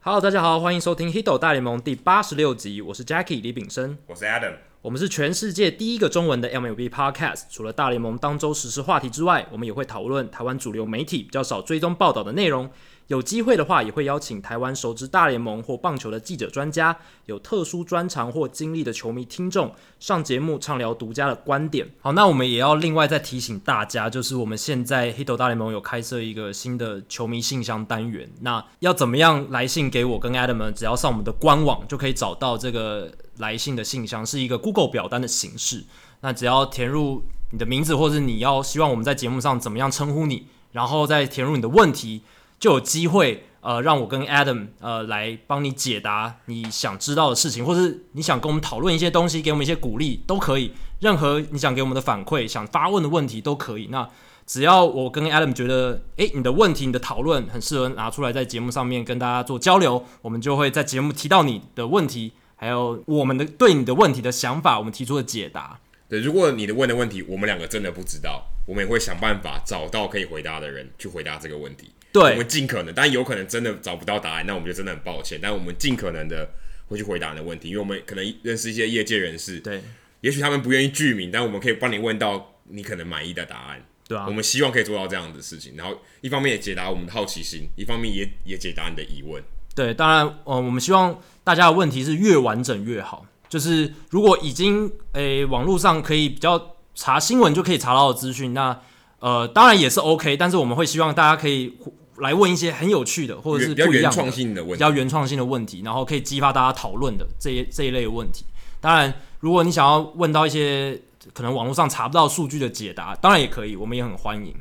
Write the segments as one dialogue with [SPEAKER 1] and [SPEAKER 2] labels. [SPEAKER 1] Hello，大家好，欢迎收听《Hiddle 大联盟》第八十六集，我是 Jackie 李炳生，
[SPEAKER 2] 我是 Adam。
[SPEAKER 1] 我们是全世界第一个中文的 MLB Podcast。除了大联盟当周实时话题之外，我们也会讨论台湾主流媒体比较少追踪报道的内容。有机会的话，也会邀请台湾熟知大联盟或棒球的记者、专家，有特殊专长或经历的球迷听众上节目畅聊独家的观点。好，那我们也要另外再提醒大家，就是我们现在黑头大联盟有开设一个新的球迷信箱单元，那要怎么样来信给我跟 Adam？呢只要上我们的官网就可以找到这个来信的信箱，是一个 Google 表单的形式。那只要填入你的名字，或是你要希望我们在节目上怎么样称呼你，然后再填入你的问题，就有机会呃让我跟 Adam 呃来帮你解答你想知道的事情，或是你想跟我们讨论一些东西，给我们一些鼓励都可以。任何你想给我们的反馈、想发问的问题都可以。那只要我跟 Adam 觉得，诶，你的问题、你的讨论很适合拿出来在节目上面跟大家做交流，我们就会在节目提到你的问题，还有我们的对你的问题的想法，我们提出的解答。
[SPEAKER 2] 对，如果你的问的问题，我们两个真的不知道，我们也会想办法找到可以回答的人去回答这个问题。我
[SPEAKER 1] 对
[SPEAKER 2] 们尽可能，但有可能真的找不到答案，那我们就真的很抱歉。但我们尽可能的会去回答你的问题，因为我们可能认识一些业界人士，
[SPEAKER 1] 对
[SPEAKER 2] 也许他们不愿意具名，但我们可以帮你问到你可能满意的答案。
[SPEAKER 1] 对啊
[SPEAKER 2] 我，们希望可以做到这样的事情，然后一方面也解答我们的好奇心，一方面也也解答你的疑问。
[SPEAKER 1] 对，当然，呃，我们希望大家的问题是越完整越好。就是如果已经诶、网络上可以比较查新闻就可以查到的资讯，那呃当然也是 OK，但是我们会希望大家可以来问一些很有趣的或者
[SPEAKER 2] 原
[SPEAKER 1] 是
[SPEAKER 2] 比较
[SPEAKER 1] 不一
[SPEAKER 2] 原
[SPEAKER 1] 样
[SPEAKER 2] 创
[SPEAKER 1] 的。
[SPEAKER 2] 性的问
[SPEAKER 1] 比
[SPEAKER 2] 题，
[SPEAKER 1] 较原创性的问题，然后可以激发大家讨论的这一这一类的问题。当然，如果你想要问到一些可能网络上查不到数据的解答，当然也可以，我们也很欢迎。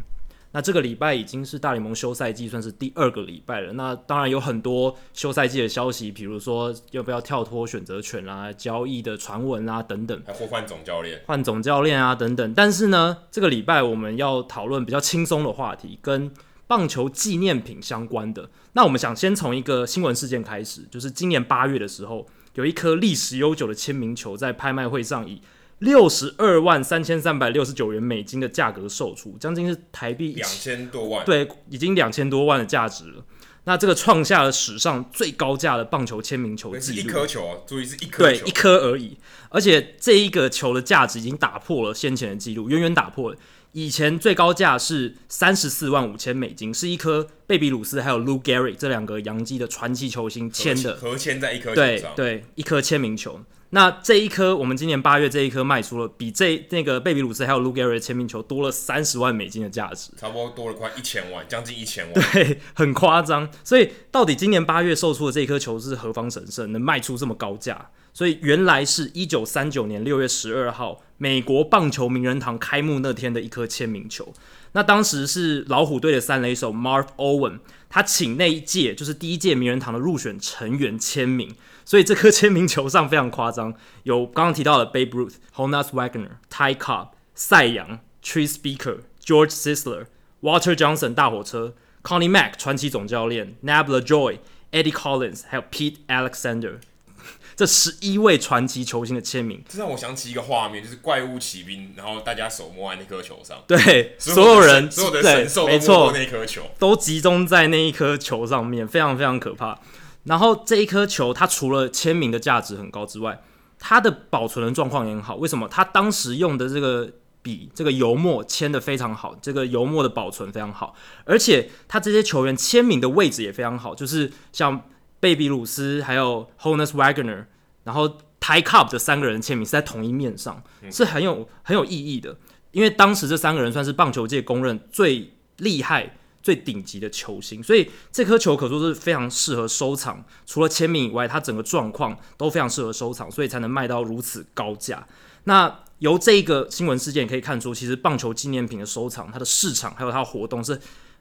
[SPEAKER 1] 那这个礼拜已经是大联盟休赛季，算是第二个礼拜了。那当然有很多休赛季的消息，比如说要不要跳脱选择权啦、交易的传闻啊等等。
[SPEAKER 2] 还或换总教练。
[SPEAKER 1] 换总教练啊等等。但是呢，这个礼拜我们要讨论比较轻松的话题，跟棒球纪念品相关的。那我们想先从一个新闻事件开始，就是今年八月的时候，有一颗历史悠久的签名球在拍卖会上以六十二万三千三百六十九元美金的价格售出，将近是台币一
[SPEAKER 2] 两千多万，
[SPEAKER 1] 对，已经两千多万的价值了。那这个创下了史上最高价的棒球签名球
[SPEAKER 2] 是
[SPEAKER 1] 记
[SPEAKER 2] 一
[SPEAKER 1] 录，
[SPEAKER 2] 颗球哦，注意是一颗
[SPEAKER 1] 对，
[SPEAKER 2] 球
[SPEAKER 1] 一，颗而已。而且这一个球的价值已经打破了先前的记录，远远打破了。以前最高价是三十四万五千美金，是一颗贝比鲁斯还有 Lou Gehrig 这两个洋基的传奇球星签的，
[SPEAKER 2] 合签在一颗球
[SPEAKER 1] 对
[SPEAKER 2] 上，
[SPEAKER 1] 对，一颗签名球。那这一颗，我们今年八月这一颗卖出了，比这那个贝比鲁斯还有 Lou Gehrig 的签名球多了三十万美金的价值。
[SPEAKER 2] 差不多多了快一千万，将近一千万。
[SPEAKER 1] 对，很夸张。所以到底今年八月售出的这一颗球是何方神圣，能卖出这么高价？所以原来是一九三九年六月十二号，美国棒球名人堂开幕那天的一颗签名球。那当时是老虎队的三垒手 Marv Owen，他请那一届就是第一届名人堂的入选成员签名，所以这颗签名球上非常夸张，有刚刚提到的 Babe Ruth、Honus Wagner、Ty Cobb、赛扬、Tree Speaker、George Sisler、Walter Johnson 大火车、Connie Mack 传奇总教练、Nabla Joy、Eddie Collins 还有 Pete Alexander 这十一位传奇球星的签名，
[SPEAKER 2] 这让我想起一个画面，就是怪物骑兵，然后大家手摸在那颗球上，
[SPEAKER 1] 对，所有
[SPEAKER 2] 的
[SPEAKER 1] 人
[SPEAKER 2] 神所有的
[SPEAKER 1] 对
[SPEAKER 2] 神兽都
[SPEAKER 1] 没
[SPEAKER 2] 摸
[SPEAKER 1] 错
[SPEAKER 2] 过，那颗球，
[SPEAKER 1] 都集中在那一颗球上面，非常非常可怕。然后这一颗球，它除了签名的价值很高之外，它的保存的状况也很好。为什么？它当时用的这个笔，这个油墨签的非常好，这个油墨的保存非常好，而且它这些球员签名的位置也非常好，就是像贝比鲁斯还有 Honus Wagner，然后 Ty Cobb 的三个人签名是在同一面上，是很有很有意义的。因为当时这三个人算是棒球界公认最厉害、最顶级的球星，所以这颗球可说是非常适合收藏。除了签名以外，它整个状况都非常适合收藏，所以才能卖到如此高价。那由这个新闻事件可以看出，其实棒球纪念品的收藏，它的市场还有它的活动是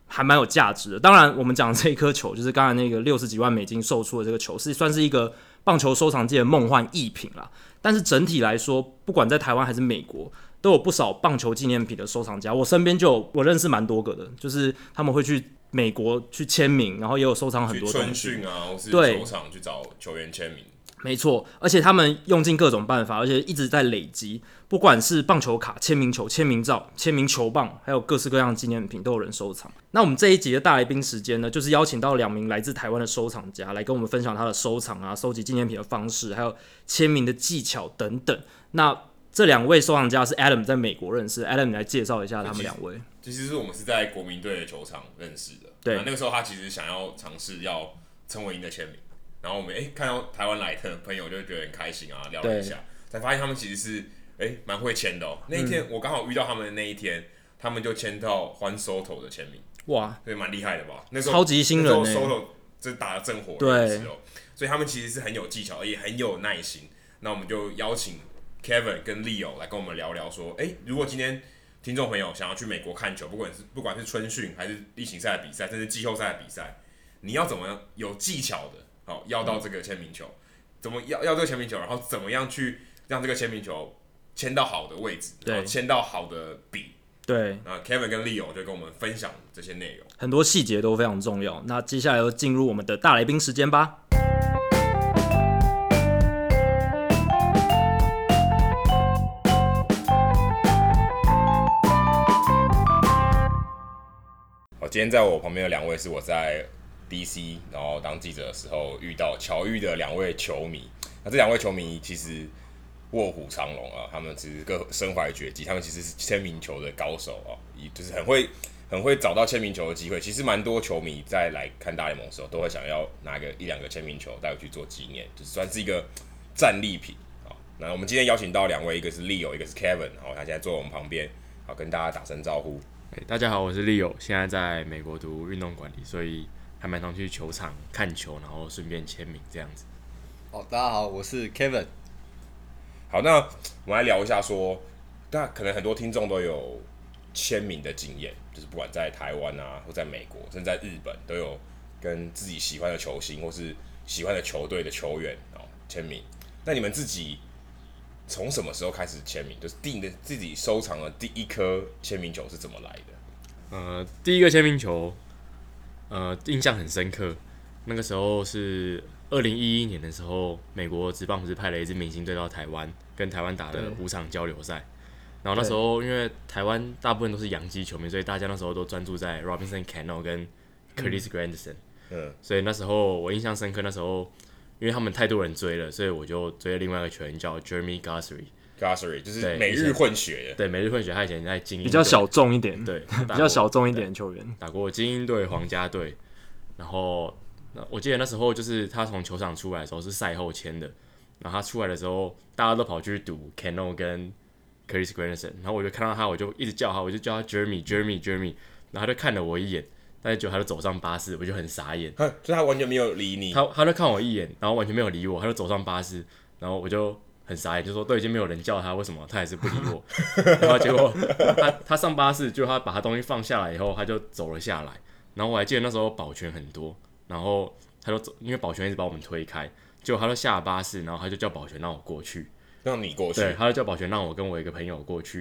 [SPEAKER 1] 还蛮有价值的。当然，我们讲这一颗球，就是刚才那个六十几万美金售出的这个球，是算是一个棒球收藏界的梦幻逸品啦。但是整体来说，不管在台湾还是美国，都有不少棒球纪念品的收藏家。我身边就有我认识蛮多个的，就是他们会去美国去签名，然后也有收藏很
[SPEAKER 2] 去
[SPEAKER 1] 多
[SPEAKER 2] 春
[SPEAKER 1] 东西。
[SPEAKER 2] 训啊，或是
[SPEAKER 1] 对
[SPEAKER 2] 球场去找球员签名，
[SPEAKER 1] 没错，而且他们用尽各种办法，而且一直在累积，不管是棒球卡、签名球、签名照、签名球棒，还有各式各样的纪念品都有人收藏。那我们这一集的大来宾时间呢，就是邀请到两名来自台湾的收藏家来跟我们分享他的收藏啊、收集纪念品的方式，还有签名的技巧等等。那这两位收藏家是 Adam 在美国认识，Adam 你来介绍一下他们两位。
[SPEAKER 2] 其实是我们是在国民队的球场认识的。
[SPEAKER 1] 对
[SPEAKER 2] 那那个时候他其实想要尝试要陈伟英的签名，然后我们哎、诶看到台湾来的朋友就会觉得很开心啊，聊了一下，才发现他们其实是哎蛮、会签的哦、那一天、我刚好遇到他们的那一天，他们就签到欢 Soto 的签名，
[SPEAKER 1] 哇，
[SPEAKER 2] 对，蛮厉害的吧？那时候
[SPEAKER 1] 超级新人
[SPEAKER 2] 那
[SPEAKER 1] 欸
[SPEAKER 2] 时候 Soto 这打的正火热的时候，所以他们其实是很有技巧，也很有耐心。那我们就邀请 Kevin 跟 Leo 来跟我们聊聊，说，哎、如果今天听众朋友想要去美国看球，不管是不管是春训还是例行赛的比赛，甚至季后赛的比赛，你要怎么样有技巧的，好、要到这个签名球，怎么要要这个签名球，然后怎么样去让这个签名球签到好的位置，
[SPEAKER 1] 对
[SPEAKER 2] 然后签到好的笔。
[SPEAKER 1] 对，
[SPEAKER 2] 那 Kevin 跟 Leo 就跟我们分享这些内容。
[SPEAKER 1] 很多细节都非常重要。那接下来就进入我们的大来宾时间吧。
[SPEAKER 2] 好，哦今天在我旁边的两位是我在 DC 然后当记者的时候遇到巧遇的两位球迷。那这两位球迷其实卧虎藏龙啊，他们其实各身怀绝技，他们其实是签名球的高手啊，以就是很会很会找到签名球的机会。其实蛮多球迷在来看大联盟的时候，都会想要拿个一两个签名球带回去做纪念，就是算是一个战利品啊。那我们今天邀请到两位，一个是 Leo，一个是 Kevin，好，他现在坐我们旁边，好跟大家打声招呼。
[SPEAKER 3] 哎大家好，我是 Leo，现在在美国读运动管理，所以还蛮常去球场看球，然后顺便签名这样子。
[SPEAKER 4] 哦，大家好，我是 Kevin。
[SPEAKER 2] 好，那我们来聊一下说，那可能很多听众都有签名的经验，就是不管在台湾啊，或在美国，甚至在日本，都有跟自己喜欢的球星或是喜欢的球队的球员哦签名。那你们自己从什么时候开始签名？就是定的自己收藏的第一颗签名球是怎么来的？
[SPEAKER 3] 呃，第一个签名球，呃，印象很深刻。那个时候是二零一一年的时候，美国职棒不是派了一支明星队到台湾，跟台湾打
[SPEAKER 1] 对
[SPEAKER 3] 了五场交流赛。然后那时候因为台湾大部分都是洋基球迷，所以大家那时候都专注在 Robinson Cano 跟 Curtis Granderson。
[SPEAKER 2] 嗯，
[SPEAKER 3] 所以那时候我印象深刻，那时候因为他们太多人追了，所以我就追了另外一个球员叫 Jeremy g a s s e r y
[SPEAKER 2] g a s s e r y 就是
[SPEAKER 3] 对
[SPEAKER 2] 美日混血的，
[SPEAKER 3] 对，每日混血他以前在精英
[SPEAKER 1] 比较
[SPEAKER 3] 队
[SPEAKER 1] 小众一点，，
[SPEAKER 3] 对，
[SPEAKER 1] 比
[SPEAKER 3] 比
[SPEAKER 1] 较小众一点的球员。
[SPEAKER 3] 打过精英队、皇家队，然后那我记得那时候就是他从球场出来的时候是赛后签的，然后他出来的时候大家都跑去赌 Cano 跟 Chris Granderson，然后我就看到他，我就一直叫他，我就叫他 Jeremy Jeremy Jeremy，然后他就看了我一眼，但是结果他就走上巴士，我就很傻眼。
[SPEAKER 2] 哼，所以他完全没有理你。
[SPEAKER 3] 他他就看我一眼，然后完全没有理我，他就走上巴士，然后我就很傻眼，就说都已经没有人叫他，为什么他还是不理我？ 然后结果他他上巴士，就他把他东西放下来以后，他就走了下来。然后我还记得那时候保全很多，然后他就走，因为保全一直把我们推开，结果他就下了巴士，然后他就叫保全让我过去，
[SPEAKER 2] 让你过去，
[SPEAKER 3] 对，他就叫保全让我跟我一个朋友过去，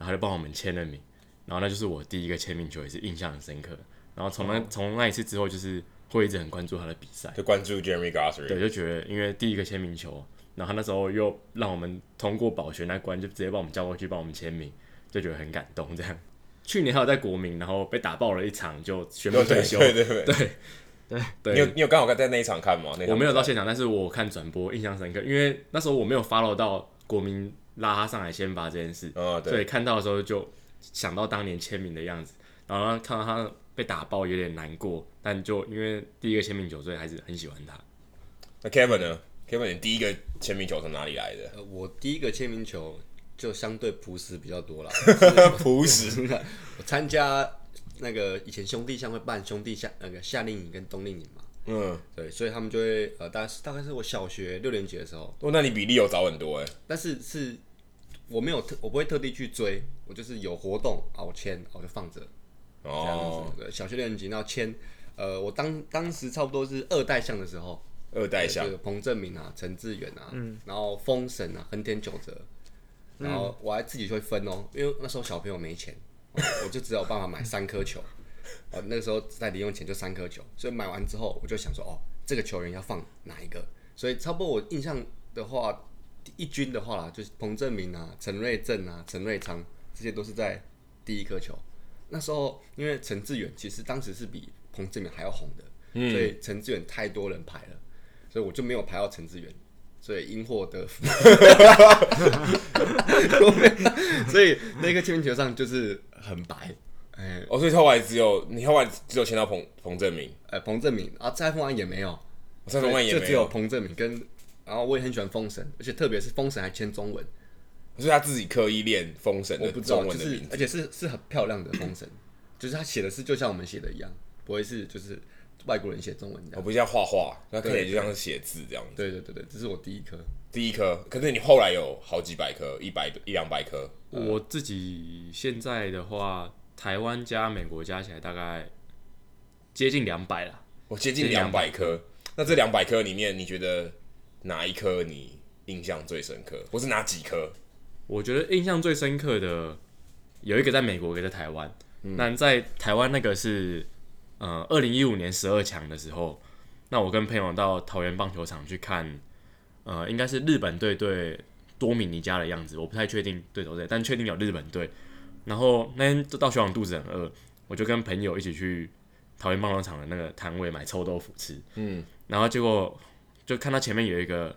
[SPEAKER 3] 然后他就帮我们签了名，然后那就是我第一个签名球，也是印象很深刻。然后从那从那一次之后，就是会一直很关注他的比赛。
[SPEAKER 2] 就关注 Jeremy g a s s e r y
[SPEAKER 3] 对，就觉得因为第一个签名球，然后他那时候又让我们通过保全那关，就直接帮我们叫过去帮我们签名，就觉得很感动。这样，去年还有在国民，然后被打爆了一场，就宣布
[SPEAKER 2] 对
[SPEAKER 3] 退
[SPEAKER 2] 对
[SPEAKER 3] 休。
[SPEAKER 2] 对对对，你有
[SPEAKER 3] 对，
[SPEAKER 2] 你有刚好在那一场看吗？那场
[SPEAKER 3] 我没有到现场，但是我看转播印象深刻，因为那时候我没有 follow 到国民拉他上来先发这件事，
[SPEAKER 2] 嗯，对
[SPEAKER 3] 所以，看到的时候就想到当年签名的样子，然后看到他被打爆有点难过，但就因为第一个签名球，所以还是很喜欢他。
[SPEAKER 2] 那 Kevin 呢？Kevin，你第一个签名球从哪里来 的？
[SPEAKER 4] 呃，我第一个签名球就相对朴实比较多啦。
[SPEAKER 2] 朴实，
[SPEAKER 4] 我参加那个以前兄弟像会办兄弟夏那个夏令营跟冬令营嘛，
[SPEAKER 2] 嗯，
[SPEAKER 4] 对，所以他们就会呃，大概是大概是我小学六年级的时候，
[SPEAKER 2] 哦，那你比例有早很多哎、
[SPEAKER 4] 但是是我没有特我不会特地去追，我就是有活动啊我签啊我就放着这样
[SPEAKER 2] 哦，
[SPEAKER 4] 子。对小学六年级然后签，呃，我当当时差不多是二代像的时候，
[SPEAKER 2] 二代像
[SPEAKER 4] 这，个彭正明啊、陈志远啊，然后封神啊、横田久哲，然后我还自己会分哦，因为那时候小朋友没钱，哦 我就只有办法买三颗球。哦，那时候在零用钱就三颗球，所以买完之后我就想说，哦，这个球员要放哪一个？所以差不多我印象的话，一军的话啦，就是彭正明啊、陈瑞正啊、陈瑞昌，这些都是在第一颗球。那时候因为陈志远其实当时是比彭正明还要红的，所以陈志远太多人排了，所以我就没有排到陈志远，所以因祸得福。 所以那个签名球上就是很白，哎、
[SPEAKER 2] 哦，所以后来只有你后来只有签到彭彭正明，
[SPEAKER 4] 呃，彭正明啊，蔡凤安也没有，
[SPEAKER 2] 蔡宗万也
[SPEAKER 4] 就
[SPEAKER 2] 没
[SPEAKER 4] 只有
[SPEAKER 2] 有，
[SPEAKER 4] 彭正明跟，然后我也很喜欢封神，而且特别是封神还签中文，
[SPEAKER 2] 就是他自己刻意练封神
[SPEAKER 4] 我
[SPEAKER 2] 的
[SPEAKER 4] 不知道，
[SPEAKER 2] 中
[SPEAKER 4] 就
[SPEAKER 2] 文的
[SPEAKER 4] 是
[SPEAKER 2] 名字。
[SPEAKER 4] 而且是是很漂亮的封神，就是他写的是就像我们写的一样，不会是就是外国人写中文这
[SPEAKER 2] 我
[SPEAKER 4] 样。
[SPEAKER 2] 哦不像画画，那看起来就像是写字这样子。
[SPEAKER 4] 对对对对，这是我第一颗，
[SPEAKER 2] 第一颗，可是你后来有好几百颗，一百一两百颗，
[SPEAKER 3] 呃我自己现在的话，台湾加美国加起来大概接近两百了。
[SPEAKER 2] 我哦接近两百颗。那这两百颗里面，你觉得哪一颗你印象最深刻，或是哪几颗？
[SPEAKER 3] 我觉得印象最深刻的有一个在美国，一个在台湾。那在台湾那个是呃，二零一五年十二强的时候，那我跟朋友到桃园棒球场去看，呃，应该是日本队对多米尼加的样子，我不太确定对手谁，但确定有日本队。然后那天就到球场肚子很饿，我就跟朋友一起去桃园棒球场的那个摊位买臭豆腐吃。
[SPEAKER 2] 嗯，
[SPEAKER 3] 然后结果就看到前面有一个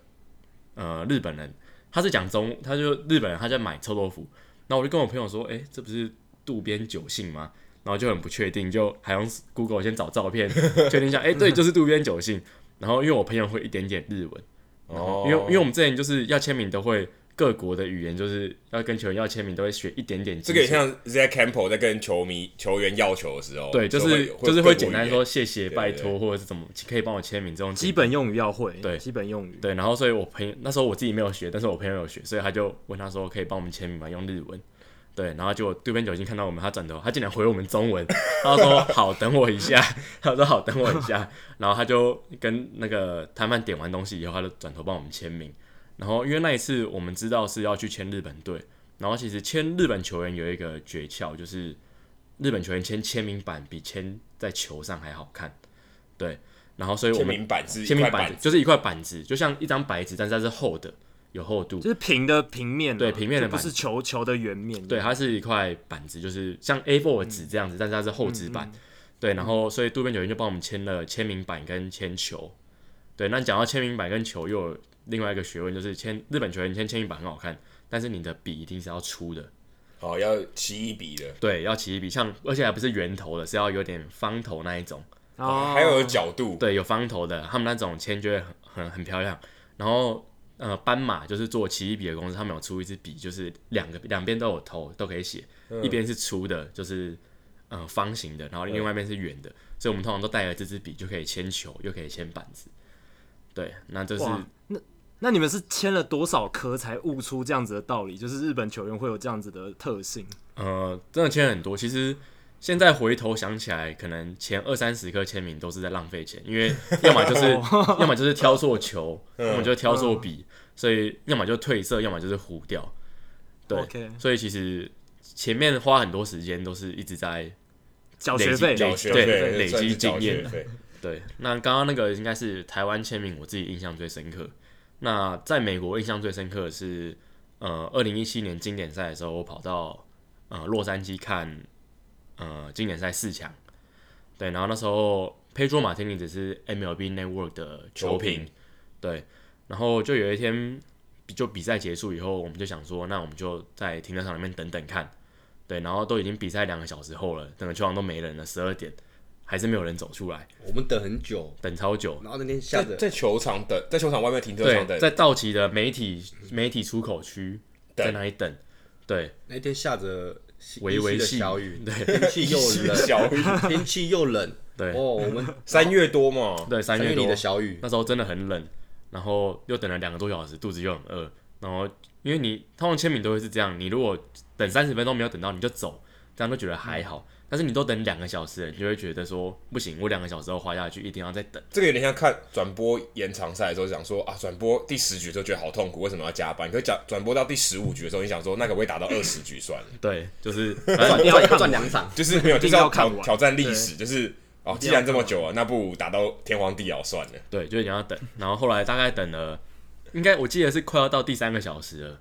[SPEAKER 3] 呃日本人，他是讲中，他就日本人他在买臭豆腐，然后我就跟我朋友说，哎、这不是渡边久信吗？然后就很不确定，就还用 Google 先找照片 确定一下，哎、对，就是渡边久信。然后因为我朋友会一点点日文，
[SPEAKER 2] 哦
[SPEAKER 3] 因为因为我们之前就是要签名都会各国的语言，就是要跟球员要签名都会学一点点基础。
[SPEAKER 2] 这个也像 z a c Campbell 在跟球迷球员要球的时候，
[SPEAKER 3] 对，就是就是会简单说谢谢、
[SPEAKER 2] 对
[SPEAKER 3] 拜托或者是怎么，可以帮我签名这种
[SPEAKER 1] 基
[SPEAKER 3] 基
[SPEAKER 1] 本用语要会，
[SPEAKER 3] 对
[SPEAKER 1] 基本用语。
[SPEAKER 3] 对，然后所以我朋友那时候我自己没有学，但是我朋友有学，所以他就问他说可以帮我们签名吗？用日文。对，然后结果对边酒已经看到我们，他转头，他竟然回我们中文，他说好，等我一下，他说好，等我一下，然后他就跟那个摊贩点完东西以后，他就转头帮我们签名。然后因为那一次我们知道是要去签日本队，然后其实签日本球员有一个诀窍，就是日本球员签签名版比签在球上还好看。对，然后所以我
[SPEAKER 2] 签
[SPEAKER 3] 们
[SPEAKER 2] 名板是
[SPEAKER 3] 签名
[SPEAKER 2] 一块
[SPEAKER 3] 板
[SPEAKER 2] 板
[SPEAKER 3] 子就是一块板子，就像一张白纸，但是它是厚的，有厚度
[SPEAKER 1] 就。是平的平面啊、
[SPEAKER 3] 对平面的
[SPEAKER 1] 就不
[SPEAKER 3] 板
[SPEAKER 1] 是球球的圆面。
[SPEAKER 3] 对，，它是一块板子，就是像 A4 的纸这样子，但是它是厚纸板。嗯对，然后所以渡边久人就帮我们签了签名板跟签球。对，那讲到签名板跟球，又有另外一个学问，就是签日本球员签签名板很好看，但是你的笔一定是要粗的，
[SPEAKER 2] 好要奇一笔的，
[SPEAKER 3] 对，要起一笔，像而且还不是圆头的，是要有点方头那一种。
[SPEAKER 1] 哦，
[SPEAKER 2] 还有角度，
[SPEAKER 3] 对，有方头的，他们那种签就会很很很漂亮。然后呃，斑马就是做奇异笔的公司，他们有出一支笔，就是两个两边都有头，都可以写，一边是粗的，就是呃方形的，然后另外一边是圆的，所以我们通常都带了这支笔就可以签球，又可以签板子。对，那就是
[SPEAKER 1] 哇那你们是签了多少颗才悟出这样子的道理？就是日本球员会有这样子的特性。
[SPEAKER 3] 呃，真的签很多。其实现在回头想起来，可能前二三十颗签名都是在浪费钱，因为 要么就是要么就是挑错球，要么就挑错笔，所以要么就褪色，要么就是糊掉。对
[SPEAKER 1] OK
[SPEAKER 3] 所以其实前面花很多时间都是一直在
[SPEAKER 1] 缴学费
[SPEAKER 3] 累积
[SPEAKER 2] 缴学
[SPEAKER 3] 对
[SPEAKER 2] 费
[SPEAKER 3] 累积
[SPEAKER 2] 算是
[SPEAKER 3] 经
[SPEAKER 2] 缴
[SPEAKER 3] 验
[SPEAKER 2] 学费
[SPEAKER 3] 对。那刚刚那个应该是台湾签名，我自己印象最深刻。那在美国印象最深刻的是，呃，二零一七年经典赛的时候，我跑到呃洛杉矶看呃经典赛四强，对，然后那时候 Pedro Martinez 是 MLB Network 的球
[SPEAKER 2] 球
[SPEAKER 3] 评，对，然后就有一天比就比赛结束以后，我们就想说，那我们就在停车场里面等等看，对，然后都已经比赛两个小时后了，整个球场都没人了，十二点还是没有人走出来，
[SPEAKER 4] 我们等很久，
[SPEAKER 3] 等超久，
[SPEAKER 4] 然后那天
[SPEAKER 2] 在
[SPEAKER 4] 下着
[SPEAKER 2] 在球场等，在球场外面停车场等，
[SPEAKER 3] 对，在道奇的媒体媒体出口区
[SPEAKER 2] 等
[SPEAKER 3] 在那里等，对，
[SPEAKER 4] 那天下着
[SPEAKER 3] 微微
[SPEAKER 4] 阴淅
[SPEAKER 3] 细
[SPEAKER 4] 的小雨，
[SPEAKER 3] 对
[SPEAKER 4] 天气又冷，
[SPEAKER 2] 小雨，
[SPEAKER 4] 天气又冷，
[SPEAKER 3] 对
[SPEAKER 4] 哦，我们
[SPEAKER 2] 三月多嘛，
[SPEAKER 3] 对，三
[SPEAKER 4] 三
[SPEAKER 3] 月
[SPEAKER 4] 月
[SPEAKER 3] 多
[SPEAKER 4] 里的小雨，
[SPEAKER 3] 那时候真的很冷，然后又等了两个多小时，肚子又很饿，然后因为你通常签名都会是这样，你如果等三十分钟没有等到你就走，这样都觉得还好，
[SPEAKER 4] 嗯
[SPEAKER 3] 但是你都等两个小时了，你就会觉得说不行，我两个小时后花下去一定要再等，
[SPEAKER 2] 这个有点像看转播延长赛的时候，想说啊，转播第十局的时候觉得好痛苦，为什么要加班？可是讲转播到第十五局的时候，你想说那可不可以打到二十 局算了？
[SPEAKER 3] 对，就是
[SPEAKER 1] 一定要看
[SPEAKER 4] 赚两场，
[SPEAKER 2] 就是没有，
[SPEAKER 1] 一
[SPEAKER 2] 就
[SPEAKER 1] 定
[SPEAKER 2] 是要
[SPEAKER 1] 要看
[SPEAKER 2] 挑
[SPEAKER 1] 完
[SPEAKER 2] 挑战历史，就是哦，既然这么久了，那不如打到天荒地老算了。
[SPEAKER 3] 对，就你要等。然后后来大概等了，应该我记得是快要到第三个小时了，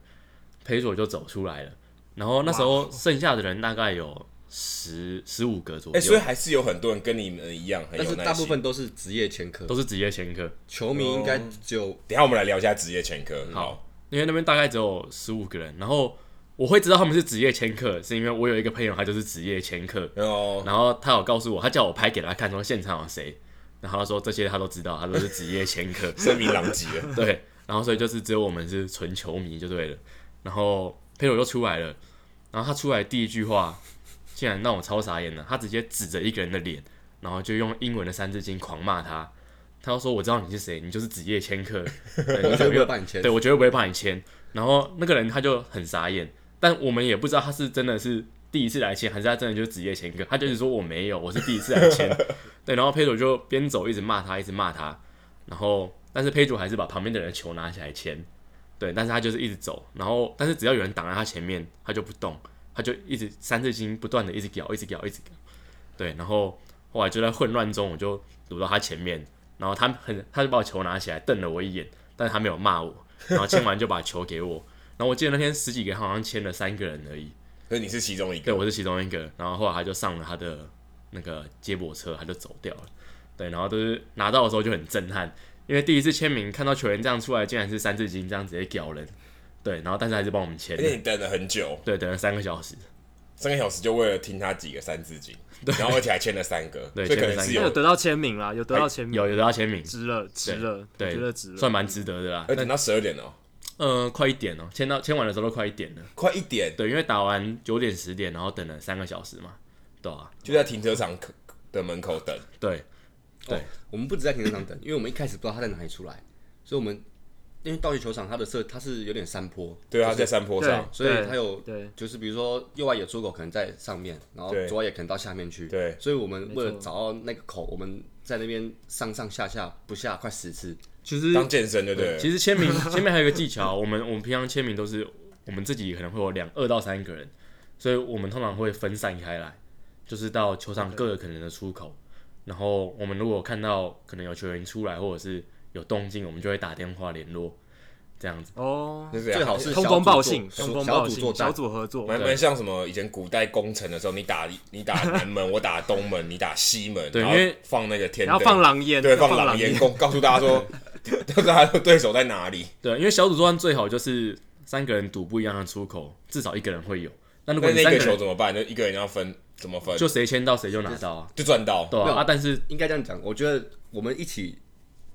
[SPEAKER 3] 裴佐就走出来了。然后那时
[SPEAKER 2] 哦
[SPEAKER 3] 候剩下的人大概有十十五个左
[SPEAKER 2] 哎、所以
[SPEAKER 3] 右，
[SPEAKER 2] 还是有很多人跟你们一样很
[SPEAKER 4] 但
[SPEAKER 2] 有
[SPEAKER 4] 是
[SPEAKER 2] 耐心。
[SPEAKER 4] 大部分都是职业前科，
[SPEAKER 3] 都是职业前科，
[SPEAKER 4] 球迷应该只有
[SPEAKER 2] 等一下我们来聊一下职业前科。好，
[SPEAKER 3] 因为那边大概只有十五个人。然后我会知道他们是职业前科，是因为我有一个朋友他就是职业前科，
[SPEAKER 2] 然后
[SPEAKER 3] 然后他有告诉我，他叫我拍给他看，说现场有谁。然后他说这些他都知道，他都是职业前科。
[SPEAKER 2] 声名狼藉了。
[SPEAKER 3] 对，然后所以就是只有我们是纯球迷就对了。然后佩罗就出来了，然后他出来第一句话，竟然让我超傻眼了。他直接指着一个人的脸，然后就用英文的三字经狂骂他。他就说：“我知道你是谁，你就是职业签客，对你
[SPEAKER 4] 我绝
[SPEAKER 3] 就没
[SPEAKER 4] 对不
[SPEAKER 3] 有
[SPEAKER 4] 会把你签
[SPEAKER 3] 对。我绝对不会帮你签。然后那个人他就很傻眼，但我们也不知道他是真的是第一次来签，还是他真的就是职业签客。他就是说我没有，我是第一次来签。对，然后佩佐就边走一直骂他，一直骂他。然后但是佩佐还是把旁边的人的球拿起来签。对，但是他就是一直走，然后但是只要有人挡在他前面，他就不动，他就一直三字经不断的一直咬，一直咬，一直咬。对，然后后来就在混乱中，我就躲到他前面，然后他很他就把我球拿起来瞪了我一眼，但是他没有骂我，然后签完就把球给我。 然后我记得那天十几个好像签了三个人而已，
[SPEAKER 2] 所以你是其中一
[SPEAKER 3] 对
[SPEAKER 2] 个。
[SPEAKER 3] 我是其中一个。然后后来他就上了他的那个接驳车，他就走掉了。对，然后就是拿到的时候就很震撼，因为第一次签名看到球员这样出来，竟然是三字经这样直接屌人。 对，然后但是还是帮我们签
[SPEAKER 2] 而且你等了很久，
[SPEAKER 3] 对，等了三个小时。
[SPEAKER 2] 三个小时就为了听他几个三字经，然后而且还签了三个，
[SPEAKER 3] 对
[SPEAKER 2] 所以可
[SPEAKER 3] 签
[SPEAKER 2] 能
[SPEAKER 3] 了三
[SPEAKER 2] 是
[SPEAKER 3] 个
[SPEAKER 1] 有
[SPEAKER 2] 有。
[SPEAKER 1] 得到签名啦，有得到签名，
[SPEAKER 3] 哎有有得到签名，
[SPEAKER 1] 值了，值了，我
[SPEAKER 3] 对
[SPEAKER 1] 觉得值，了。
[SPEAKER 3] 算蛮值得的啦。
[SPEAKER 2] 而且等到十二点哦，
[SPEAKER 3] 呃，快一点哦，签到签完的时候都快一点了。
[SPEAKER 2] 快一点，
[SPEAKER 3] 对，因为打完九点十点，然后等了三个小时嘛，对啊，
[SPEAKER 2] 就在停车场可的门口等。
[SPEAKER 3] 对，
[SPEAKER 4] 我们不止在停车场等，因为我们一开始不知道他在哪里出来，所以我们因为道具球场它的设它是有点山坡，
[SPEAKER 2] 对啊，在山坡
[SPEAKER 1] 对
[SPEAKER 2] 上，，
[SPEAKER 4] 所以它有
[SPEAKER 1] 对
[SPEAKER 4] 就是比如说右外野出口可能在上面，然后
[SPEAKER 2] 对
[SPEAKER 4] 左外野可能到下面去。
[SPEAKER 2] 对
[SPEAKER 4] 所以我们为了
[SPEAKER 1] 没错
[SPEAKER 4] 找到那个口，我们在那边上上下下不下快十次。
[SPEAKER 3] 其实
[SPEAKER 2] 当健身对不对了？
[SPEAKER 3] 其实签名 签名还有一个技巧，我们我们平常签名都是我们自己可能会有两二到三个人，所以我们通常会分散开来，就是到球场各个可能的出口，然后我们如果看到可能有球员出来或者是有动静，我们就会打电话联络，这样子。
[SPEAKER 1] 哦，
[SPEAKER 2] 就是
[SPEAKER 4] 最好是
[SPEAKER 1] 通风报
[SPEAKER 4] 小组
[SPEAKER 1] 信，
[SPEAKER 4] 做
[SPEAKER 1] 通风
[SPEAKER 4] 小
[SPEAKER 1] 报
[SPEAKER 4] 组作
[SPEAKER 1] 信，
[SPEAKER 4] 战
[SPEAKER 1] 小。组合作，
[SPEAKER 2] 蛮蛮像什么以前古代攻城的时候，你打你打南门，我打东门，你打西门，
[SPEAKER 3] 对
[SPEAKER 2] 然后
[SPEAKER 3] 因为
[SPEAKER 2] 放那个天
[SPEAKER 1] 然后
[SPEAKER 2] 灯
[SPEAKER 1] 放狼烟，
[SPEAKER 2] 对
[SPEAKER 1] 要
[SPEAKER 2] 放
[SPEAKER 1] 放
[SPEAKER 2] 狼
[SPEAKER 1] 烟
[SPEAKER 2] 烟， 告告诉大家说，告诉大家对手在哪里。
[SPEAKER 3] 对，因为小组作战最好就是三个人赌不一样的出口，至少一个人会有。那如果
[SPEAKER 2] 那那
[SPEAKER 3] 你三
[SPEAKER 2] 个
[SPEAKER 3] 个
[SPEAKER 2] 球
[SPEAKER 3] 人
[SPEAKER 2] 怎么办？就一个人要分怎么分？
[SPEAKER 3] 就谁签到谁就拿到啊，
[SPEAKER 2] 就赚到。
[SPEAKER 3] 对
[SPEAKER 4] 没
[SPEAKER 3] 啊
[SPEAKER 4] 有
[SPEAKER 3] 啊，但是
[SPEAKER 4] 应该这样讲，我觉得我们一起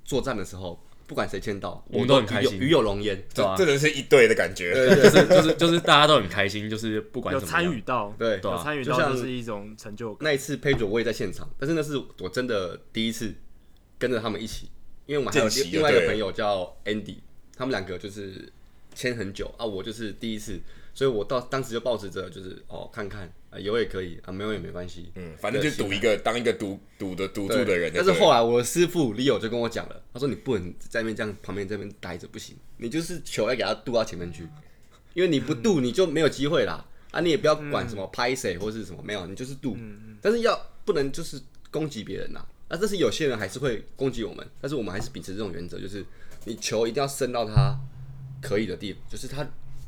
[SPEAKER 4] 作战的时候，不管谁签到，
[SPEAKER 3] 我们
[SPEAKER 4] 都
[SPEAKER 3] 都很开心
[SPEAKER 4] 与有与有荣焉。
[SPEAKER 3] 对啊
[SPEAKER 2] 这，真的是一队的感觉。
[SPEAKER 3] 就是就是 就是大家都很开心，就是不管
[SPEAKER 1] 有
[SPEAKER 3] 怎么
[SPEAKER 1] 参
[SPEAKER 3] 样
[SPEAKER 1] 与到，
[SPEAKER 4] 对
[SPEAKER 3] 对啊
[SPEAKER 1] 有参与
[SPEAKER 4] 就
[SPEAKER 1] 到
[SPEAKER 4] 像
[SPEAKER 1] 就是一种成就感。
[SPEAKER 4] 那一次佩佐我也在现场，但是那是我真的第一次跟着他们一起，因为我们还有
[SPEAKER 2] 见习
[SPEAKER 4] 另
[SPEAKER 2] 就
[SPEAKER 4] 另外一
[SPEAKER 2] 对
[SPEAKER 4] 个
[SPEAKER 2] 了
[SPEAKER 4] 朋友叫 Andy，他们两个就是签很久啊，我就是第一次，所以我到当时就抱持着就是哦看看、啊、有也可以啊，没有也没关系，
[SPEAKER 2] 嗯，反正就赌一个，当一个赌赌的赌
[SPEAKER 4] 对
[SPEAKER 2] 注的人就
[SPEAKER 4] 但
[SPEAKER 2] 对了。
[SPEAKER 4] 是后来我的师傅 Leo 就跟我讲了，他说你不能在那边这样旁边这边待着不行，你就是球要给他渡到前面去，因为你不渡你就没有机会啦。啊，你也不要管什么拍谁或是什么，没有，你就是渡，
[SPEAKER 2] 嗯
[SPEAKER 4] 但是要不能就是攻击别人呐。啊，但是有些人还是会攻击我们，但是我们还是秉持这种原则，就是你球一定要伸到他可以的地方，就是他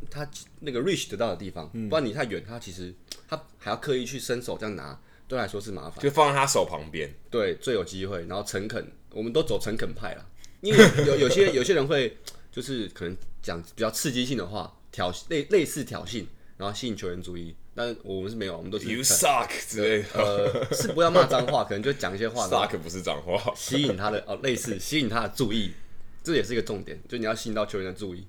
[SPEAKER 4] 他那个 reach 得到的地方，
[SPEAKER 2] 嗯
[SPEAKER 4] 不然你太远，他其实他还要刻意去伸手这样拿，对他来说是麻烦。
[SPEAKER 2] 就放在他手旁边，
[SPEAKER 4] 对，最有机会，然后诚恳，我们都走诚恳派啦。因为有有有些有些人会就是可能讲比较刺激性的话，挑类类似挑衅，然后吸引球员注意。但我们是没有，我们都是
[SPEAKER 2] You suck 之类的。
[SPEAKER 4] 呃是不要骂脏话，可能就讲一些话，然 后
[SPEAKER 2] Suck 不是脏话。
[SPEAKER 4] 吸引他的哦，类似吸引他的注意，这也是一个重点，就你要吸引到球员的注意。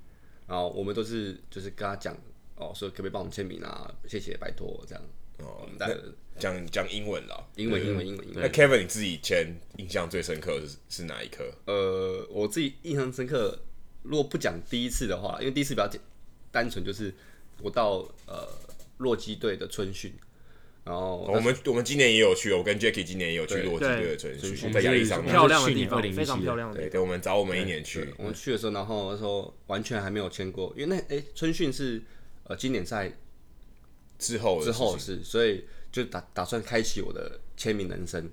[SPEAKER 4] 然后我们都是就是跟他讲哦，说可不可以帮我们签名啊？谢谢，拜托这样。哦，我们大家
[SPEAKER 2] 讲讲英文了。
[SPEAKER 4] 英文英文英文英文
[SPEAKER 2] 那。Kevin 你自己签印象最深刻的是是哪一颗？
[SPEAKER 4] 呃，我自己印象深刻，如果不讲第一次的话，因为第一次比较简单纯，就是我到呃洛基队的春训，然后
[SPEAKER 2] 哦我们我们今年也有去，我跟 Jackie 今年也有去
[SPEAKER 4] 对
[SPEAKER 2] 洛基队的春训，在亚利
[SPEAKER 4] 嗯
[SPEAKER 2] 桑那。
[SPEAKER 1] 漂亮的地
[SPEAKER 3] 我
[SPEAKER 1] 方
[SPEAKER 3] 们是去，年
[SPEAKER 1] 非常
[SPEAKER 3] 2017
[SPEAKER 1] 漂亮的地
[SPEAKER 2] 对，对，我们找我们一年
[SPEAKER 4] 对
[SPEAKER 2] 去，
[SPEAKER 4] 我们去的时候，然后那时候完全还没有签过，因为那哎、春训是呃经典赛
[SPEAKER 2] 之后的
[SPEAKER 4] 之
[SPEAKER 2] 事
[SPEAKER 4] 后
[SPEAKER 2] 情
[SPEAKER 4] 是，所以就打打算开启我的签名人生。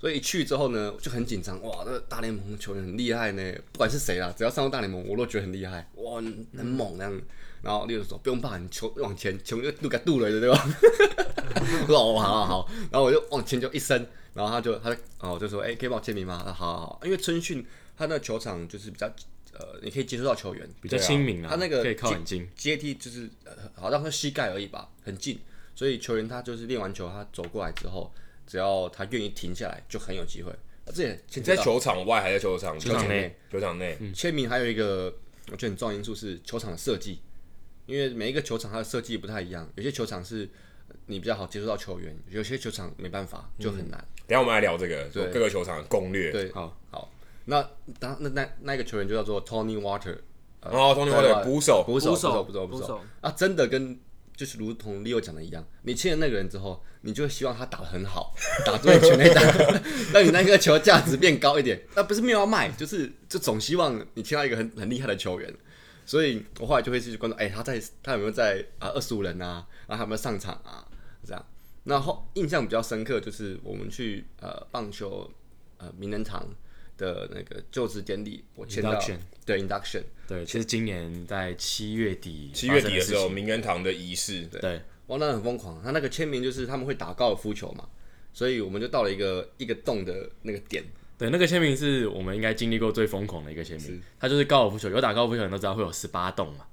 [SPEAKER 4] 所以一去之后呢，就很紧张，哇，那大联盟的球员很厉害呢，不管是谁啦，只要上过大联盟，我都觉得很厉害，哇，很很猛那样。然后例如说不用怕，你球往前，球就都给渡了的对吧？我说 哦，好好好，然后我就往前就一伸，然后他就他就哦我就说，哎、可以帮我签名吗？啊，好好好，因为春训他那球场就是比较呃，你可以接触到球员，
[SPEAKER 3] 比较亲民啊，
[SPEAKER 4] 他那个
[SPEAKER 3] 可以靠
[SPEAKER 4] 接
[SPEAKER 3] 很近，
[SPEAKER 4] 阶梯就是呃好像是膝盖而已吧，很近，所以球员他就是练完球，他走过来之后，只要他愿意停下来，就很有机会。啊、这也
[SPEAKER 2] 你
[SPEAKER 4] 牵扯
[SPEAKER 2] 在
[SPEAKER 4] 到
[SPEAKER 2] 球场外还是在球场？
[SPEAKER 3] 球场内，
[SPEAKER 2] 球场内。
[SPEAKER 4] 签名还有一个我觉得很重要因素是球场的设计，因为每一个球场它的设计不太一样，有些球场是呃你比较好接触到球员，有些球场没办法就很难。
[SPEAKER 2] 等一下我们来聊这个
[SPEAKER 4] 对
[SPEAKER 2] 各个球场的攻略。
[SPEAKER 4] 对，
[SPEAKER 3] 嗯好，
[SPEAKER 4] 好，那当那那那个球员就叫做 Tony Water，
[SPEAKER 2] 然后 Tony
[SPEAKER 4] 对
[SPEAKER 2] Water
[SPEAKER 4] 吧
[SPEAKER 2] 捕手，
[SPEAKER 4] 捕手，
[SPEAKER 1] 捕手
[SPEAKER 4] 捕手，捕手，捕
[SPEAKER 1] 捕手
[SPEAKER 4] 手啊！真的跟就是如同 Leo 讲的一样，你签了那个人之后，你就会希望他打得很好， 打对全垒打， 让你那个球价值变高一点。那不是没有要卖，就是就总希望你签到一个很很厉害的球员。所以我后来就会去关注，哎、他在他有没有在啊二十五人啊，然后他有没有上场啊，这样。然后印象比较深刻就是我们去呃棒球呃名人堂的那个就职典礼，我签到
[SPEAKER 3] Induction
[SPEAKER 4] 对 induction，
[SPEAKER 3] 对，其实今年在七月底，
[SPEAKER 2] 七月底的时
[SPEAKER 3] 发
[SPEAKER 2] 候，
[SPEAKER 3] 生事
[SPEAKER 2] 名人堂的仪式，
[SPEAKER 3] 情，对，
[SPEAKER 4] 哇，那很疯狂。他那个签名就是他们会打高尔夫球嘛，所以我们就到了一个一个洞的那个点，
[SPEAKER 3] 对，那个签名是我们应该经历过最疯狂的一个签名。它就是高尔夫球，有打高尔夫球的人都知道会有十八洞嘛。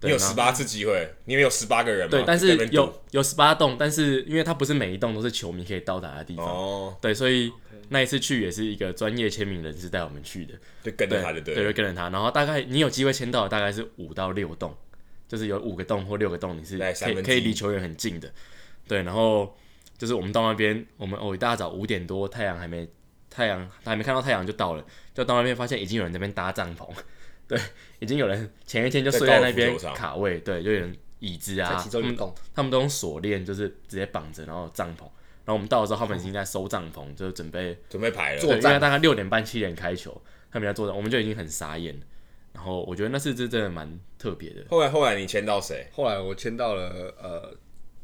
[SPEAKER 2] 你
[SPEAKER 3] 对，
[SPEAKER 2] 有
[SPEAKER 3] 然后
[SPEAKER 2] 十八次机会，你们有十八个人嘛？
[SPEAKER 3] 对，但
[SPEAKER 2] 在那
[SPEAKER 3] 是
[SPEAKER 2] 边赌
[SPEAKER 3] 有有十八洞，但是因为它不是每一洞都是球迷可以到达的地方，
[SPEAKER 2] 哦，
[SPEAKER 3] 对，所以那一次去也是一个专业签名人士带我们去的，
[SPEAKER 2] 就跟着
[SPEAKER 3] 对
[SPEAKER 2] 他就对
[SPEAKER 3] 对，
[SPEAKER 2] 了
[SPEAKER 3] 会。跟着他。然后大概你有机会签到，大概是五到六洞，就是有五个洞或六个洞，你是
[SPEAKER 2] 大概
[SPEAKER 3] 可
[SPEAKER 2] 三
[SPEAKER 3] 以
[SPEAKER 2] 分之
[SPEAKER 3] 可
[SPEAKER 2] 一
[SPEAKER 3] 以离球员很近的。对，然后就是我们到那边，我们哦一大早五点多，太阳还没太阳还没看到太阳就到了，就到那边发现已经有人在那边搭帐篷， 对，已经有人前一天就睡在那
[SPEAKER 2] 在高
[SPEAKER 3] 边
[SPEAKER 2] 尔夫球场
[SPEAKER 3] 卡位，对，就有人椅子
[SPEAKER 4] 在
[SPEAKER 3] 啊，
[SPEAKER 4] 其中一
[SPEAKER 3] 他
[SPEAKER 4] 个
[SPEAKER 3] 们
[SPEAKER 4] 洞，
[SPEAKER 3] 他们都用锁链，就是直接绑着，然后有帐篷。然后我们到了之后，他们已经在收帐篷，就是准备
[SPEAKER 2] 准备排了，
[SPEAKER 4] 作
[SPEAKER 3] 对，
[SPEAKER 4] 战
[SPEAKER 3] 因为大概六点半七点开球，他们在作战，我们就已经很傻眼了。然后我觉得那是真真的蛮特别的，
[SPEAKER 2] 后来后来你签到谁
[SPEAKER 4] 后来我签到了呃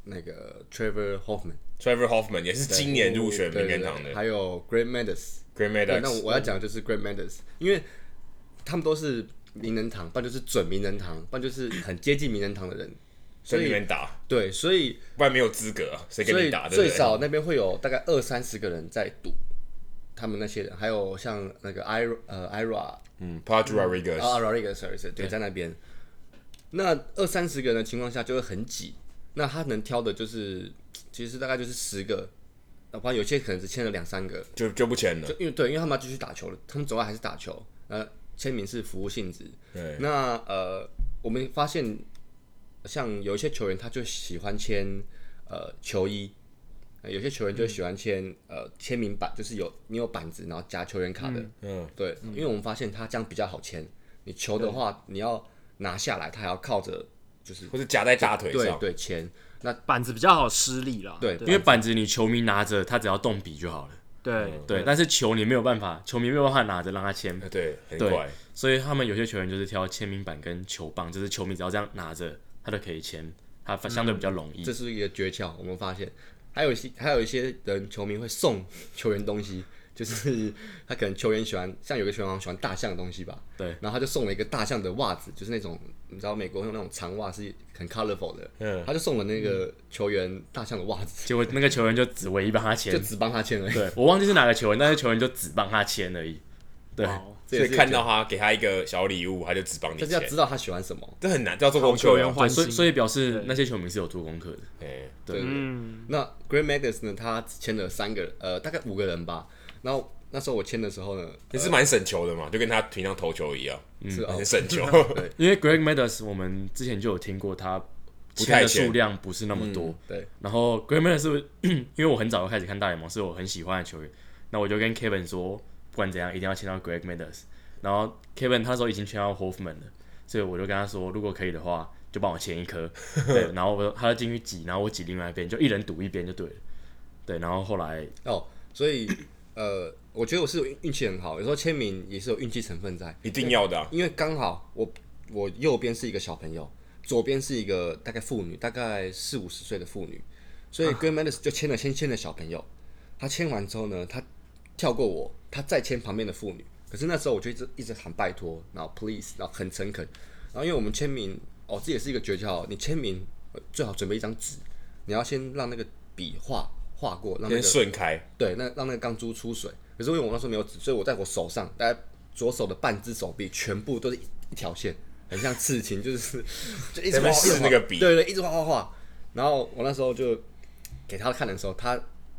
[SPEAKER 4] 那个 Trevor Hoffman，
[SPEAKER 2] ？Trevor Hoffman 也是今年入选
[SPEAKER 4] 对
[SPEAKER 2] 名
[SPEAKER 4] 对
[SPEAKER 2] 人
[SPEAKER 4] 对
[SPEAKER 2] 堂的嗯
[SPEAKER 4] 还有 Grant Maddux。
[SPEAKER 2] Green
[SPEAKER 4] 对，那
[SPEAKER 2] Meadows。
[SPEAKER 4] 我要讲的就是 Grand Matters，因为他们都是名人堂，不然就是准名人堂，不然就是很接近名人堂的人。所
[SPEAKER 2] 跟你
[SPEAKER 4] 以
[SPEAKER 2] 们打，
[SPEAKER 4] 对，所以
[SPEAKER 2] 不然没有资格啊，谁给
[SPEAKER 4] 所
[SPEAKER 2] 你
[SPEAKER 4] 以
[SPEAKER 2] 打？对不
[SPEAKER 4] 最
[SPEAKER 2] 对？
[SPEAKER 4] 少那边会有大概二三十个人在赌，他们那些人，还有像那个 Ira 呃 Ira
[SPEAKER 2] 嗯 p a d r o d r i g u e
[SPEAKER 4] 啊
[SPEAKER 2] z
[SPEAKER 4] Rodriguez sorry，对，在那边。那二三十个人的情况下就会很挤，那他能挑的就是其实大概就是十个，那不然有些可能只签了两三个，
[SPEAKER 2] 就就不签了
[SPEAKER 4] 就。因为对，因为他们要继续打球了，他们总要还是打球。呃，签名是服务性质。
[SPEAKER 2] 对，
[SPEAKER 4] 那呃，我们发现像有一些球员，他就喜欢签呃球衣，呃有些球员就喜欢签、呃签名板，就是有你有板子，然后夹球员卡的。
[SPEAKER 2] 嗯，
[SPEAKER 4] 对，因为我们发现他这样比较好签。你球的话，你要拿下来，他还要靠着就是
[SPEAKER 2] 或是夹在大腿
[SPEAKER 4] 对
[SPEAKER 2] 上，
[SPEAKER 4] 对签。那
[SPEAKER 1] 板子比较好施力啦。
[SPEAKER 4] 对
[SPEAKER 3] 因
[SPEAKER 1] 对
[SPEAKER 3] 为板子你球迷拿着，他只要动笔就好了。
[SPEAKER 2] 嗯
[SPEAKER 1] 对
[SPEAKER 3] 对，但是球你没有办法，球迷没有办法拿着让他签，
[SPEAKER 2] 呃对，很
[SPEAKER 3] 对
[SPEAKER 2] 怪。
[SPEAKER 3] 所以他们有些球员就是挑签名板跟球棒，就是球迷只要这样拿着，他就可以签，他相对比较容易。
[SPEAKER 4] 这是一个诀窍，我们发现还有一些还有一些人球迷会送球员东西，就是他可能球员喜欢，像有个球员好像喜欢大象的东西吧，
[SPEAKER 3] 对，
[SPEAKER 4] 然后他就送了一个大象的袜子，就是那种你知道美国用那种长袜是很 colorful 的，
[SPEAKER 2] 嗯
[SPEAKER 4] 他就送了那个球员大象的袜子，
[SPEAKER 3] 结果那个球员就只唯一帮他
[SPEAKER 4] 就
[SPEAKER 3] 签，
[SPEAKER 4] 只帮他签了，
[SPEAKER 3] 对我忘记是哪个球员，但是球员就只帮他签而已。对，
[SPEAKER 1] 好
[SPEAKER 4] 这
[SPEAKER 2] 所
[SPEAKER 4] 也
[SPEAKER 2] 以
[SPEAKER 4] 是一个
[SPEAKER 2] 看到他给他一个小礼物，他就只帮你
[SPEAKER 4] 但是要
[SPEAKER 2] 签
[SPEAKER 4] 知，道他喜欢什么，
[SPEAKER 2] 这很难，这要做功
[SPEAKER 1] 球
[SPEAKER 2] 课
[SPEAKER 1] 员
[SPEAKER 2] 啊。
[SPEAKER 1] 换
[SPEAKER 3] 所以所
[SPEAKER 1] 以
[SPEAKER 3] 以表示
[SPEAKER 1] 对
[SPEAKER 3] 那些球迷是有做功课的。
[SPEAKER 2] 哎，
[SPEAKER 4] 对。
[SPEAKER 1] 嗯，
[SPEAKER 4] 那 Grant Magus 呢，他签了三个人，呃，大概五个人吧，然后那时候我签的时候呢，
[SPEAKER 2] 也是蛮省球的嘛，就跟他平常投球一样，
[SPEAKER 4] 是哦
[SPEAKER 2] 很，省 球。
[SPEAKER 3] 因为 Greg Maddux 我们之前就有听过他
[SPEAKER 2] 不
[SPEAKER 3] 签
[SPEAKER 2] 太
[SPEAKER 3] 的
[SPEAKER 2] 签
[SPEAKER 3] 数量不是那么多，
[SPEAKER 4] 嗯对，
[SPEAKER 3] 然后 Greg Maddux 是 因为我很早就开始看大联盟，是我很喜欢的球员，那我就跟 Kevin 说，不管怎样一定要签到 Greg Maddux，然后 Kevin 他那时候已经签到 Hoffman 了，所以我就跟他说，如果可以的话就帮我签一 颗，对，然后我就他就进去挤，然后我挤另外一边，就一人赌一边就对了，对，然后后来
[SPEAKER 4] 哦，所以呃，我觉得我是运运气很好，有时候签名也是有运气成分在，
[SPEAKER 2] 一定要的啊，
[SPEAKER 4] 因为刚好我我右边是一个小朋友，左边是一个大概妇女，大概四五十岁的妇女，所以 g r a n m a n d i s 就签了先签了小朋友，他签完之后呢，他跳过我，他再牵旁边的妇女。可是那时候我就一直一直喊拜托，然后 please，然后很诚恳。然后因为我们签名，哦，这也是一个诀窍哦，你签名呃最好准备一张纸，你要先让那个笔画画过，让那
[SPEAKER 2] 先
[SPEAKER 4] 个
[SPEAKER 2] 顺开，
[SPEAKER 4] 对，那让那个钢珠出水。可是因为我那时候没有纸，所以我在我手上，大概左手的半只手臂全部都是一一条线，很像刺青，就是 就一直
[SPEAKER 2] 在那边
[SPEAKER 4] 画
[SPEAKER 2] 试
[SPEAKER 4] 画
[SPEAKER 2] 那个笔
[SPEAKER 4] 对对，一直画画画。然后我那时候就给他看的时候，他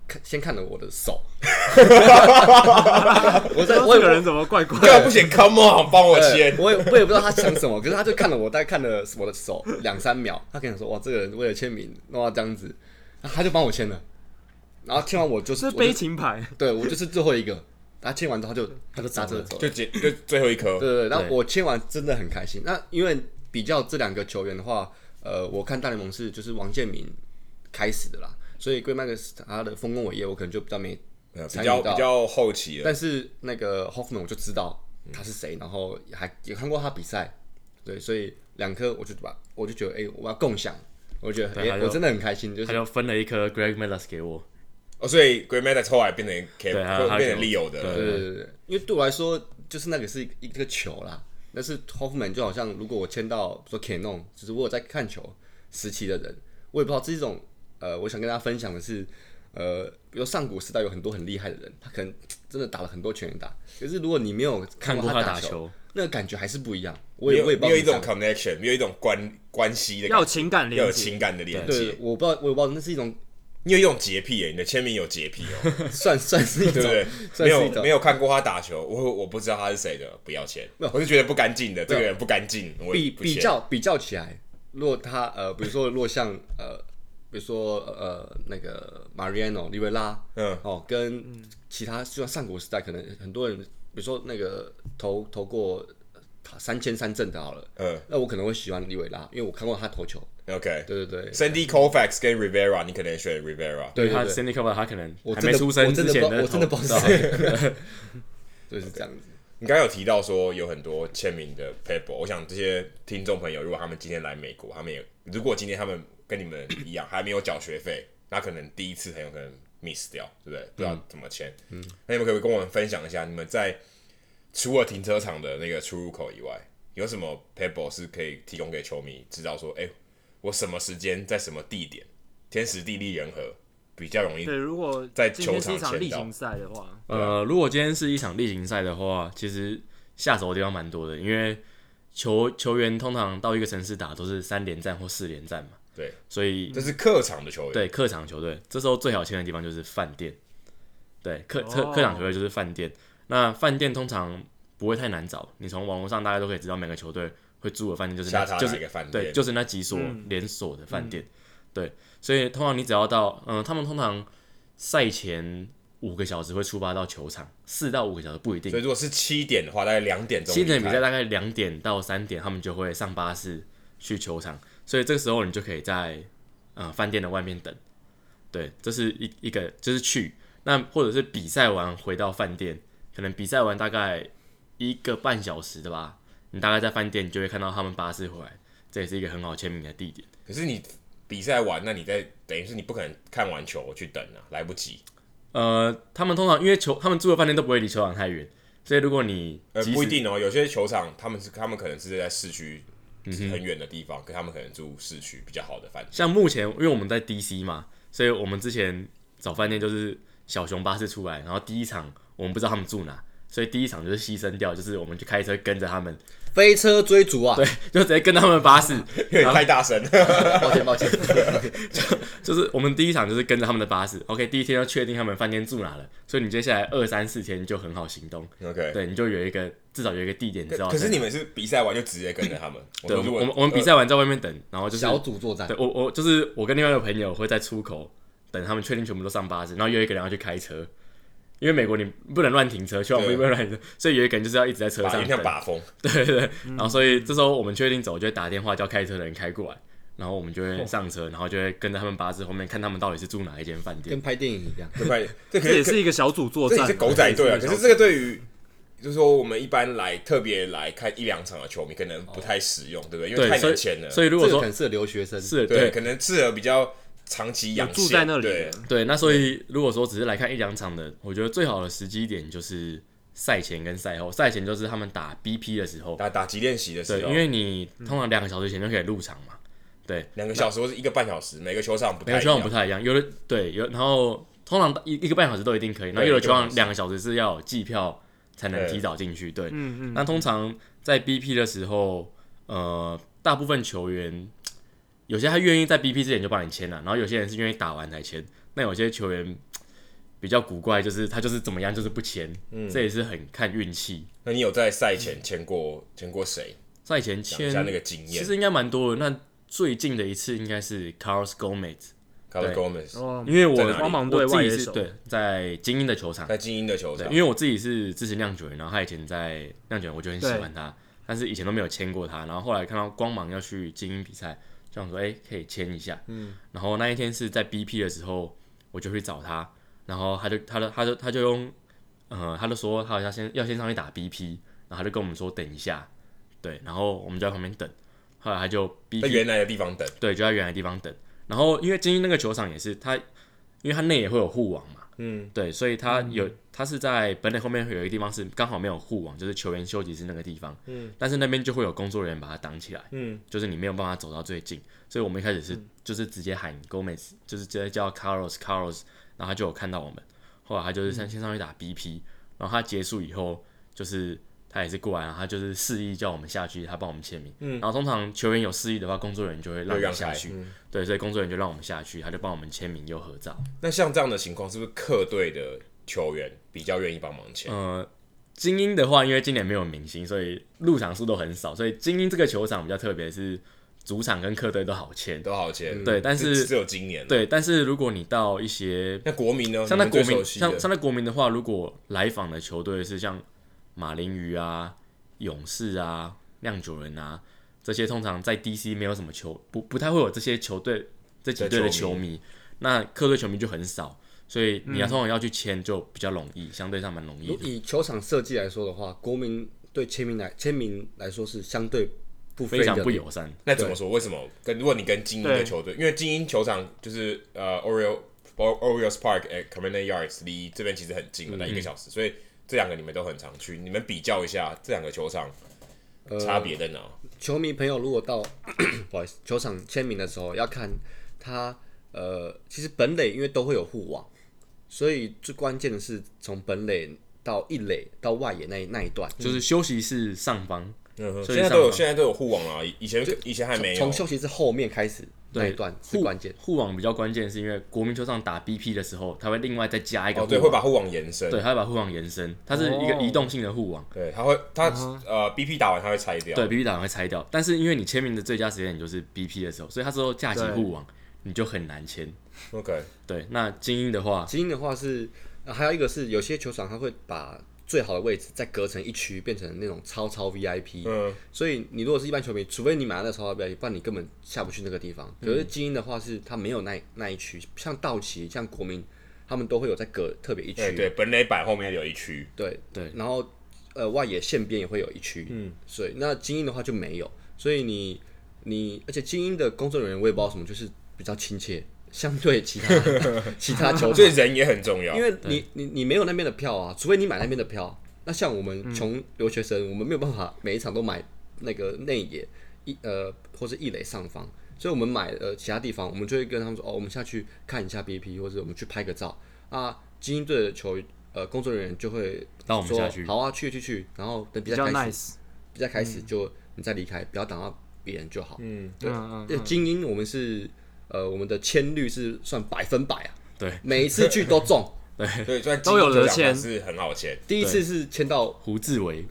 [SPEAKER 4] 看先看了我的手， 我在我
[SPEAKER 1] 这
[SPEAKER 4] 也
[SPEAKER 1] 个人怎么怪怪？
[SPEAKER 2] 啊干嘛不写 Come on，帮我
[SPEAKER 4] 对
[SPEAKER 2] 签，
[SPEAKER 4] 我也我也不知道他想什么，可是他就看了我，大概看了我的手两三秒，他跟我说：“哇，这个人为了签名弄到这样子。”然后他就帮我签了，然后签完我就是
[SPEAKER 1] 是
[SPEAKER 4] 我就
[SPEAKER 1] 悲情牌，
[SPEAKER 4] 对我就是最后一个，他签完之后就他就搭车走了。
[SPEAKER 2] 就结就最后一颗
[SPEAKER 4] 对，对对，然后
[SPEAKER 3] 对
[SPEAKER 4] 我签完真的很开心。那因为比较这两个球员的话，呃，我看大联盟是就是王建民开始的啦，所以龟麦克斯他的丰功伟业我可能就比较没，
[SPEAKER 2] 呃比
[SPEAKER 4] 参与
[SPEAKER 2] 较
[SPEAKER 4] 到
[SPEAKER 2] 比较后期了。
[SPEAKER 4] 但是那个 Hoffman 我就知道他是谁，然后也还也看过他比赛，对，所以两颗我就把我就觉得哎、我要共享，我觉得哎、
[SPEAKER 3] 对他就
[SPEAKER 4] 我真的很开心，就
[SPEAKER 3] 他
[SPEAKER 4] 是
[SPEAKER 3] 就分了一颗 Greg Maddux 给我，
[SPEAKER 2] 哦，所以 Green Matter 后来变成 K，
[SPEAKER 3] 对他他
[SPEAKER 2] 变成
[SPEAKER 3] 给
[SPEAKER 2] Leo
[SPEAKER 3] 我
[SPEAKER 2] 的
[SPEAKER 3] 对
[SPEAKER 2] 了，
[SPEAKER 4] 对对对对，因为对我来说，就是那个是一个球啦。但是 Hoffman 就好像，如果我签到比如说 Canon，就是我有在看球时期的人，我也不知道这种呃，我想跟大家分享的是，呃，比如上古时代有很多很厉害的人，他可能真的打了很多全垒打，可是如果你没有
[SPEAKER 3] 看过
[SPEAKER 4] 过
[SPEAKER 3] 他
[SPEAKER 4] 打
[SPEAKER 3] 打，球，
[SPEAKER 4] 那个感觉还是不一样。我
[SPEAKER 2] 没
[SPEAKER 4] 也
[SPEAKER 2] 有
[SPEAKER 4] 我也
[SPEAKER 2] 没
[SPEAKER 4] 不知道
[SPEAKER 2] 有一
[SPEAKER 4] 怎么
[SPEAKER 2] 种
[SPEAKER 4] 讲
[SPEAKER 2] connection，没有一种关关系的
[SPEAKER 1] 要
[SPEAKER 2] 感
[SPEAKER 1] 有
[SPEAKER 2] 觉，
[SPEAKER 1] 情感
[SPEAKER 2] 要有
[SPEAKER 1] 连接。
[SPEAKER 2] 情感的连
[SPEAKER 4] 对
[SPEAKER 2] 接，。
[SPEAKER 4] 我不知道，我也不知道那是一种
[SPEAKER 2] 你有一种洁癖耶，你的签名有洁癖哦，
[SPEAKER 4] 算算是一
[SPEAKER 2] 对
[SPEAKER 4] 种
[SPEAKER 2] 不对？
[SPEAKER 4] 算
[SPEAKER 2] 没
[SPEAKER 4] 是一
[SPEAKER 2] 有
[SPEAKER 4] 种
[SPEAKER 2] 没有看过他打球，我我不知道他是谁的，不要签，
[SPEAKER 4] 没有
[SPEAKER 2] 我是觉得不干净的，这个
[SPEAKER 4] 没有
[SPEAKER 2] 人不干净，我
[SPEAKER 4] 比
[SPEAKER 2] 也不
[SPEAKER 4] 比
[SPEAKER 2] 签。
[SPEAKER 4] 较比较起来，如果他呃，比如说如果像呃，比如说呃那个 Mariano 利维拉
[SPEAKER 2] 嗯，
[SPEAKER 4] 哦，跟其他就像上古时代，可能很多人，比如说那个投投过三千三阵的好了，
[SPEAKER 2] 嗯
[SPEAKER 4] 那我可能会喜欢利维拉，因为我看过他投球，
[SPEAKER 2] ，OK。
[SPEAKER 4] 对对对。
[SPEAKER 2] Sandy Koufax 跟 Rivera，你可能选 Rivera。
[SPEAKER 4] 对
[SPEAKER 3] 因为
[SPEAKER 4] 对
[SPEAKER 3] 他 Sandy Koufax 他可能
[SPEAKER 4] 我
[SPEAKER 3] 还
[SPEAKER 4] 真
[SPEAKER 3] 没
[SPEAKER 4] 的
[SPEAKER 3] 出生
[SPEAKER 4] 我真
[SPEAKER 3] 之
[SPEAKER 4] 的
[SPEAKER 3] 前
[SPEAKER 4] 不知道，我真的不知道
[SPEAKER 3] 投手，哦
[SPEAKER 4] 就是这样子。
[SPEAKER 2] 你刚刚有提到说有很多签名的 paper，我想这些听众朋友，如果他们今天来美国，他们也如果今天他们跟你们一样还没有缴学费，那可能第一次很有可能 miss 掉，对不对？不知道怎么签。嗯，那你们可不可以跟我们分享一下，你们在除了停车场的那个出入口以外，有什么 paper 是可以提供给球迷知道说，哎、我什么时间在什么地点，天时地利人和比较容易
[SPEAKER 1] 对，如果
[SPEAKER 2] 在
[SPEAKER 1] 今天是一
[SPEAKER 2] 球场
[SPEAKER 1] 场
[SPEAKER 2] 签
[SPEAKER 1] 例
[SPEAKER 2] 到
[SPEAKER 1] 行赛的话，
[SPEAKER 3] 呃，如果今天是一场例行赛的话，其实下手的地方蛮多的，因为球球员通常到一个城市打都是三连战或四连战嘛，
[SPEAKER 2] 对，
[SPEAKER 3] 所以
[SPEAKER 2] 这是客场的球员。
[SPEAKER 3] 对客场球队，这时候最好签的地方就是饭店，对客客
[SPEAKER 1] 哦
[SPEAKER 3] 客场球队就是饭店。那饭店通常不会太难找，你从网络上大概都可以知道每个球队会住的饭店就是那
[SPEAKER 2] 下榻
[SPEAKER 3] 就
[SPEAKER 2] 哪一
[SPEAKER 3] 是
[SPEAKER 2] 个饭店嗯
[SPEAKER 3] 对，就是那几所连锁的饭店，对，所以通常你只要到，嗯、他们通常赛前五个小时会出发到球场，四到五个小时不一定
[SPEAKER 2] 所，以如果是七点的话，大概两点钟
[SPEAKER 3] 七点
[SPEAKER 2] 离
[SPEAKER 3] 比
[SPEAKER 2] 开
[SPEAKER 3] 赛大概两点到三点，他们就会上巴士去球场，所以这个时候你就可以在呃饭店的外面等。对，这是一一个就是去那或者是比赛完回到饭店，可能比赛完大概一个半小时的吧，你大概在饭店你就会看到他们巴士回来，这也是一个很好签名的地点。
[SPEAKER 2] 可是你比赛完，那你再等于是你不可能看完球去等啊，来不及。
[SPEAKER 3] 呃，他们通常因为球他们住的饭店都不会离球场太远，所以如果你
[SPEAKER 2] 呃，
[SPEAKER 3] 即
[SPEAKER 2] 不一
[SPEAKER 3] 使
[SPEAKER 2] 定哦，有些球场他们是他们可能是在市区嗯很远的地方，可他们可能住市区比较好的饭 店。
[SPEAKER 3] 像目前，因为我们在 DC 嘛，所以我们之前找饭店就是小熊巴士出来，然后第一场我们不知道他们住哪，所以第一场就是牺牲掉，就是我们就开车跟着他们，
[SPEAKER 4] 飞车追逐啊！对，
[SPEAKER 3] 就直接跟他们巴士，
[SPEAKER 2] 因为你太 大声，了，
[SPEAKER 4] 抱歉抱歉。
[SPEAKER 3] 就是我们第一场就是跟着他们的巴士。OK，第一天要确定他们饭店住哪了，所以你接下来二三四天就很好行动，
[SPEAKER 2] OK。
[SPEAKER 3] 对，你就有一个至少有一个地点你知道在哪。
[SPEAKER 2] 可是你们是比赛完就直接跟着他们。
[SPEAKER 3] 对，
[SPEAKER 2] 说
[SPEAKER 3] 我
[SPEAKER 2] 如
[SPEAKER 3] 们
[SPEAKER 2] 果呃
[SPEAKER 3] 我们我们比赛完在外面等，然后就是
[SPEAKER 4] 小组作战
[SPEAKER 3] 对，我我就是我跟另外一个朋友会在出口等他们确定全部都上巴士，然后约一个人要去开车，因为美国你不能乱停车，去往不
[SPEAKER 2] 对
[SPEAKER 3] 能乱停车，所以有一个人就是要一直在车
[SPEAKER 2] 呃把
[SPEAKER 3] 上
[SPEAKER 2] 有点像
[SPEAKER 3] 等。
[SPEAKER 2] 把 风，
[SPEAKER 3] 对对对，
[SPEAKER 4] 嗯
[SPEAKER 3] 然后所以这时候我们确定走，就会打电话叫开车的人开过来，然后我们就会上车，然后就会跟着他们巴士后面看他们到底是住哪一间饭店
[SPEAKER 4] 跟。拍电影一样。
[SPEAKER 2] 对快，这可
[SPEAKER 1] 这也
[SPEAKER 2] 是可
[SPEAKER 1] 是一个小组作
[SPEAKER 2] 这
[SPEAKER 1] 战
[SPEAKER 2] 也
[SPEAKER 1] 啊，
[SPEAKER 2] 是狗仔队啊。
[SPEAKER 1] 这也
[SPEAKER 2] 可
[SPEAKER 1] 一个
[SPEAKER 2] 是这个对于就是说我们一般来特别来看一两场的球迷，可能不太实用，对不对？因为
[SPEAKER 3] 哦对，
[SPEAKER 2] 太
[SPEAKER 3] 所以
[SPEAKER 2] 难签了。
[SPEAKER 3] 所以如
[SPEAKER 4] 这
[SPEAKER 3] 果
[SPEAKER 4] 个
[SPEAKER 3] 说
[SPEAKER 4] 很适合留学生，
[SPEAKER 3] 是
[SPEAKER 2] 对，
[SPEAKER 3] 对
[SPEAKER 2] 可能适合比较长期养
[SPEAKER 1] 住
[SPEAKER 2] 线
[SPEAKER 1] 在那里
[SPEAKER 2] 对
[SPEAKER 1] 的，
[SPEAKER 3] 对，那所以如果说只是来看一两场的，我觉得最好的时机点就是赛前跟赛后。赛前就是他们打 BP 的时候，
[SPEAKER 2] 打打击练习的时
[SPEAKER 3] 对，
[SPEAKER 2] 候，
[SPEAKER 3] 因为你通常两个小时前就可以入场嘛。对，
[SPEAKER 2] 两个小时或是一个半小时，每个球场不
[SPEAKER 3] 每
[SPEAKER 2] 太
[SPEAKER 3] 个
[SPEAKER 2] 一
[SPEAKER 3] 球场
[SPEAKER 2] 样
[SPEAKER 3] 不。太一样，有的对有，然后通常一一个半小时都一定可以，然后
[SPEAKER 2] 对
[SPEAKER 3] 有的
[SPEAKER 2] 一
[SPEAKER 3] 球
[SPEAKER 2] 个半小
[SPEAKER 3] 场
[SPEAKER 2] 时
[SPEAKER 3] 两个小时是要有计票才能
[SPEAKER 2] 对
[SPEAKER 3] 提早进去。对，
[SPEAKER 1] 嗯嗯，
[SPEAKER 3] 那通常在 BP 的时候，呃，大部分球员有些他愿意在 BP 之前就帮你签了，啊然后有些人是愿意打完才签，那有些球员比较古怪，就是他就是怎么样就是不签，这也是很看运气。
[SPEAKER 2] 那你有在赛前签过签过谁？
[SPEAKER 3] 赛前
[SPEAKER 2] 讲一
[SPEAKER 3] 签
[SPEAKER 2] 下那个经
[SPEAKER 3] 其
[SPEAKER 2] 验。
[SPEAKER 3] 实应该蛮多的，那最近的一次应该是 Carlos Gomez，
[SPEAKER 2] Carlos
[SPEAKER 3] 对
[SPEAKER 2] Gomez
[SPEAKER 1] 哦，
[SPEAKER 3] 因为
[SPEAKER 2] 嗯在哪
[SPEAKER 3] 我
[SPEAKER 2] 里
[SPEAKER 1] 光芒队
[SPEAKER 3] 我自
[SPEAKER 1] 外
[SPEAKER 3] 己
[SPEAKER 1] 野
[SPEAKER 3] 是
[SPEAKER 1] 手，
[SPEAKER 3] 对在精英的球场，
[SPEAKER 2] 在精英的球
[SPEAKER 3] 对，
[SPEAKER 2] 场
[SPEAKER 3] 因，为我自己是支持酿酒人，然后他以前在酿酒人，我就很喜欢他，但是以前都没有签过他。然后后来看到光芒要去精英比赛，就想说，哎、可以签一下。嗯，然后那一天是在 BP 的时候，我就去找他，然后他就他就他就他就用，呃，他就说他好像先要先上去打 BP，然后他就跟我们说等一下，对，然后我们就在旁边等。后来他就 BP
[SPEAKER 2] 在原来的地方等。
[SPEAKER 3] 对，就在原来地方等。然后因为精英那个球场也是它，因为它内也会有护网嘛，嗯，对，所以它有它是在本垒后面会有一个地方是刚好没有护网，就是球员休息室那个地方，嗯，但是那边就会有工作人员把它挡起来，嗯，就是你没有办法走到最近，所以我们一开始是、就是直接喊 Gomez，就是直接叫 Carlos Carlos，然后他就有看到我们，后来他就是先先上去打 BP，、然后他结束以后就是。他也是过来，然后他就是示意叫我们下去，他帮我们签名。嗯，然后通常球员有示意的话，工作人员就会让嗯
[SPEAKER 2] 会
[SPEAKER 3] 我
[SPEAKER 2] 让
[SPEAKER 3] 们下
[SPEAKER 2] 开
[SPEAKER 3] 去。对，所以工作人员就让我们下去，他就帮我们签名又合照。
[SPEAKER 2] 那像这样的情况，是不是客队的球员比较愿意帮忙签？
[SPEAKER 3] 呃，精英的话，因为今年没有明星，所以入场数都很少，所以精英这个球场比较特别，是主场跟客队都好签。
[SPEAKER 2] 都好签，
[SPEAKER 3] 对但是
[SPEAKER 2] 只有今年。，
[SPEAKER 3] 对，但是如果你到一些
[SPEAKER 2] 那国民呢？
[SPEAKER 3] 像在
[SPEAKER 2] 你们最
[SPEAKER 3] 国
[SPEAKER 2] 熟
[SPEAKER 3] 民，
[SPEAKER 2] 悉
[SPEAKER 3] 像
[SPEAKER 2] 的
[SPEAKER 3] 像在国民的话，如果来访的球队是像马林鱼啊、勇士啊、酿酒人啊这些，通常在 DC 没有什么球，不不太会有这些球队这几队的
[SPEAKER 2] 的球
[SPEAKER 3] 球迷，那客队球迷就很少，所以你要通常要去签就比较容易，相对上蛮容易
[SPEAKER 4] 如
[SPEAKER 3] 的。
[SPEAKER 4] 以球场设计来说的话，国民对签名来签名来说是相对不
[SPEAKER 3] 非常
[SPEAKER 4] 的
[SPEAKER 3] 不友善，
[SPEAKER 2] 那怎么说？为什么跟如果你跟精英的
[SPEAKER 1] 对
[SPEAKER 2] 球队，因为精英球场就是呃 Oriole Orioles Park at c o m m u n i t Yards 离这边其实很近的，那一个小时，所以这两个你们都很常去。你们比较一下这两个球场差别在哪？
[SPEAKER 4] 球迷朋友如果到不好意思球场签名的时候，要看他呃，其实本垒因为都会有护网，所以最关键的是从本垒到一垒到外野那一那一段，
[SPEAKER 3] 就是休息室上方，
[SPEAKER 2] 嗯，
[SPEAKER 3] 所以
[SPEAKER 2] 现在都有
[SPEAKER 3] 上
[SPEAKER 2] 现在都有护网啊，以以前以前还没有
[SPEAKER 4] 从。休息室后面开始那一段是
[SPEAKER 3] 护
[SPEAKER 4] 关键。
[SPEAKER 3] 护网比较关键，是因为国民球上打 BP 的时候，他会另外再加一个
[SPEAKER 2] 哦，
[SPEAKER 3] 护
[SPEAKER 2] 对，
[SPEAKER 3] 网，
[SPEAKER 2] 会把护网延伸。
[SPEAKER 3] 对，他会把护网延伸，它是
[SPEAKER 4] 哦
[SPEAKER 3] 一个移动性的护网。
[SPEAKER 2] 对，他会他呃 BP 打完他会拆掉。
[SPEAKER 3] 对，BP 打完会拆掉，但是因为你签名的最佳时间就是 BP 的时候，所以他之后架起
[SPEAKER 1] 对
[SPEAKER 3] 护网，你就很难签。
[SPEAKER 2] ，OK，
[SPEAKER 3] 对，那精英的话，
[SPEAKER 4] 精英的话是，呃还有一个是有些球场它会把最好的位置再隔成一区，变成那种超超 VIP。
[SPEAKER 2] 嗯，
[SPEAKER 4] 所以你如果是一般球迷，除非你买了那超 VIP，不然你根本下不去那个地方。可是精英的话是它没有那那一区，像道奇、像国民，他们都会有在隔特别一区。
[SPEAKER 2] 对对，本垒板后面有一区。
[SPEAKER 4] 对
[SPEAKER 3] 对
[SPEAKER 4] 然后呃外野线边也会有一区，嗯，所以那精英的话就没有，所以你你而且精英的工作人员我也不知道什么，就是比较亲切，相对其他 其他
[SPEAKER 2] 所
[SPEAKER 4] 球队
[SPEAKER 2] 以，人也很重要
[SPEAKER 4] 因。为你你你没有那边的票啊，除非你买那边的票。那像我们穷留学生，我们没有办法每一场都买那个内野一呃或是一垒上方，所以我们买呃其他地方，我们就会跟他们说哦，我们下去看一下 BP，或者我们去拍个照啊。精英队的球呃工作人员就会
[SPEAKER 3] 让我们
[SPEAKER 4] 说
[SPEAKER 3] 下去
[SPEAKER 4] 好啊，去去去，然后等比
[SPEAKER 1] 比较
[SPEAKER 4] 赛开始，
[SPEAKER 1] nice，
[SPEAKER 4] 比赛开始就你再离开，不要挡到别人就好。嗯，对。
[SPEAKER 1] 嗯嗯
[SPEAKER 4] 呃，精英我们是呃我们的签率是算百分百啊，
[SPEAKER 3] 对，
[SPEAKER 4] 每一次去都中。
[SPEAKER 2] 对，虽然
[SPEAKER 1] 都有
[SPEAKER 2] 精英
[SPEAKER 1] 得
[SPEAKER 2] 球场
[SPEAKER 1] 签
[SPEAKER 2] 是很好签。
[SPEAKER 4] 第一次是签到
[SPEAKER 3] 胡志伟，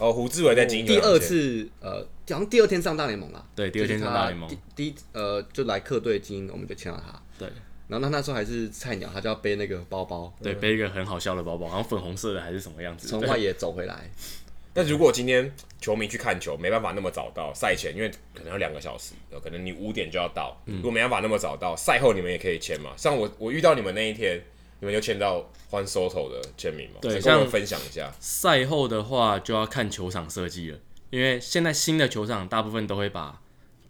[SPEAKER 2] 哦，胡志伟在精英球
[SPEAKER 4] 第
[SPEAKER 2] 场
[SPEAKER 4] 二
[SPEAKER 2] 签
[SPEAKER 4] 次呃，好像第二天上大联盟了。
[SPEAKER 3] 对第二天上大联盟
[SPEAKER 4] 就是他第第一呃就来客队精英，我们就签了他。
[SPEAKER 3] 对
[SPEAKER 4] 然后他那时候还是菜鸟，他就要背那个包包
[SPEAKER 3] 对，背一个很好笑的包包，好像粉红色的还是什么样子，
[SPEAKER 4] 从
[SPEAKER 3] 对
[SPEAKER 4] 外野走回来。
[SPEAKER 2] 但如果今天球迷去看球，没办法那么早到赛前，因为可能要两个小时，有可能你五点就要到。
[SPEAKER 3] 嗯
[SPEAKER 2] 如果没办法那么早到，赛后你们也可以签嘛。像我，我遇到你们那一天，你们就签到欢 Soto 的签名嘛，所
[SPEAKER 3] 对
[SPEAKER 2] 以跟我们
[SPEAKER 3] 像
[SPEAKER 2] 分享一下。
[SPEAKER 3] 赛后的话就要看球场设计了，因为现在新的球场大部分都会把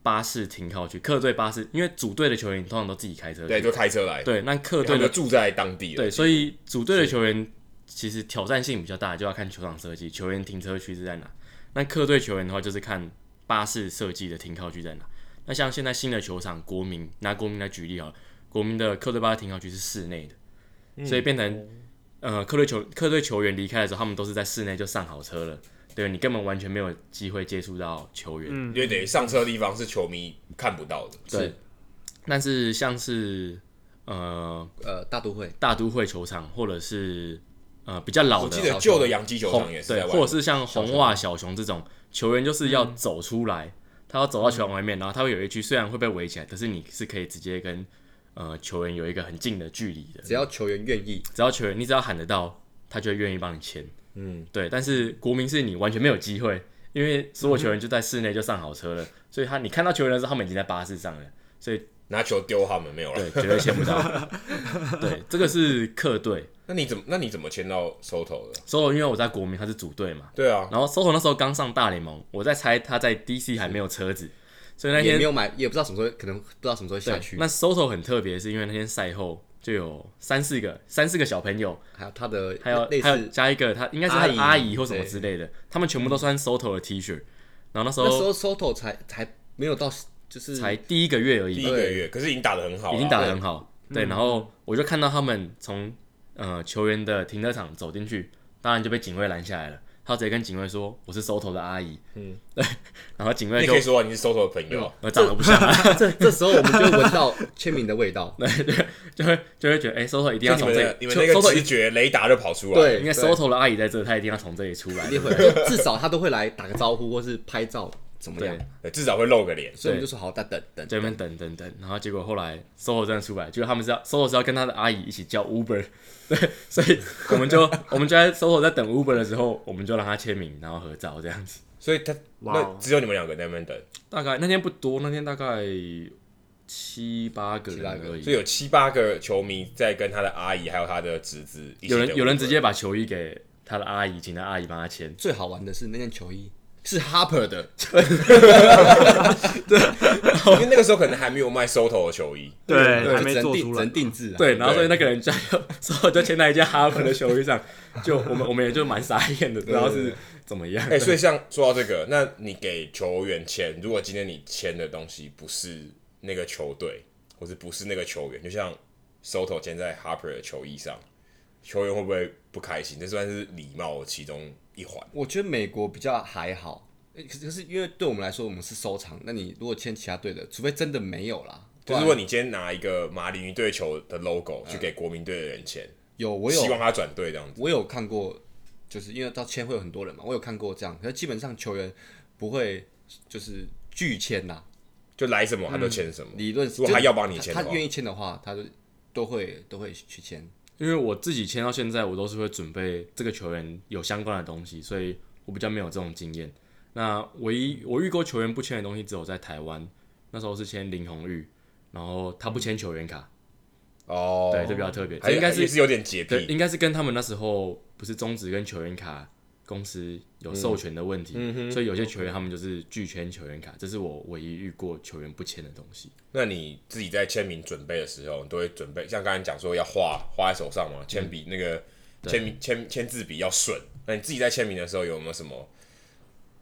[SPEAKER 3] 巴士停靠区，客队巴士，因为主队的球员通常都自己开车去，
[SPEAKER 2] 对，就开车来，，
[SPEAKER 3] 对，那客
[SPEAKER 2] 他
[SPEAKER 3] 队
[SPEAKER 2] 们就
[SPEAKER 3] 的
[SPEAKER 2] 住在当地了，
[SPEAKER 3] 对，所以组队的球员其实挑战性比较大，就要看球场设计，球员停车区是在哪。那客队球员的话，就是看巴士设计的停靠区在哪。那像现在新的球场，国民拿国民来举例啊，国民的客队巴士停靠区是室内
[SPEAKER 2] 嗯
[SPEAKER 3] 的，所以变成、呃客队球客队球员离开的时候，他们都是在室内就上好车了，对你根本完全没有机会接触到球员。
[SPEAKER 2] 因为等于上车的地方是球迷看不到的，
[SPEAKER 3] 对，但是像是呃
[SPEAKER 4] 呃，大都会
[SPEAKER 3] 大都会球场或者是呃比较老
[SPEAKER 2] 我
[SPEAKER 3] 的
[SPEAKER 2] 记得旧的洋基球场也是
[SPEAKER 3] 对，
[SPEAKER 2] 在外
[SPEAKER 3] 或者
[SPEAKER 2] 面，嗯
[SPEAKER 3] 是像红袜小熊这种球员，就是要走出来，他要走到球场外面，然后他会有一区虽然会被围起来，可是你是可以直接跟呃球员有一个很近的距离的，
[SPEAKER 4] 只要球员愿意，
[SPEAKER 3] 只要球员你只要喊得到，他就会愿意帮你签。
[SPEAKER 2] 嗯，
[SPEAKER 3] 对，但是国民是你完全没有机会，因为所有球员就在室内就上好车了，所以他你看到球员的时候，他们已经在巴 士上了，所以
[SPEAKER 2] 拿球丢他们没有了。
[SPEAKER 3] 对绝对签不到。对，这个是客队，
[SPEAKER 2] 那你怎么那你怎么签到 Soto 的？
[SPEAKER 3] 所以因为我在国民他是组队嘛，
[SPEAKER 2] 对啊，
[SPEAKER 3] 然后 Soto 那时候刚上大联盟，我在猜他在 DC 还没有车子，所以那
[SPEAKER 4] 也
[SPEAKER 3] 天
[SPEAKER 4] 没有买，也不知道什么时候，可能不知道什么时
[SPEAKER 3] 对
[SPEAKER 4] 候下去。
[SPEAKER 3] 那 Soto 很特别，是因为那天赛后就有三四个三四个小朋友，
[SPEAKER 4] 还有他的
[SPEAKER 3] 还有
[SPEAKER 4] 类
[SPEAKER 3] 还有
[SPEAKER 4] 似，
[SPEAKER 3] 加一个他应该是他的
[SPEAKER 4] 阿
[SPEAKER 3] 阿
[SPEAKER 4] 姨
[SPEAKER 3] 姨或什么之类的，他们全部都穿 Soto 的 T 恤，然后那时
[SPEAKER 4] 那时
[SPEAKER 3] 候
[SPEAKER 4] 候 Soto 才才没有到，就是
[SPEAKER 3] 才第一个月而
[SPEAKER 2] 第
[SPEAKER 3] 已
[SPEAKER 2] 一
[SPEAKER 3] 吧，
[SPEAKER 2] 个月，可是已经打得很好啦，
[SPEAKER 3] 已经打得很好，对，然后我就看到他们从呃球员的停车场走进去，当然就被警卫拦下来了。他直接跟警卫说：“我是 Soto 的阿姨。”嗯，对，然后警
[SPEAKER 2] 对。
[SPEAKER 3] 卫
[SPEAKER 2] 你
[SPEAKER 3] 就
[SPEAKER 2] 可以说啊你是 Soto 的朋友，
[SPEAKER 3] 我长得不像，
[SPEAKER 4] 这这时候我们就闻到签名的 味道。
[SPEAKER 3] 就会就会觉得，哎、s o t o 一
[SPEAKER 2] 就
[SPEAKER 3] 定要
[SPEAKER 2] 你
[SPEAKER 3] 从
[SPEAKER 2] 们
[SPEAKER 3] 这
[SPEAKER 2] 的
[SPEAKER 3] 里，
[SPEAKER 2] 你们那个
[SPEAKER 3] Soto
[SPEAKER 2] 直
[SPEAKER 3] 一
[SPEAKER 2] 觉雷达就跑出来，
[SPEAKER 4] 对
[SPEAKER 3] 应该 Soto 的阿姨在这，她一定要从这里出来
[SPEAKER 4] 一。定会来，就至少他都会来打个招呼，或是拍照怎么样
[SPEAKER 2] 对，
[SPEAKER 3] 对。，
[SPEAKER 2] 至少会露个脸。
[SPEAKER 4] 所以我们就说好，再等等
[SPEAKER 3] 在那边等等等，然后结果后来 Soto 真的出来，结果他们是要 Soto 是要跟他的阿姨一起叫 Uber，对， 所以我们 就我们就在 Soto 在等 Uber 的时候，我们就让他签名，然后合照这样子。
[SPEAKER 2] 所以他
[SPEAKER 1] 哇
[SPEAKER 2] 那
[SPEAKER 1] 哦
[SPEAKER 2] 只有你们两个在那边等，
[SPEAKER 3] 大概那天不多，那天大概七八个
[SPEAKER 4] 七八
[SPEAKER 3] 人
[SPEAKER 4] 个
[SPEAKER 3] 而
[SPEAKER 2] 所以
[SPEAKER 3] 已。
[SPEAKER 2] 有七八个球迷在跟他的阿姨还有他的侄子一起
[SPEAKER 3] 有人
[SPEAKER 2] 等
[SPEAKER 3] 有人
[SPEAKER 2] Uber
[SPEAKER 3] 直接把球衣给他的阿姨，请他阿姨帮他签。
[SPEAKER 4] 最好玩的是那件球衣是 Harper 的，
[SPEAKER 2] 因为那个时候可能还没有卖 Soto 的球衣，
[SPEAKER 1] 对，还没
[SPEAKER 4] 只能
[SPEAKER 1] 做
[SPEAKER 4] 定
[SPEAKER 1] 出
[SPEAKER 4] 只
[SPEAKER 1] 来
[SPEAKER 4] 能。定制啊。
[SPEAKER 3] 对，然后所
[SPEAKER 2] 对
[SPEAKER 3] 以那个人就说就签在一件哈佛的球 衣上，就我们我们也就蛮傻眼的，不知道是怎么样
[SPEAKER 2] 哎、。所以像说到这个，那你给球员签，如果今天你签的东西不是那个球队，或是不是那个球员，就像 Soto 签在 Harper 的球衣上，球员会不会不开心？这算是礼貌其中一环。
[SPEAKER 4] 我觉得美国比较还好，诶可是可是因为对我们来说，我们是收藏。那你如果签其他队的，除非真的没有啦，
[SPEAKER 2] 就是
[SPEAKER 4] 不然
[SPEAKER 2] 如果你今天拿一个马林鱼队球的 logo
[SPEAKER 3] 嗯
[SPEAKER 2] 去给国民队的人签，
[SPEAKER 4] 有我
[SPEAKER 2] 希望
[SPEAKER 4] 有
[SPEAKER 2] 他转队这样子。
[SPEAKER 4] 我有看过，就是因为到签会有很多人嘛，我有看过这样，可是基本上球员不会就是拒签呐、
[SPEAKER 2] 就来什么他就签什么。
[SPEAKER 3] 嗯
[SPEAKER 4] 理论
[SPEAKER 2] 如果他要帮你签的
[SPEAKER 4] 他
[SPEAKER 2] 话
[SPEAKER 4] 他愿意签的话，他就都会都会去签。
[SPEAKER 3] 因为我自己签到现在，我都是会准备这个球员有相关的东西，所以我比较没有这种经验。那唯一我遇过球员不签的东西，只有在台湾，那时候是签林红玉，然后他不签球员卡，
[SPEAKER 2] 哦，
[SPEAKER 3] 对，这比较特别，
[SPEAKER 2] 还
[SPEAKER 3] 这应该
[SPEAKER 2] 还也是有点洁
[SPEAKER 3] 对，
[SPEAKER 2] 癖。
[SPEAKER 3] 应该是跟他们那时候不是中职跟球员卡公司有授权的问题，所以有些球员他们就是拒签球员卡，这是我唯一遇过球员不签的东西。
[SPEAKER 2] 那你自己在签名准备的时候，你都会准备像刚才讲说要画画在手上嘛，
[SPEAKER 3] 嗯
[SPEAKER 2] 铅笔那个签名签签字笔要顺。那你自己在签名的时候有没有什么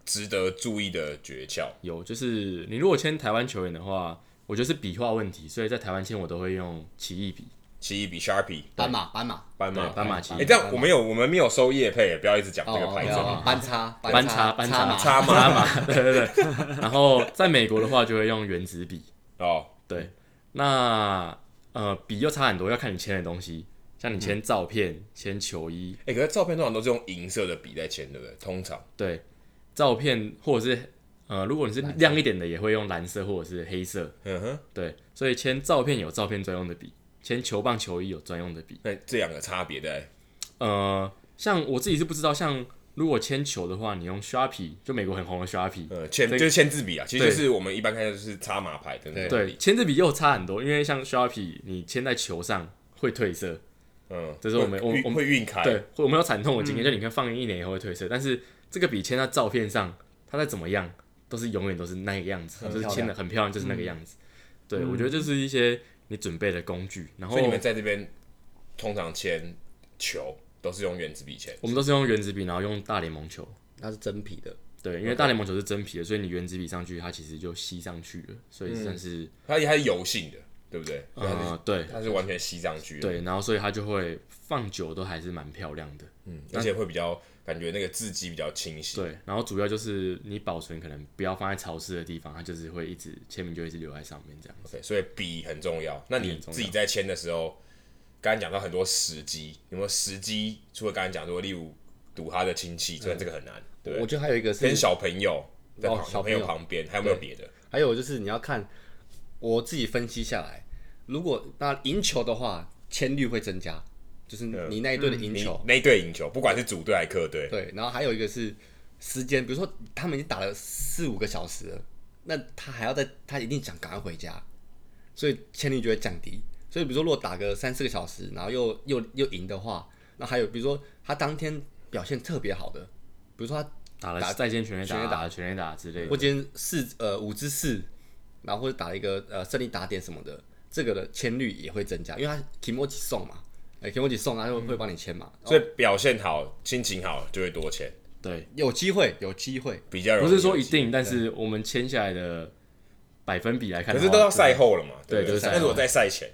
[SPEAKER 2] 值得注意的诀窍？
[SPEAKER 3] 有，就是你如果签台湾球员的话，我觉得是笔画问题，所以在台湾签我都会用奇异笔，
[SPEAKER 2] 奇异笔、Sharpie、
[SPEAKER 4] 斑马斑马
[SPEAKER 2] 斑马、
[SPEAKER 3] 对斑马奇异
[SPEAKER 2] 哎、
[SPEAKER 3] 笔
[SPEAKER 2] 这样我们有我们没有收叶配，不要一直讲这个
[SPEAKER 4] 哦，
[SPEAKER 2] 牌
[SPEAKER 4] 没
[SPEAKER 2] 子。
[SPEAKER 4] 有啊班叉
[SPEAKER 3] 班叉班
[SPEAKER 4] 叉
[SPEAKER 2] 插
[SPEAKER 3] 叉
[SPEAKER 4] 马
[SPEAKER 2] 嘛
[SPEAKER 3] 嘛，对对对。然后在美国的话就会用原子笔，
[SPEAKER 2] 哦，
[SPEAKER 3] 对，那呃笔又差很多，要看你签的东西，像你签照片、签球衣，
[SPEAKER 2] 哎、可是照片通常都是用银色的笔在签，对不对？通常
[SPEAKER 3] 对，照片或者是呃，如果你是亮一点的，也会用蓝色或者是黑色。
[SPEAKER 2] 嗯哼，
[SPEAKER 3] 对，所以签照片有照片专用的笔，签球棒球衣有专用的笔。
[SPEAKER 2] 那这两个差别在
[SPEAKER 3] 呃，像我自己是不知道，像如果签球的话，你用 Sharpie，就美国很红的 Sharpie，、
[SPEAKER 2] 呃签
[SPEAKER 3] 这
[SPEAKER 2] 就是签字笔啊，其实
[SPEAKER 3] 对
[SPEAKER 2] 就是我们一般看到就是插马牌的那种。
[SPEAKER 3] 对，签字笔又差很多，因为像 Sharpie，你签在球上会褪色，
[SPEAKER 2] 嗯，
[SPEAKER 3] 这是我们
[SPEAKER 2] 会
[SPEAKER 3] 我
[SPEAKER 2] 晕
[SPEAKER 3] 我们
[SPEAKER 2] 会晕开，
[SPEAKER 3] 对，会我
[SPEAKER 2] 嗯
[SPEAKER 3] 们有惨痛的经验，就你看放映一年以后会褪色，但是这个笔签在照片上，它再怎么样，都是永远都是那个样子，
[SPEAKER 2] 很
[SPEAKER 3] 就是
[SPEAKER 2] 漂
[SPEAKER 3] 签的
[SPEAKER 2] 亮嗯
[SPEAKER 3] 很漂亮，就是那个样子。对，我觉得就是一些你准备的工具，然后
[SPEAKER 2] 所以你们在这边通常签球都是用原子笔签，
[SPEAKER 3] 我们都是用原子笔，然后用大联盟球。
[SPEAKER 4] 它是真皮的，
[SPEAKER 3] 对，因为大联盟球是真皮的，所以你原子笔上去，它其实就吸上去了，所以算是
[SPEAKER 2] 它它是油性的，对不对？
[SPEAKER 3] 啊、呃对
[SPEAKER 2] 它嗯是完全吸上去的，
[SPEAKER 3] 对，然后所以它就会放久都还是蛮漂亮的。
[SPEAKER 2] 嗯，而且会比较感觉那个字迹比较清晰。
[SPEAKER 3] 对，然后主要就是你保存可能不要放在潮湿的地方，它就是会一直签名就一直留在上面这样。
[SPEAKER 2] OK，所以笔很重要。那你
[SPEAKER 3] 笔很重要
[SPEAKER 2] 自己在签的时候，刚才讲到很多时机，有没有时机？除了刚才讲说，例如赌他的亲戚，
[SPEAKER 3] 嗯
[SPEAKER 2] 虽然这个很难，对不
[SPEAKER 4] 我
[SPEAKER 2] 对，
[SPEAKER 4] 觉得还有一个是
[SPEAKER 2] 跟小朋友在
[SPEAKER 4] 哦
[SPEAKER 2] 旁
[SPEAKER 4] 小朋友
[SPEAKER 2] 友旁边，还有没有别的？
[SPEAKER 4] 还有就是你要看我自己分析下来，如果那赢球的话，签率会增加，就是
[SPEAKER 2] 嗯
[SPEAKER 4] 你那一队的赢
[SPEAKER 2] 你
[SPEAKER 4] 球。
[SPEAKER 2] 那一队赢球，不管是主队还是客队，
[SPEAKER 4] 对，然后还有一个是时间，比如说他们已经打了四五个小时了，那他还要在，他一定想赶快回家，所以签率就会降低。所以比如说，如果打个三四个小时，然后又又又赢的话，那还有比如说他当天表现特别好的，比如说他
[SPEAKER 3] 打
[SPEAKER 4] 打
[SPEAKER 3] 了在线全垒
[SPEAKER 4] 全垒
[SPEAKER 3] 打、
[SPEAKER 4] 打
[SPEAKER 3] 打全垒打之类的，
[SPEAKER 4] 我今天四呃五支四，然后或者打了一个呃胜利打点什么的，这个的签率也会增加，因为他 k i m o 送嘛，呃 k i m o 送他就会帮你签嘛，
[SPEAKER 2] 嗯
[SPEAKER 4] 哦
[SPEAKER 2] 所以表现好、心情好就会多签，
[SPEAKER 3] 对，
[SPEAKER 4] 有机会有机会，
[SPEAKER 2] 比较容易
[SPEAKER 3] 不是说
[SPEAKER 2] 有
[SPEAKER 3] 一
[SPEAKER 2] 机会
[SPEAKER 3] 定，但是我们签下来的百分比来看
[SPEAKER 2] 可
[SPEAKER 3] 的
[SPEAKER 2] 是
[SPEAKER 3] 话，
[SPEAKER 2] 都要赛
[SPEAKER 3] 对
[SPEAKER 2] 后了嘛，
[SPEAKER 3] 啊对
[SPEAKER 2] 对不
[SPEAKER 3] 都是赛后
[SPEAKER 2] 但是我在赛前，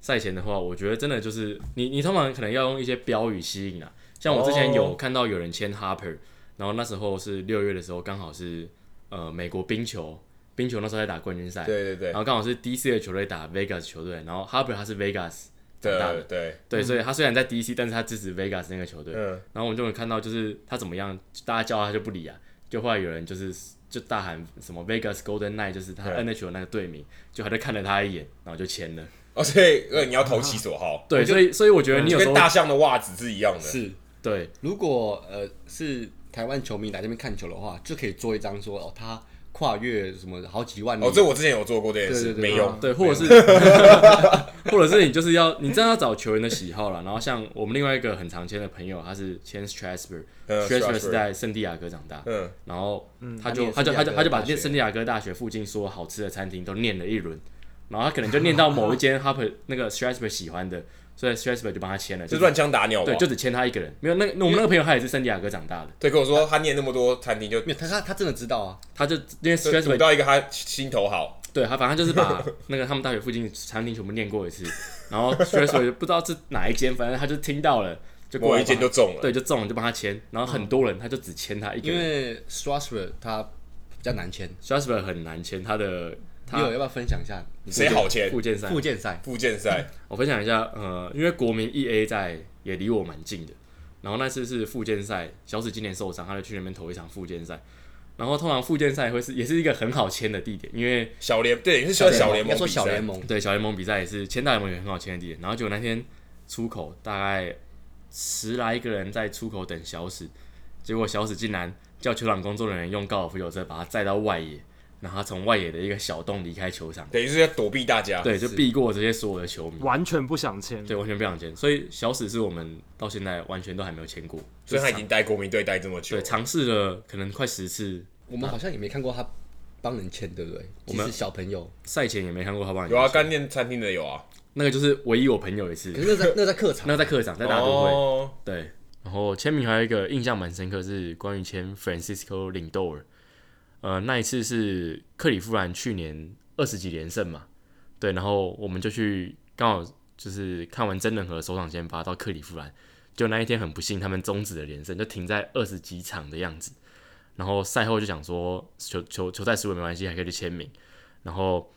[SPEAKER 3] 赛前的话，我觉得真的就是你你通常可能要用一些标语吸引啊，像我之前有看到有人签 Harper，、然后那时候是六月的时候，刚好是呃美国冰球。冰球那时候在打冠军赛，
[SPEAKER 2] 对对对
[SPEAKER 3] 然后刚好是 DC 的球队打 Vegas 球队，然后 Harper 他是 Vegas 长大的
[SPEAKER 2] 对，对，
[SPEAKER 3] 对，所以他虽然在 DC，但是他支持 Vegas 那个球队。
[SPEAKER 2] 嗯，
[SPEAKER 3] 然后我们就能看到，就是他怎么样，大家叫他他就不理啊，就后来有人就是就大喊什么 Vegas Golden Knight，就是他
[SPEAKER 2] 嗯
[SPEAKER 3] NHL 那个队名，就他就看了他一眼，然后就签了。
[SPEAKER 2] 哦，所以呃你要投其所好，
[SPEAKER 3] 对，所以所以我觉得你
[SPEAKER 2] 就
[SPEAKER 3] 有时
[SPEAKER 2] 跟
[SPEAKER 3] 候
[SPEAKER 2] 大象的袜子是一样的，
[SPEAKER 4] 是。
[SPEAKER 3] 对
[SPEAKER 4] 如果呃是台湾球迷来这边看球的话，就可以做一张说哦，他跨越什么好几万里，
[SPEAKER 2] 哦，这我之前有做过这件
[SPEAKER 4] 对
[SPEAKER 2] 事，
[SPEAKER 4] 对对
[SPEAKER 2] 没
[SPEAKER 4] 对
[SPEAKER 2] 用。
[SPEAKER 3] 嗯对，或者是 或者是你就是要你真的要找球员的喜好了。然后像我们另外一个很常签的朋友，他是签 Strasburg，Strasburg、
[SPEAKER 2] 呃 Strasburg
[SPEAKER 3] 是在圣地亚哥长大，
[SPEAKER 2] 嗯，
[SPEAKER 3] 然后他
[SPEAKER 4] 他
[SPEAKER 3] 就
[SPEAKER 4] 念
[SPEAKER 3] 他就
[SPEAKER 4] 圣地
[SPEAKER 3] 他
[SPEAKER 4] 亚
[SPEAKER 3] 就
[SPEAKER 4] 哥
[SPEAKER 3] 他就
[SPEAKER 4] 大
[SPEAKER 3] 把
[SPEAKER 4] 学
[SPEAKER 3] 圣地亚哥大学附近所有好吃的餐厅都念了一轮，然后他可能就念到某一间 Harper 那个 Strasburg 喜欢的，所以 Strasburg 就帮他签了，
[SPEAKER 2] 就是乱啊枪打鸟吧。
[SPEAKER 3] 对，就只签他一个人，没有那个我们那个朋友他也是圣地亚哥长大的，
[SPEAKER 2] 对，跟我说他念那么多餐厅，就
[SPEAKER 4] 没有他他他真的知道啊，
[SPEAKER 3] 他就因为
[SPEAKER 2] 就赌
[SPEAKER 3] Strasburg
[SPEAKER 2] 到一个他心头好。
[SPEAKER 3] 对他反正就是把那个他们大学附近餐厅全部念过一次，然后 Strasburg 就不知道是哪一间，反正他就听到了，就过
[SPEAKER 2] 某
[SPEAKER 3] 来
[SPEAKER 2] 一间
[SPEAKER 3] 帮
[SPEAKER 2] 就中
[SPEAKER 3] 他
[SPEAKER 2] 了，
[SPEAKER 3] 对就中了就帮他签，然后很多人他就只签他一个
[SPEAKER 4] 因
[SPEAKER 3] 人
[SPEAKER 4] 为 Strasburg 他比较难
[SPEAKER 2] 嗯
[SPEAKER 4] 签。
[SPEAKER 3] ，Strasburg 很难签他的
[SPEAKER 4] 你有要
[SPEAKER 3] 他
[SPEAKER 4] 不要分享一下你
[SPEAKER 2] 谁好签？
[SPEAKER 3] 附件三
[SPEAKER 4] 附件赛？
[SPEAKER 2] 附件赛，
[SPEAKER 3] 我分享一下，呃，因为国民 E A 在也离我蛮近的，然后那次是复健赛，小史今年受伤，他就去那边投一场复健赛。然后通常复健赛会是也是一个很好签的地点，因为
[SPEAKER 2] 小联对，也是算小联
[SPEAKER 4] 要
[SPEAKER 2] 盟
[SPEAKER 4] 说
[SPEAKER 2] 比赛
[SPEAKER 4] 小联，盟，
[SPEAKER 3] 对小联盟比赛也是签大联盟也很好签的地点。然后结果那天出口大概十来个人在出口等小史，结果小史竟然叫球场工作人员用高尔夫球车把他载到外野，然后他从外野的一个小洞离开球场，
[SPEAKER 2] 等于是要躲避大家。
[SPEAKER 3] 对，就避过这些所有的球迷。
[SPEAKER 1] 完全不想签。
[SPEAKER 3] 对，完全不想签。所以小史是我们到现在完全都还没有签过，
[SPEAKER 2] 所以他已
[SPEAKER 3] 就是
[SPEAKER 2] 经带国民队带这么久
[SPEAKER 3] 对，尝试了可能快十次，
[SPEAKER 4] 我们好像也没看过他帮人签，对不对？
[SPEAKER 3] 啊我
[SPEAKER 4] 即
[SPEAKER 3] 们
[SPEAKER 4] 使小 朋友，
[SPEAKER 3] 赛前也没看过他帮人
[SPEAKER 2] 有啊，
[SPEAKER 3] 签
[SPEAKER 2] 干练餐厅的有啊，
[SPEAKER 3] 那个就是唯一我朋友一
[SPEAKER 4] 可
[SPEAKER 3] 次，
[SPEAKER 4] 是那在那在客场
[SPEAKER 3] 那个在客场，在大都会，
[SPEAKER 2] 哦，
[SPEAKER 3] 对。然后签名还有一个印象蛮深刻是关于签 Francisco Lindor，呃，那一次是克里夫兰去年二十几连胜嘛，对，然后我们就去刚好就是看完真人和首场先发到克里夫兰，就那一天很不幸他们终止了连胜，就停在二十几场的样子。然后赛后就想说球球球赛输了没关系，还可以去签名。然后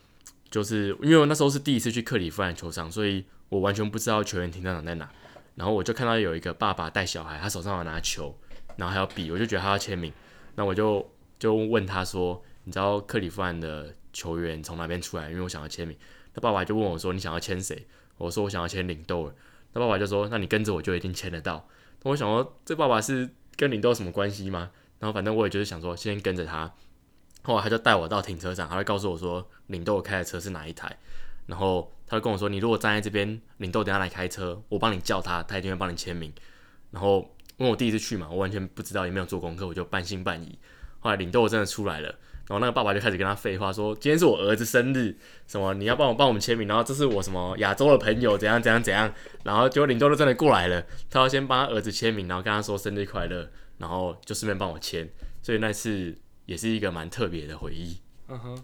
[SPEAKER 3] 就是因为我那时候是第一次去克里夫兰球场，所以我完全不知道球员停车场在哪。然后我就看到有一个爸爸带小孩，他手上有拿球，然后还有笔，我就觉得他要签名。那我就就问他说：“你知道克里夫兰的球员从哪边出来？因为我想要签名。”那爸爸就问我说：“你想要签谁？”我说：“我想要签领豆尔。”那爸爸就说：“那你跟着我就一定签得到。”那我想说，这爸爸是跟领豆有什么关系吗？然后反正我也就是想说，先跟着他。后来他就带我到停车场，他就告诉我说，领豆开的车是哪一台。然后他就跟我说，你如果站在这边，领豆等下来开车，我帮你叫他，他一定会帮你签名。然后因为我第一次去嘛，我完全不知道，也没有做功课，我就半信半疑。后来领豆真的出来了，然后那个爸爸就开始跟他废话，说今天是我儿子生日，什么你要帮我帮我们签名，然后这是我什么亚洲的朋友，怎样怎样怎样。然后结果领队就真的过来了，他要先帮他儿子签名，然后跟他说生日快乐，然后就顺便帮我签。所以那次也是一个蛮特别的回忆。
[SPEAKER 1] 嗯哼，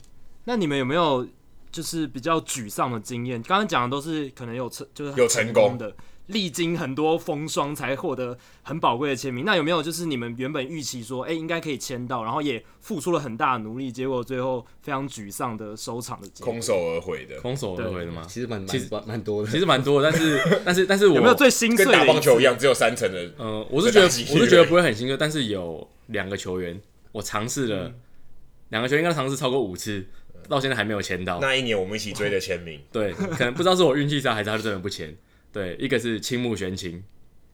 [SPEAKER 1] 那你们有没有就是比较沮丧的经验？刚刚讲的都是可能有成，就是
[SPEAKER 2] 有
[SPEAKER 1] 成
[SPEAKER 2] 成
[SPEAKER 1] 功
[SPEAKER 2] 功
[SPEAKER 1] 的，历经很多风霜才获得很宝贵的签名。那有没有就是你们原本预期说，哎、应该可以签到，然后也付出了很大的努力，结果最后非常沮丧的收场的结果？
[SPEAKER 2] 空手而回的，
[SPEAKER 3] 空手而回的吗？
[SPEAKER 4] 其实蛮
[SPEAKER 3] 其实
[SPEAKER 4] 蛮蛮蛮多的。
[SPEAKER 3] 其实蛮多的，但是但是但是我
[SPEAKER 1] 有没有最心碎
[SPEAKER 2] 跟
[SPEAKER 1] 的
[SPEAKER 2] 打棒球一
[SPEAKER 1] 样？
[SPEAKER 2] 样，只有三层的。
[SPEAKER 3] 呃，我是觉得
[SPEAKER 2] 在打击
[SPEAKER 3] 我是觉得不会很辛苦，但是有两个球员，我尝试
[SPEAKER 2] 嗯
[SPEAKER 3] 了两、个球员，应该尝试超过五次，到现在还没有签到。
[SPEAKER 2] 那一年我们一起追的签名
[SPEAKER 3] 对，可能不知道是我运气差还是他就真的不签。对，一个是青木玄清，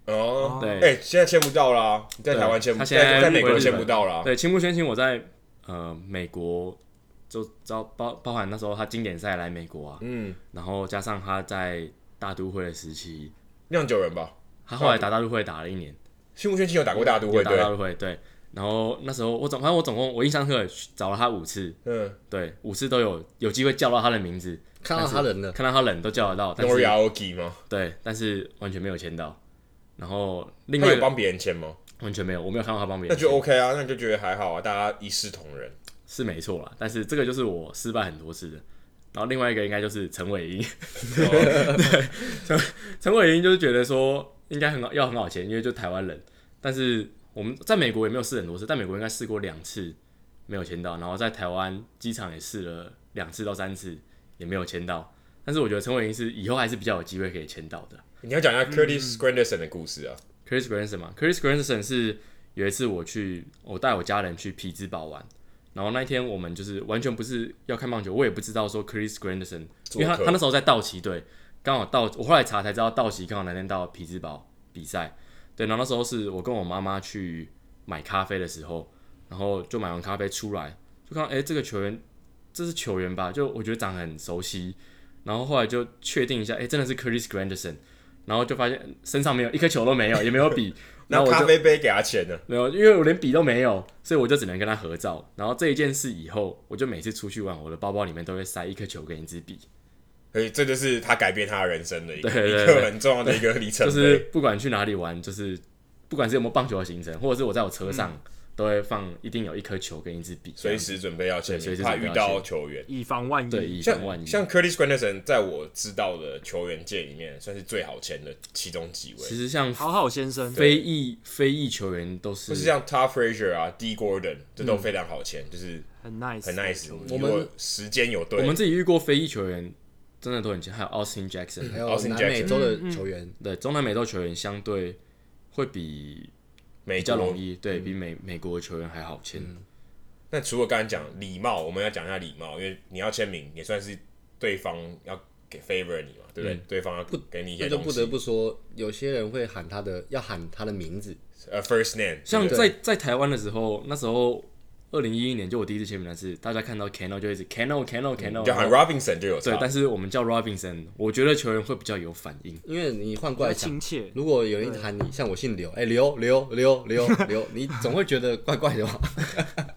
[SPEAKER 2] 哦，
[SPEAKER 3] 嗯对、
[SPEAKER 2] 哎，现在签不到啦，你在台湾签不，
[SPEAKER 3] 他现在
[SPEAKER 2] 在在美
[SPEAKER 3] 回
[SPEAKER 2] 国
[SPEAKER 3] 日
[SPEAKER 2] 签
[SPEAKER 3] 本
[SPEAKER 2] 不到啦。
[SPEAKER 3] 对，青木玄清，我在呃美国就招包包含那时候他经典赛来美国啊，
[SPEAKER 2] 嗯，
[SPEAKER 3] 然后加上他在大都会的时期，
[SPEAKER 2] 酿酒人吧，
[SPEAKER 3] 他后来打大都会打了一年。
[SPEAKER 2] 新木宣清有打过大都会
[SPEAKER 3] 有打大
[SPEAKER 2] 对，
[SPEAKER 3] 陆会对。然后那时候我总反正我总共我印象深刻找了他五次，
[SPEAKER 2] 嗯，
[SPEAKER 3] 对，五次都有有机会叫到他的名字，
[SPEAKER 4] 看到他人了，
[SPEAKER 3] 看到他人都叫得到，但
[SPEAKER 2] n o r E i
[SPEAKER 3] 是
[SPEAKER 2] a o k i 吗？
[SPEAKER 3] 对，但是完全没有签到。然后另
[SPEAKER 2] 他
[SPEAKER 3] 外一
[SPEAKER 2] 有
[SPEAKER 3] 个
[SPEAKER 2] 帮别人签吗？
[SPEAKER 3] 完全没有，我没有看到他帮别
[SPEAKER 2] 那
[SPEAKER 3] 人签，
[SPEAKER 2] 就 OK 啊，那就觉得还好啊，大家一视同仁。
[SPEAKER 3] 是没错啦。但是这个就是我失败很多次的。然后另外一个应该就是陈伟英，陈伟英就是觉得说应该很好，要很好签，因为就台湾人。但是我们在美国也没有试很多次，在美国应该试过两次没有签到，然后在台湾机场也试了两次到三次也没有签到。但是我觉得陈伟英是以后还是比较有机会可以签到的。
[SPEAKER 2] 你要讲一
[SPEAKER 3] 嗯
[SPEAKER 2] 下 Curtis Granderson 的故事啊，
[SPEAKER 3] Chris Granson 嘛，Chris Granson 是有一次我去，我带我家人去匹兹堡玩，然后那一天我们就是完全不是要看棒球，我也不知道说 Chris Granson，因为他
[SPEAKER 2] 做客
[SPEAKER 3] 他那时候在道奇队，刚好道我后来查才知道道奇刚好那天到匹兹堡比赛，对，然后那时候是我跟我妈妈去买咖啡的时候，然后就买完咖啡出来，就看到哎、诶这个球员，这是球员吧？就我觉得长得很熟悉，然后后来就确定一下，哎、真的是 Chris Granderson，然后就发现身上没有一颗球都没有，也没 有笔，
[SPEAKER 2] 那
[SPEAKER 3] 然后我
[SPEAKER 2] 咖
[SPEAKER 3] 就
[SPEAKER 2] 啡杯给他签呢？
[SPEAKER 3] 没有，因为我连笔都没有，所以我就只能跟他合照。然后这一件事以后，我就每次出去玩，我的包包里面都会塞一颗球跟一支笔，
[SPEAKER 2] 所以这就是他改变他人生的一个
[SPEAKER 3] 对对
[SPEAKER 2] 一
[SPEAKER 3] 对
[SPEAKER 2] 个很重要的一个里程
[SPEAKER 3] 就
[SPEAKER 2] 碑。
[SPEAKER 3] 是不管去哪里玩，就是不管是有没有棒球的行程，或者是我在我车上，都会放一定有一颗球跟一支笔，
[SPEAKER 2] 嗯随时准备要签
[SPEAKER 3] 对随
[SPEAKER 2] 名，
[SPEAKER 3] 时
[SPEAKER 2] 怕
[SPEAKER 3] 准备
[SPEAKER 2] 遇
[SPEAKER 3] 要
[SPEAKER 2] 到
[SPEAKER 3] 签
[SPEAKER 2] 球员。
[SPEAKER 1] 以防万
[SPEAKER 3] 对
[SPEAKER 1] 一，
[SPEAKER 3] 以防万
[SPEAKER 2] 像
[SPEAKER 3] 一。
[SPEAKER 2] 像 Curtis Granderson 在我知道的球员界里面，算是最好签的其中几位，
[SPEAKER 3] 其实像
[SPEAKER 1] 好好先生，
[SPEAKER 3] 非裔非裔球员都是
[SPEAKER 2] 不是像 Todd Frazier 啊、D Gordon，这
[SPEAKER 3] 嗯
[SPEAKER 2] 都非常好签，就是
[SPEAKER 1] 很 nice，
[SPEAKER 2] 很 nice。
[SPEAKER 1] 的球员
[SPEAKER 2] 如果时间有对，
[SPEAKER 3] 我们自己遇过非裔球员，真的都很强，还有 Austin Jackson，
[SPEAKER 4] 还有
[SPEAKER 2] Austin
[SPEAKER 4] 南美洲
[SPEAKER 1] 嗯
[SPEAKER 4] 的球员，
[SPEAKER 3] 对中南美洲球员相对会比
[SPEAKER 2] 美
[SPEAKER 3] 比较容
[SPEAKER 2] 国。
[SPEAKER 3] 易，对比美美国的球员还好签。
[SPEAKER 2] 嗯那除了刚才讲礼貌，我们要讲一下礼貌，因为你要签名，也算是对方要给 favor 你嘛，对不对？对方要给你一些
[SPEAKER 4] 那就
[SPEAKER 2] 东西，
[SPEAKER 4] 不得不说，有些人会喊他的，要喊他的名字，
[SPEAKER 2] 呃 first name，
[SPEAKER 3] 像
[SPEAKER 2] 对
[SPEAKER 3] 在在台湾的时候，那时候二零一一年就我第一次签名，但是大家看到 Cano 就一直 Cano Cano
[SPEAKER 2] 你嗯就喊
[SPEAKER 3] Cano，
[SPEAKER 2] Robinson 就有
[SPEAKER 3] 哦对
[SPEAKER 2] 差，，
[SPEAKER 3] 但是我们叫 Robinson，我觉得球员会比较有反应。
[SPEAKER 4] 因为你换过来
[SPEAKER 1] 会
[SPEAKER 4] 想
[SPEAKER 1] 亲，切，
[SPEAKER 4] 如果有人一直喊你，像我姓刘，哎，刘刘刘刘 刘，你总会觉得怪怪的吧？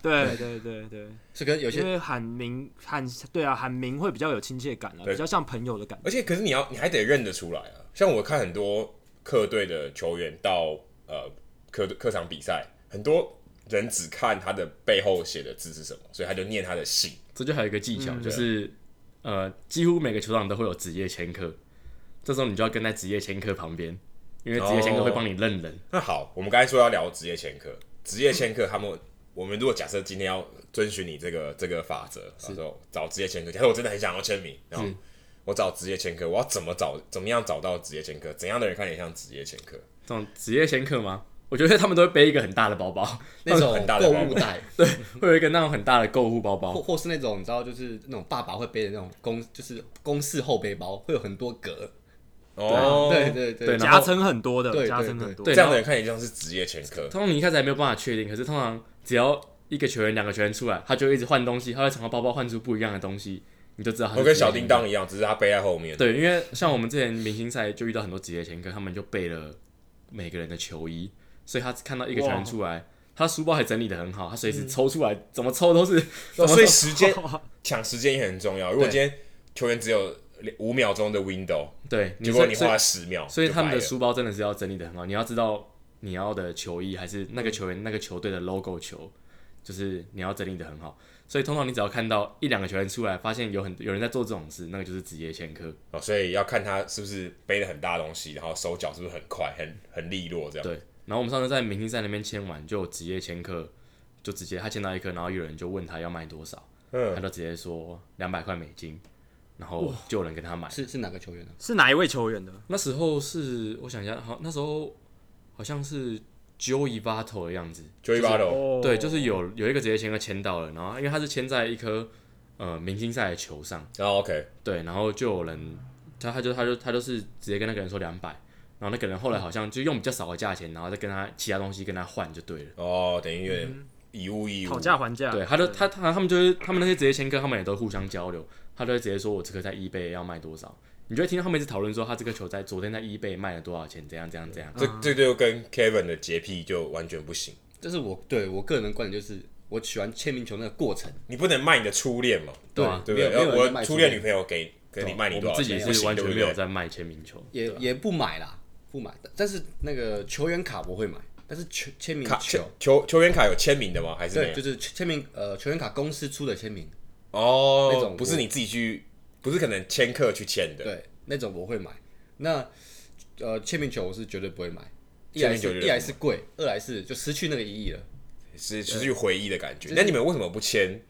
[SPEAKER 1] 对对对对，
[SPEAKER 4] 是跟 有
[SPEAKER 1] 因
[SPEAKER 4] 些
[SPEAKER 1] 为喊名喊对啊，喊名会比较有亲切感啊，
[SPEAKER 2] 对
[SPEAKER 1] 比较像朋友的感觉。
[SPEAKER 2] 而且可是你要你还得认得出来啊。像我看很多客队的球员到呃客客场比赛，很多人只看他的背后写的字是什么，所以他就念他的姓。
[SPEAKER 3] 这就还有一个技
[SPEAKER 2] 嗯
[SPEAKER 3] 巧，就是
[SPEAKER 2] 啊
[SPEAKER 3] 呃，几乎每个球场都会有职业签客，这时候你就要跟在职业签客旁边，因为职业签客会帮你认人。
[SPEAKER 2] 那好，我们刚才说要聊职业前科，职业前科他们，我们如果假设今天要遵循你这个这个法则，然后找职业前科，假设我真的很想要签名，然后我找职业前科，我要怎么找，怎么样找到职业前科，怎样的人看起来像职业前科？
[SPEAKER 3] 这种职业签客吗？我觉得他们都会背一个很大的包 包，
[SPEAKER 4] 那种
[SPEAKER 2] 很大的
[SPEAKER 4] 购
[SPEAKER 2] 包
[SPEAKER 4] 物
[SPEAKER 2] 包
[SPEAKER 4] 袋，
[SPEAKER 3] 会有一个那种很大的购物包
[SPEAKER 4] 或
[SPEAKER 2] 哦
[SPEAKER 3] 包。
[SPEAKER 4] 或是那种你知道，就是那种爸爸会背的那种公，就是公式后背包，会有很多格。
[SPEAKER 2] 哦，
[SPEAKER 4] 对对
[SPEAKER 3] 啊对
[SPEAKER 4] 对，
[SPEAKER 3] 然后
[SPEAKER 1] 夹层很多的，
[SPEAKER 4] 对
[SPEAKER 1] 夹
[SPEAKER 4] 对
[SPEAKER 1] 层
[SPEAKER 4] 对
[SPEAKER 1] 很多。
[SPEAKER 3] 对
[SPEAKER 2] 这样的人看起来像是职业前科。
[SPEAKER 3] 通常你一开始还没有办法确定，可是通常只要一个球员、两个球员出来，他就会一直换东西，他会从他包包换出不一样的东西，你就知道他是
[SPEAKER 2] 我跟
[SPEAKER 3] 职业
[SPEAKER 2] 小
[SPEAKER 3] 签
[SPEAKER 2] 叮
[SPEAKER 3] 客。
[SPEAKER 2] 当一样，只是他背在后面。
[SPEAKER 3] 对，因为像我们之前明星赛就遇到很多职业前科，他们就背了每个人的球衣，所以他看到一个球员出来，他书包还整理的很好，他随
[SPEAKER 2] 嗯
[SPEAKER 3] 时抽出来，怎么抽都是。怎么
[SPEAKER 2] 哦所以
[SPEAKER 3] 抽
[SPEAKER 2] 时 间抢时间也很重要。如果今天球员只有五秒钟的 window，
[SPEAKER 3] 对，
[SPEAKER 2] 结果
[SPEAKER 3] 所以
[SPEAKER 2] 你
[SPEAKER 3] 所以
[SPEAKER 2] 花了十秒，
[SPEAKER 3] 所以他们的
[SPEAKER 2] 就白了
[SPEAKER 3] 书包真的是要整理的很好，你要知道你要的球衣还是那个球员、那个球队的 logo 球，就是你要整理的很好。所以通常你只要看到一两个球员出来，发现有很有人在做这种事，那个就是职业前科。
[SPEAKER 2] 哦，所以要看他是不是背了很大的东西，然后手脚是不是很快、很很利落这样。
[SPEAKER 3] 对，然后我们上次在明星赛那边签完，就有职业签客，就直接他签到一颗，然后有人就问他要卖多少，
[SPEAKER 2] 嗯
[SPEAKER 3] 他就直接说两百块美金，然后就有人跟他买。
[SPEAKER 4] 是是哪个球员呢、啊
[SPEAKER 1] 是哪一位球员的？
[SPEAKER 3] 那时候是我想一下，好，那时候好像是 Joey Votto 的样子，
[SPEAKER 2] ，Joey b a t t
[SPEAKER 1] 哦
[SPEAKER 3] 对，就是有有一个职业签客签到了，然后因为他是签在一颗呃明星赛的球上，
[SPEAKER 2] 然后哦 OK，
[SPEAKER 3] 对，然后就有人他他就他就他就是直接跟那个人说两百，然后那个人后来好像就用比较少的价钱，然后再跟他其他东西跟他换就对了。
[SPEAKER 2] 哦，等于有点以物易
[SPEAKER 1] 嗯
[SPEAKER 2] 物
[SPEAKER 1] 讨，价还价，
[SPEAKER 3] 对，他就他他他们就是他们那些职业签客，他们也都互相交流，他就会直接说我这个在 eBay 要卖多少，你就会听到他们一直讨论说他这个球在昨天在 eBay 卖了多少钱，怎样怎样怎样。
[SPEAKER 1] 嗯
[SPEAKER 2] 这这就跟 Kevin 的洁癖就完全不行。
[SPEAKER 4] 这是我对我个人的观点，就是我喜欢签名球那个过程。
[SPEAKER 2] 你不能卖你的初恋嘛，
[SPEAKER 3] 对
[SPEAKER 4] 啊
[SPEAKER 2] 对不
[SPEAKER 4] 没有
[SPEAKER 2] 对？
[SPEAKER 4] 没有人在
[SPEAKER 2] 我
[SPEAKER 4] 卖
[SPEAKER 2] 初
[SPEAKER 4] 初
[SPEAKER 2] 恋
[SPEAKER 4] 恋
[SPEAKER 2] 女朋友给给你卖你
[SPEAKER 3] 我
[SPEAKER 2] 多
[SPEAKER 3] 们
[SPEAKER 2] 少
[SPEAKER 3] 自
[SPEAKER 2] 钱？
[SPEAKER 3] 己
[SPEAKER 2] 不
[SPEAKER 3] 是
[SPEAKER 2] 行
[SPEAKER 3] 完全没有。
[SPEAKER 2] 对不对
[SPEAKER 3] 在卖签名球，啊
[SPEAKER 4] 也
[SPEAKER 2] 啊
[SPEAKER 4] 也不买啦，不买。但是那个球员卡我会买，但是球签名
[SPEAKER 2] 卡
[SPEAKER 4] 球，
[SPEAKER 2] 球球员卡有签名的吗？还是没
[SPEAKER 4] 对，
[SPEAKER 2] 有？
[SPEAKER 4] 就是签名呃球员卡公司出的签名，那
[SPEAKER 2] 哦
[SPEAKER 4] 种，
[SPEAKER 2] 不是你自己去，不是可能签客去签的。
[SPEAKER 4] 对，那种我会买。那呃签名球我是绝对不会买，一
[SPEAKER 2] 签
[SPEAKER 4] 来
[SPEAKER 2] 名球绝对不
[SPEAKER 4] 是一
[SPEAKER 2] 会
[SPEAKER 4] 来是贵，二来是就失去那个意义了。
[SPEAKER 2] 是失去回忆的感觉。那你们为什么不签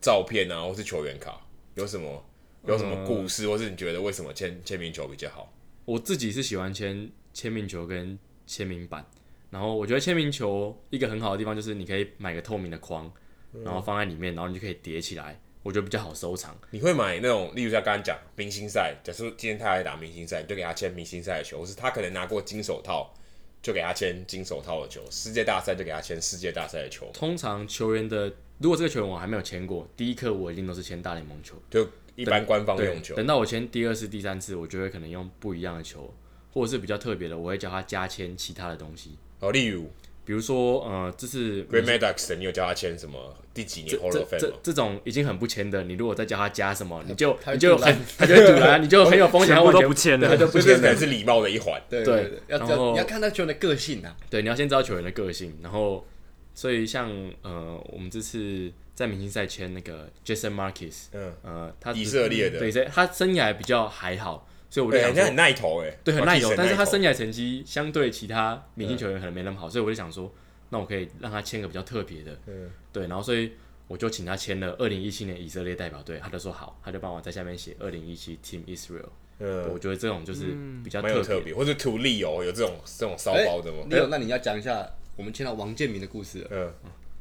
[SPEAKER 2] 照片啊，或是球员卡？有什么有什
[SPEAKER 3] 嗯
[SPEAKER 2] 么故事，或是你觉得为什么签签名球比较好？
[SPEAKER 3] 我自己是喜欢签签名球跟签名版，然后我觉得签名球一个很好的地方就是你可以买个透明的框，
[SPEAKER 2] 嗯
[SPEAKER 3] 然后放在里面，然后你就可以叠起来，我觉得比较好收藏。
[SPEAKER 2] 你会买那种，例如像刚刚讲明星赛，假设今天他来打明星赛，你就给他签明星赛的球，或是他可能拿过金手套，就给他签金手套的球；世界大赛就给他签世界大赛的球，
[SPEAKER 3] 通常球员的如果这个球员我还没有签过，第一颗我一定都是签大联盟球。
[SPEAKER 2] 就一般官方
[SPEAKER 3] 对，
[SPEAKER 2] 用球。
[SPEAKER 3] 等到我签第二次、第三次，我就会可能用不一样的球，或者是比较特别的，我会叫他加签其他的东西，
[SPEAKER 2] 哦，例如
[SPEAKER 3] 比如说呃，这是
[SPEAKER 2] Great Maddox，你有叫他签什么第几
[SPEAKER 3] 这
[SPEAKER 2] 年 Hall
[SPEAKER 3] 这
[SPEAKER 2] of Fame
[SPEAKER 3] 这
[SPEAKER 2] 吗？
[SPEAKER 3] 这种已经很不签的，你如果再叫他加什么，你就
[SPEAKER 4] 他会
[SPEAKER 3] 你就
[SPEAKER 4] 堵拦
[SPEAKER 3] 很他就会堵拦，你就很有风险，
[SPEAKER 1] 全
[SPEAKER 3] 他
[SPEAKER 1] 部
[SPEAKER 3] 完
[SPEAKER 1] 都
[SPEAKER 3] 全
[SPEAKER 1] 不签了
[SPEAKER 3] 对他就
[SPEAKER 2] 所
[SPEAKER 3] 不
[SPEAKER 2] 以这
[SPEAKER 3] 签
[SPEAKER 2] 可能
[SPEAKER 3] 了。
[SPEAKER 2] 是礼貌的一环。
[SPEAKER 4] 对
[SPEAKER 3] 对
[SPEAKER 4] 对，要
[SPEAKER 3] 然
[SPEAKER 4] 要
[SPEAKER 3] 后
[SPEAKER 4] 你要看那球员的个性啊。
[SPEAKER 3] 对，你要先知道球员的个性，然后所以像呃，我们这次在明星赛签那个 Jason Marcus，
[SPEAKER 2] 嗯，
[SPEAKER 3] 呃，他
[SPEAKER 2] 以色列的
[SPEAKER 3] 对，所以他生涯比较还好，所以我就
[SPEAKER 2] 对，
[SPEAKER 3] 想
[SPEAKER 2] 人
[SPEAKER 3] 说
[SPEAKER 2] 家很耐投哎，
[SPEAKER 3] 对，很耐
[SPEAKER 2] Marquis
[SPEAKER 3] 油，但是他
[SPEAKER 2] 投
[SPEAKER 3] 生涯成绩相对其他明
[SPEAKER 2] 嗯
[SPEAKER 3] 星球员可能没那么好，所以我就想说，那我可以让他签个比较特别的，
[SPEAKER 2] 嗯
[SPEAKER 3] 对，然后所以我就请他签了二零一七年以色列代表队，他就说好，他就帮我在下面写二零一七 Team Israel，、
[SPEAKER 2] 嗯
[SPEAKER 3] 我觉得这种就是比较
[SPEAKER 2] 蛮有
[SPEAKER 3] 特
[SPEAKER 2] 特
[SPEAKER 3] 别，
[SPEAKER 2] 别，或者图利哦，有这种这种骚包的吗？
[SPEAKER 4] 哎你有那你要讲一下我们签到王建民的故事了。
[SPEAKER 2] 嗯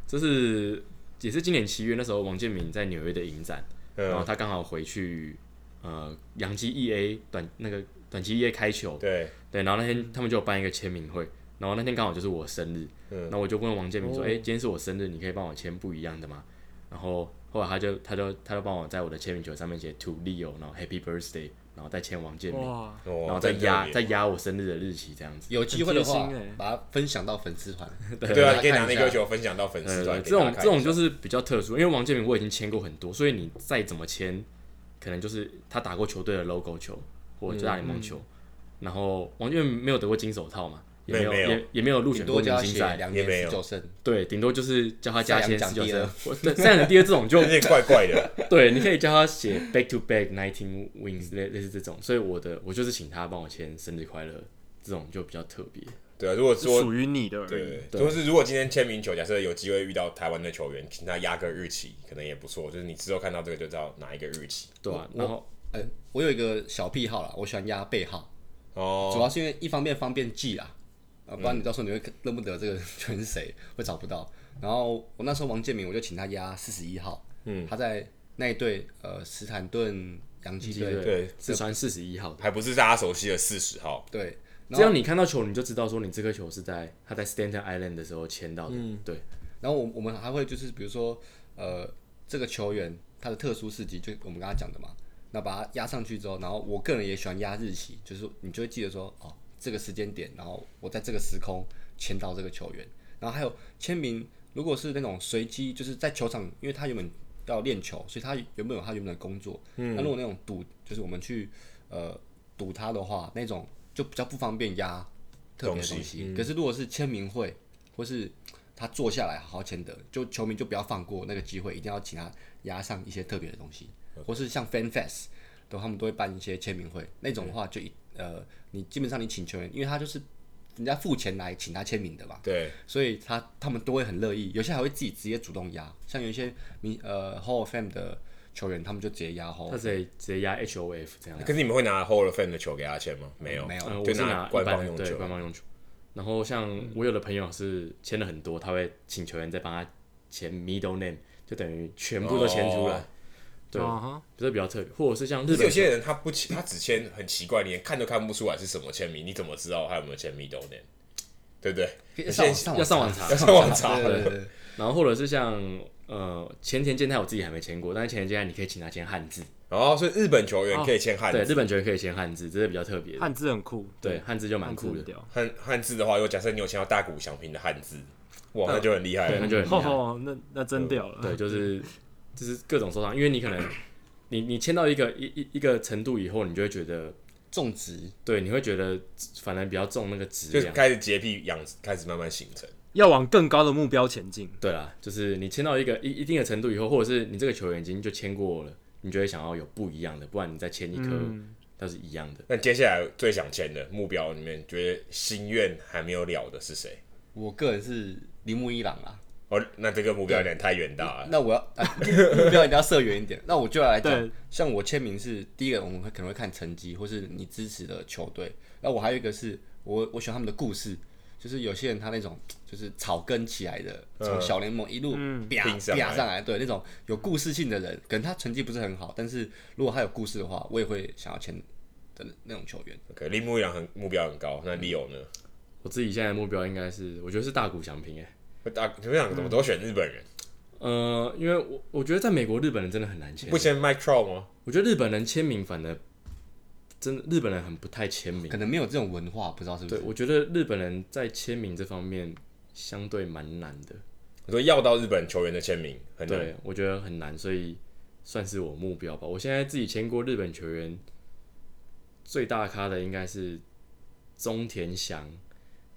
[SPEAKER 3] 这是也是今年七月那时候王建民在纽约的影展，然后
[SPEAKER 2] 嗯，
[SPEAKER 3] 他刚好回去呃洋基 EA 短那个短期 EA 开球，
[SPEAKER 2] 对，
[SPEAKER 3] 对，然后那天他们就有办一个签名会，然后那天刚好就是我生日，
[SPEAKER 2] 嗯
[SPEAKER 3] 然后我就问王建民说：“
[SPEAKER 1] 哦
[SPEAKER 3] 哎、今天是我生日，你可以帮我签不一样的吗？”然后后来他就他就他就帮我在我的签名球上面写 “To Leo”，然后 “Happy Birthday”，然后再签王建民，
[SPEAKER 1] 哇，
[SPEAKER 2] 然
[SPEAKER 3] 然后再压再
[SPEAKER 2] 对
[SPEAKER 3] 压我生日的日期这样子。
[SPEAKER 4] 有机会的话
[SPEAKER 1] 很贴心欸，
[SPEAKER 4] 把它分享到粉丝团。
[SPEAKER 2] 哎 对啊，你可以
[SPEAKER 4] 大家
[SPEAKER 2] 拿
[SPEAKER 4] 看
[SPEAKER 2] 那
[SPEAKER 4] 一下
[SPEAKER 2] 颗球分享到粉丝
[SPEAKER 3] 呃，
[SPEAKER 2] 团，
[SPEAKER 3] 这种这 种就是是比较特殊，因为王建民我已经签过很多，所以你再怎么签，可能就是他打过球队的 logo 球或者大联盟球，然后王建民没有得过金手套嘛，也没有
[SPEAKER 2] 没有
[SPEAKER 3] 也也没有入选
[SPEAKER 4] 顶
[SPEAKER 3] 过
[SPEAKER 4] 多
[SPEAKER 3] 明
[SPEAKER 4] 加
[SPEAKER 3] 星
[SPEAKER 4] 写
[SPEAKER 3] 赛，
[SPEAKER 4] 两
[SPEAKER 2] 也
[SPEAKER 4] 年
[SPEAKER 2] 没
[SPEAKER 4] 十
[SPEAKER 2] 有
[SPEAKER 4] 九胜，
[SPEAKER 3] 对，顶多就是叫他加
[SPEAKER 4] 赛
[SPEAKER 3] 签
[SPEAKER 4] 扬
[SPEAKER 3] 十九
[SPEAKER 4] 奖第
[SPEAKER 3] 胜
[SPEAKER 4] 二，
[SPEAKER 3] 我对赛扬第二这种 就
[SPEAKER 2] 有点怪怪的。
[SPEAKER 3] 对，你可以叫他写 back to back nineteen wins 类类似这种，所以我的我就是请他帮我签生日快乐，这种就比较特别。
[SPEAKER 2] 对啊，如果
[SPEAKER 1] 是
[SPEAKER 2] 说
[SPEAKER 1] 属于你的而已。
[SPEAKER 2] 对，就是如果今天签名球，假设有机会遇到台湾的球员，请他压个日期，可能也不错。就是你之后看到这个就知道哪一个日期
[SPEAKER 3] 对啊，然后
[SPEAKER 4] 呃，我有一个小癖好啦，我喜欢压背号，主
[SPEAKER 2] 哦。
[SPEAKER 4] 要是因为一方面方便记啦，啊，不然你到时候你会认不得这个全是谁，会找不到。然后我那时候王建民，我就请他压四十一号，嗯，他在那一队呃斯坦顿洋基队，
[SPEAKER 2] 对
[SPEAKER 3] 四川四十一号的，
[SPEAKER 2] 还不是大家熟悉的四十号，
[SPEAKER 4] 对，然
[SPEAKER 3] 这
[SPEAKER 4] 后
[SPEAKER 3] 样你看到球你就知道说你这颗球是在他在 Staten Island 的时候签到的，
[SPEAKER 4] 嗯
[SPEAKER 3] 对，
[SPEAKER 4] 然后我我们还会就是比如说呃这个球员他的特殊事迹，就我们刚刚讲的嘛，那把它压上去之后，然后我个人也喜欢压日期，就是你就会记得说哦这个时间点，然后我在这个时空签到这个球员，然后还有签名，如果是那种随机，就是在球场，因为他原本要练球，所以他原本有他原本的工作。嗯，那如果那种赌，就是我们去呃赌他的话，那种就比较不方便压特别的东西。可是如果是签名会，或是他坐下来好好签的，就球迷就不要放过那个机会，一定要请他压上一些特别的东西，或是像 Fan Fest，都他们都会办一些签名会，那种的话就一呃，你基本上你请球员，因为他就是人家付钱来请他签名的吧，
[SPEAKER 2] 对，
[SPEAKER 4] 所以他他们都会很乐意，有些还会自己直接主动压，像有一些你呃 Hall of Fame 的球员，他们就直接压 Hall，
[SPEAKER 3] 他直接直接压 H O F 这样。
[SPEAKER 2] 可是你们会拿 Hall of Fame 的球给他签吗？没有，
[SPEAKER 4] 啊嗯没有
[SPEAKER 3] 呃，我
[SPEAKER 2] 就是
[SPEAKER 3] 拿
[SPEAKER 2] 官
[SPEAKER 3] 100
[SPEAKER 2] 方
[SPEAKER 3] 的
[SPEAKER 2] 用嗯
[SPEAKER 3] 对
[SPEAKER 2] 球。
[SPEAKER 3] 官方用球。然后像我有的朋友是签了很多，他会请球员再帮他签 middle name，就等于全部都签出来，
[SPEAKER 2] 哦
[SPEAKER 3] 对
[SPEAKER 1] 啊哈
[SPEAKER 3] 这比较特别。或者是像
[SPEAKER 2] 可
[SPEAKER 3] 日
[SPEAKER 2] 是有
[SPEAKER 3] 本
[SPEAKER 2] 些人他不签，他只签很奇怪，连看都看不出来是什么签名，你怎么知道他有没有签 middle name？对不对？
[SPEAKER 4] 可以
[SPEAKER 2] 有些
[SPEAKER 4] 上网
[SPEAKER 2] 人
[SPEAKER 4] 上
[SPEAKER 3] 要上
[SPEAKER 4] 网
[SPEAKER 3] 网查，
[SPEAKER 2] 要上网查
[SPEAKER 4] 查，，对对对，
[SPEAKER 3] 然后或者是像呃前田健太，我自己还没签过，但是前田健太你可以请他签汉字，
[SPEAKER 2] 然后所以日本球员可以签汉
[SPEAKER 3] 哦对，日
[SPEAKER 2] 字，
[SPEAKER 3] 本球员可以签汉字，这是比较特别的。
[SPEAKER 1] 汉字很酷，
[SPEAKER 3] 对，，汉字就蛮
[SPEAKER 1] 汉字
[SPEAKER 3] 酷
[SPEAKER 1] 很
[SPEAKER 3] 的，
[SPEAKER 1] 屌。
[SPEAKER 2] 汉汉字的话，如果假设你有签到大谷翔平的汉字，哇，那就很厉害
[SPEAKER 3] 嗯对，那
[SPEAKER 2] 了。
[SPEAKER 3] 就很厉
[SPEAKER 1] 吼
[SPEAKER 3] 害。
[SPEAKER 1] 吼，哦那那真屌了。
[SPEAKER 3] 对，就是就是各种收藏，因为你可能你你签到一个一一一个程度以后，你就会觉得，
[SPEAKER 4] 种植
[SPEAKER 3] 对，你会觉得反而比较重那个质
[SPEAKER 2] 就
[SPEAKER 3] 量。
[SPEAKER 2] 开始洁癖养，开始慢慢形成。
[SPEAKER 1] 要往更高的目标前进。
[SPEAKER 3] 对啦，就是你签到一个一一定的程度以后，或者是你这个球员已经就签过了，你就会想要有不一样的，不然你再签一颗它是一样的。
[SPEAKER 2] 那接下来最想签的目标里面，觉得心愿还没有了的是谁？
[SPEAKER 4] 我个人是铃木一朗啊，
[SPEAKER 2] 哦，那这个目标有点太远大了。
[SPEAKER 4] 那我要、 啊、目标一定要设远一点。那我就来讲
[SPEAKER 1] 对，
[SPEAKER 4] 像我签名是第一个，我们可能会看成绩，或是你支持的球队。那我还有一个是我我喜欢他们的故事，就是有些人他那种就是草根起来的，从小联盟一路啪
[SPEAKER 2] 嗯拼上来
[SPEAKER 4] 啪上来，对那种有故事性的人，可能他成绩不是很好，但是如果他有故事的话，我也会想要签的那种球员。
[SPEAKER 2] OK，铃木一朗很目标很高，那 Leo
[SPEAKER 3] 嗯
[SPEAKER 2] 呢？
[SPEAKER 3] 我自己现在的目标应该是，我觉得是大谷翔平欸诶、
[SPEAKER 2] 大你们两个
[SPEAKER 3] 嗯
[SPEAKER 2] 怎么都选日本人？
[SPEAKER 3] 呃，因为我我觉得在美国日本人真的很难签欸
[SPEAKER 2] 不，签 Mike Trout 吗？
[SPEAKER 3] 我觉得日本人签名反而真的日本人很不太签名
[SPEAKER 4] 可。能没有这种文化，不知道是不
[SPEAKER 3] 对，
[SPEAKER 4] 是？
[SPEAKER 3] 我觉得日本人在签名这方面相对蛮难的，
[SPEAKER 2] 我说要到日本球员的签名很难。
[SPEAKER 3] 对我觉得很难，所以算是我目标吧。我现在自己签过日本球员最大咖的应该是中田翔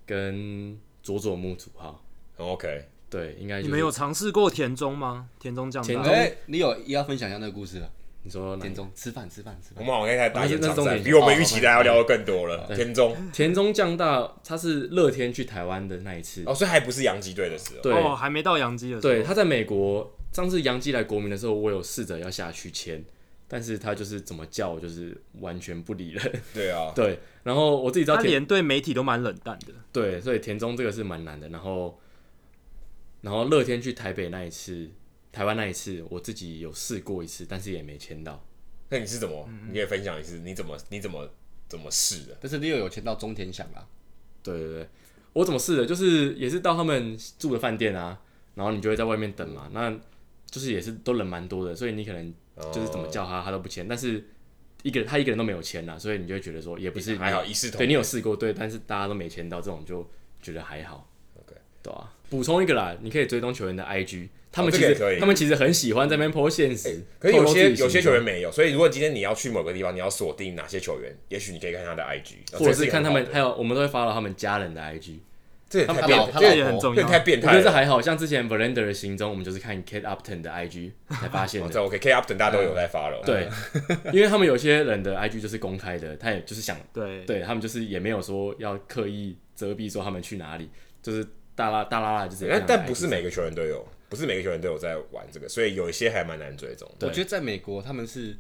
[SPEAKER 3] 跟佐佐木主浩，
[SPEAKER 2] 哦 OK，
[SPEAKER 3] 对，应该
[SPEAKER 1] 你
[SPEAKER 3] 就
[SPEAKER 1] 们
[SPEAKER 3] 是
[SPEAKER 1] 有尝试过田中吗？田中降
[SPEAKER 3] 田
[SPEAKER 1] 大
[SPEAKER 3] 中
[SPEAKER 4] 哎、你有也要分享一下那个故事了？
[SPEAKER 2] 嗯
[SPEAKER 3] 你说哪一
[SPEAKER 4] 田
[SPEAKER 3] 个
[SPEAKER 4] 中吃饭吃饭吃
[SPEAKER 2] 我
[SPEAKER 4] 饭，
[SPEAKER 2] 们好像在打
[SPEAKER 3] 哦那是
[SPEAKER 2] 延长
[SPEAKER 3] 那是重
[SPEAKER 2] 赛，
[SPEAKER 3] 点
[SPEAKER 2] 比我们预期的还要聊得更多了。
[SPEAKER 3] 对
[SPEAKER 2] 田中
[SPEAKER 3] 田中将大，他是乐天去台湾的那一次，
[SPEAKER 2] 哦，所以还不是洋基队的时候。
[SPEAKER 3] 对、
[SPEAKER 1] 哦，还没到洋基的时候。
[SPEAKER 3] 对，他在美国上次杨基来国民的时候，我有试着要下去签，但是他就是怎么叫我就是完全不理人。
[SPEAKER 2] 对啊，
[SPEAKER 3] 对，然后我自己知道
[SPEAKER 1] 他
[SPEAKER 3] 田
[SPEAKER 1] 连对媒体都蛮冷淡的。
[SPEAKER 3] 对，所以田中这个是蛮难的。然后，然后乐天去台北那一次，台湾那一次，我自己有试过一次，但是也没签到。
[SPEAKER 2] 那你是怎么？你可以分享一次，你怎么你怎么怎么试的？
[SPEAKER 4] 但是 Leo 有签到中田翔啊啦，
[SPEAKER 3] 对对对，我怎么试的？就是也是到他们住的饭店啊，然后你就会在外面等嘛。那就是也是都人蛮多的，所以你可能
[SPEAKER 2] 哦
[SPEAKER 3] 就是怎么叫他，他都不签。但是一个他一个人都没有签啊啦，所以你就会觉得说也不是
[SPEAKER 2] 还好一视同
[SPEAKER 3] 对
[SPEAKER 2] 仁
[SPEAKER 3] 你有试过对，但是大家都没签到，这种就觉得还好。对啊，补充一个啦，你可以追踪球员的 IG，他
[SPEAKER 2] 哦
[SPEAKER 3] 们
[SPEAKER 2] 这
[SPEAKER 3] 其
[SPEAKER 2] 个
[SPEAKER 3] 实、
[SPEAKER 2] 也可以哎
[SPEAKER 3] 他们其实很喜欢在那边 po 现实，
[SPEAKER 2] 可是
[SPEAKER 3] 透
[SPEAKER 2] 有
[SPEAKER 3] 露自己
[SPEAKER 2] 些
[SPEAKER 3] 的
[SPEAKER 2] 有些
[SPEAKER 3] 行
[SPEAKER 2] 球
[SPEAKER 3] 踪
[SPEAKER 2] 员没有，所以如果今天你要去某个地方，你要锁定哪些球员，也许你可以看他的哦 IG，
[SPEAKER 3] 或者是看他们，还
[SPEAKER 2] 然后
[SPEAKER 3] 有我们都会发了他们家人的 IG，
[SPEAKER 2] 这也太
[SPEAKER 4] 他
[SPEAKER 2] 变
[SPEAKER 4] 老，他
[SPEAKER 1] 这也
[SPEAKER 4] 老
[SPEAKER 1] 很
[SPEAKER 4] 婆
[SPEAKER 1] 重
[SPEAKER 2] 这也太
[SPEAKER 1] 要。
[SPEAKER 2] 变
[SPEAKER 3] 我觉
[SPEAKER 2] 态
[SPEAKER 3] 得这
[SPEAKER 2] 了。
[SPEAKER 3] 还好像之前 Verlander 的行踪，我们就是看 Kate Upton 的 IG 才发 现
[SPEAKER 2] 哦这
[SPEAKER 3] 的。
[SPEAKER 2] OK，K Upton 大家都有在发了。
[SPEAKER 3] 对，因为他们有些人的 IG 就是公开的，他也就是想，
[SPEAKER 1] 对，
[SPEAKER 3] 对他们就是也没有说要刻意遮蔽说他们去哪里，就是大拉大拉拉就是。
[SPEAKER 2] 但但不是每个球员都有，不是每个球员都有在玩这个，所以有一些还蛮难追踪的。
[SPEAKER 3] 对
[SPEAKER 4] 我觉得在美国，他们是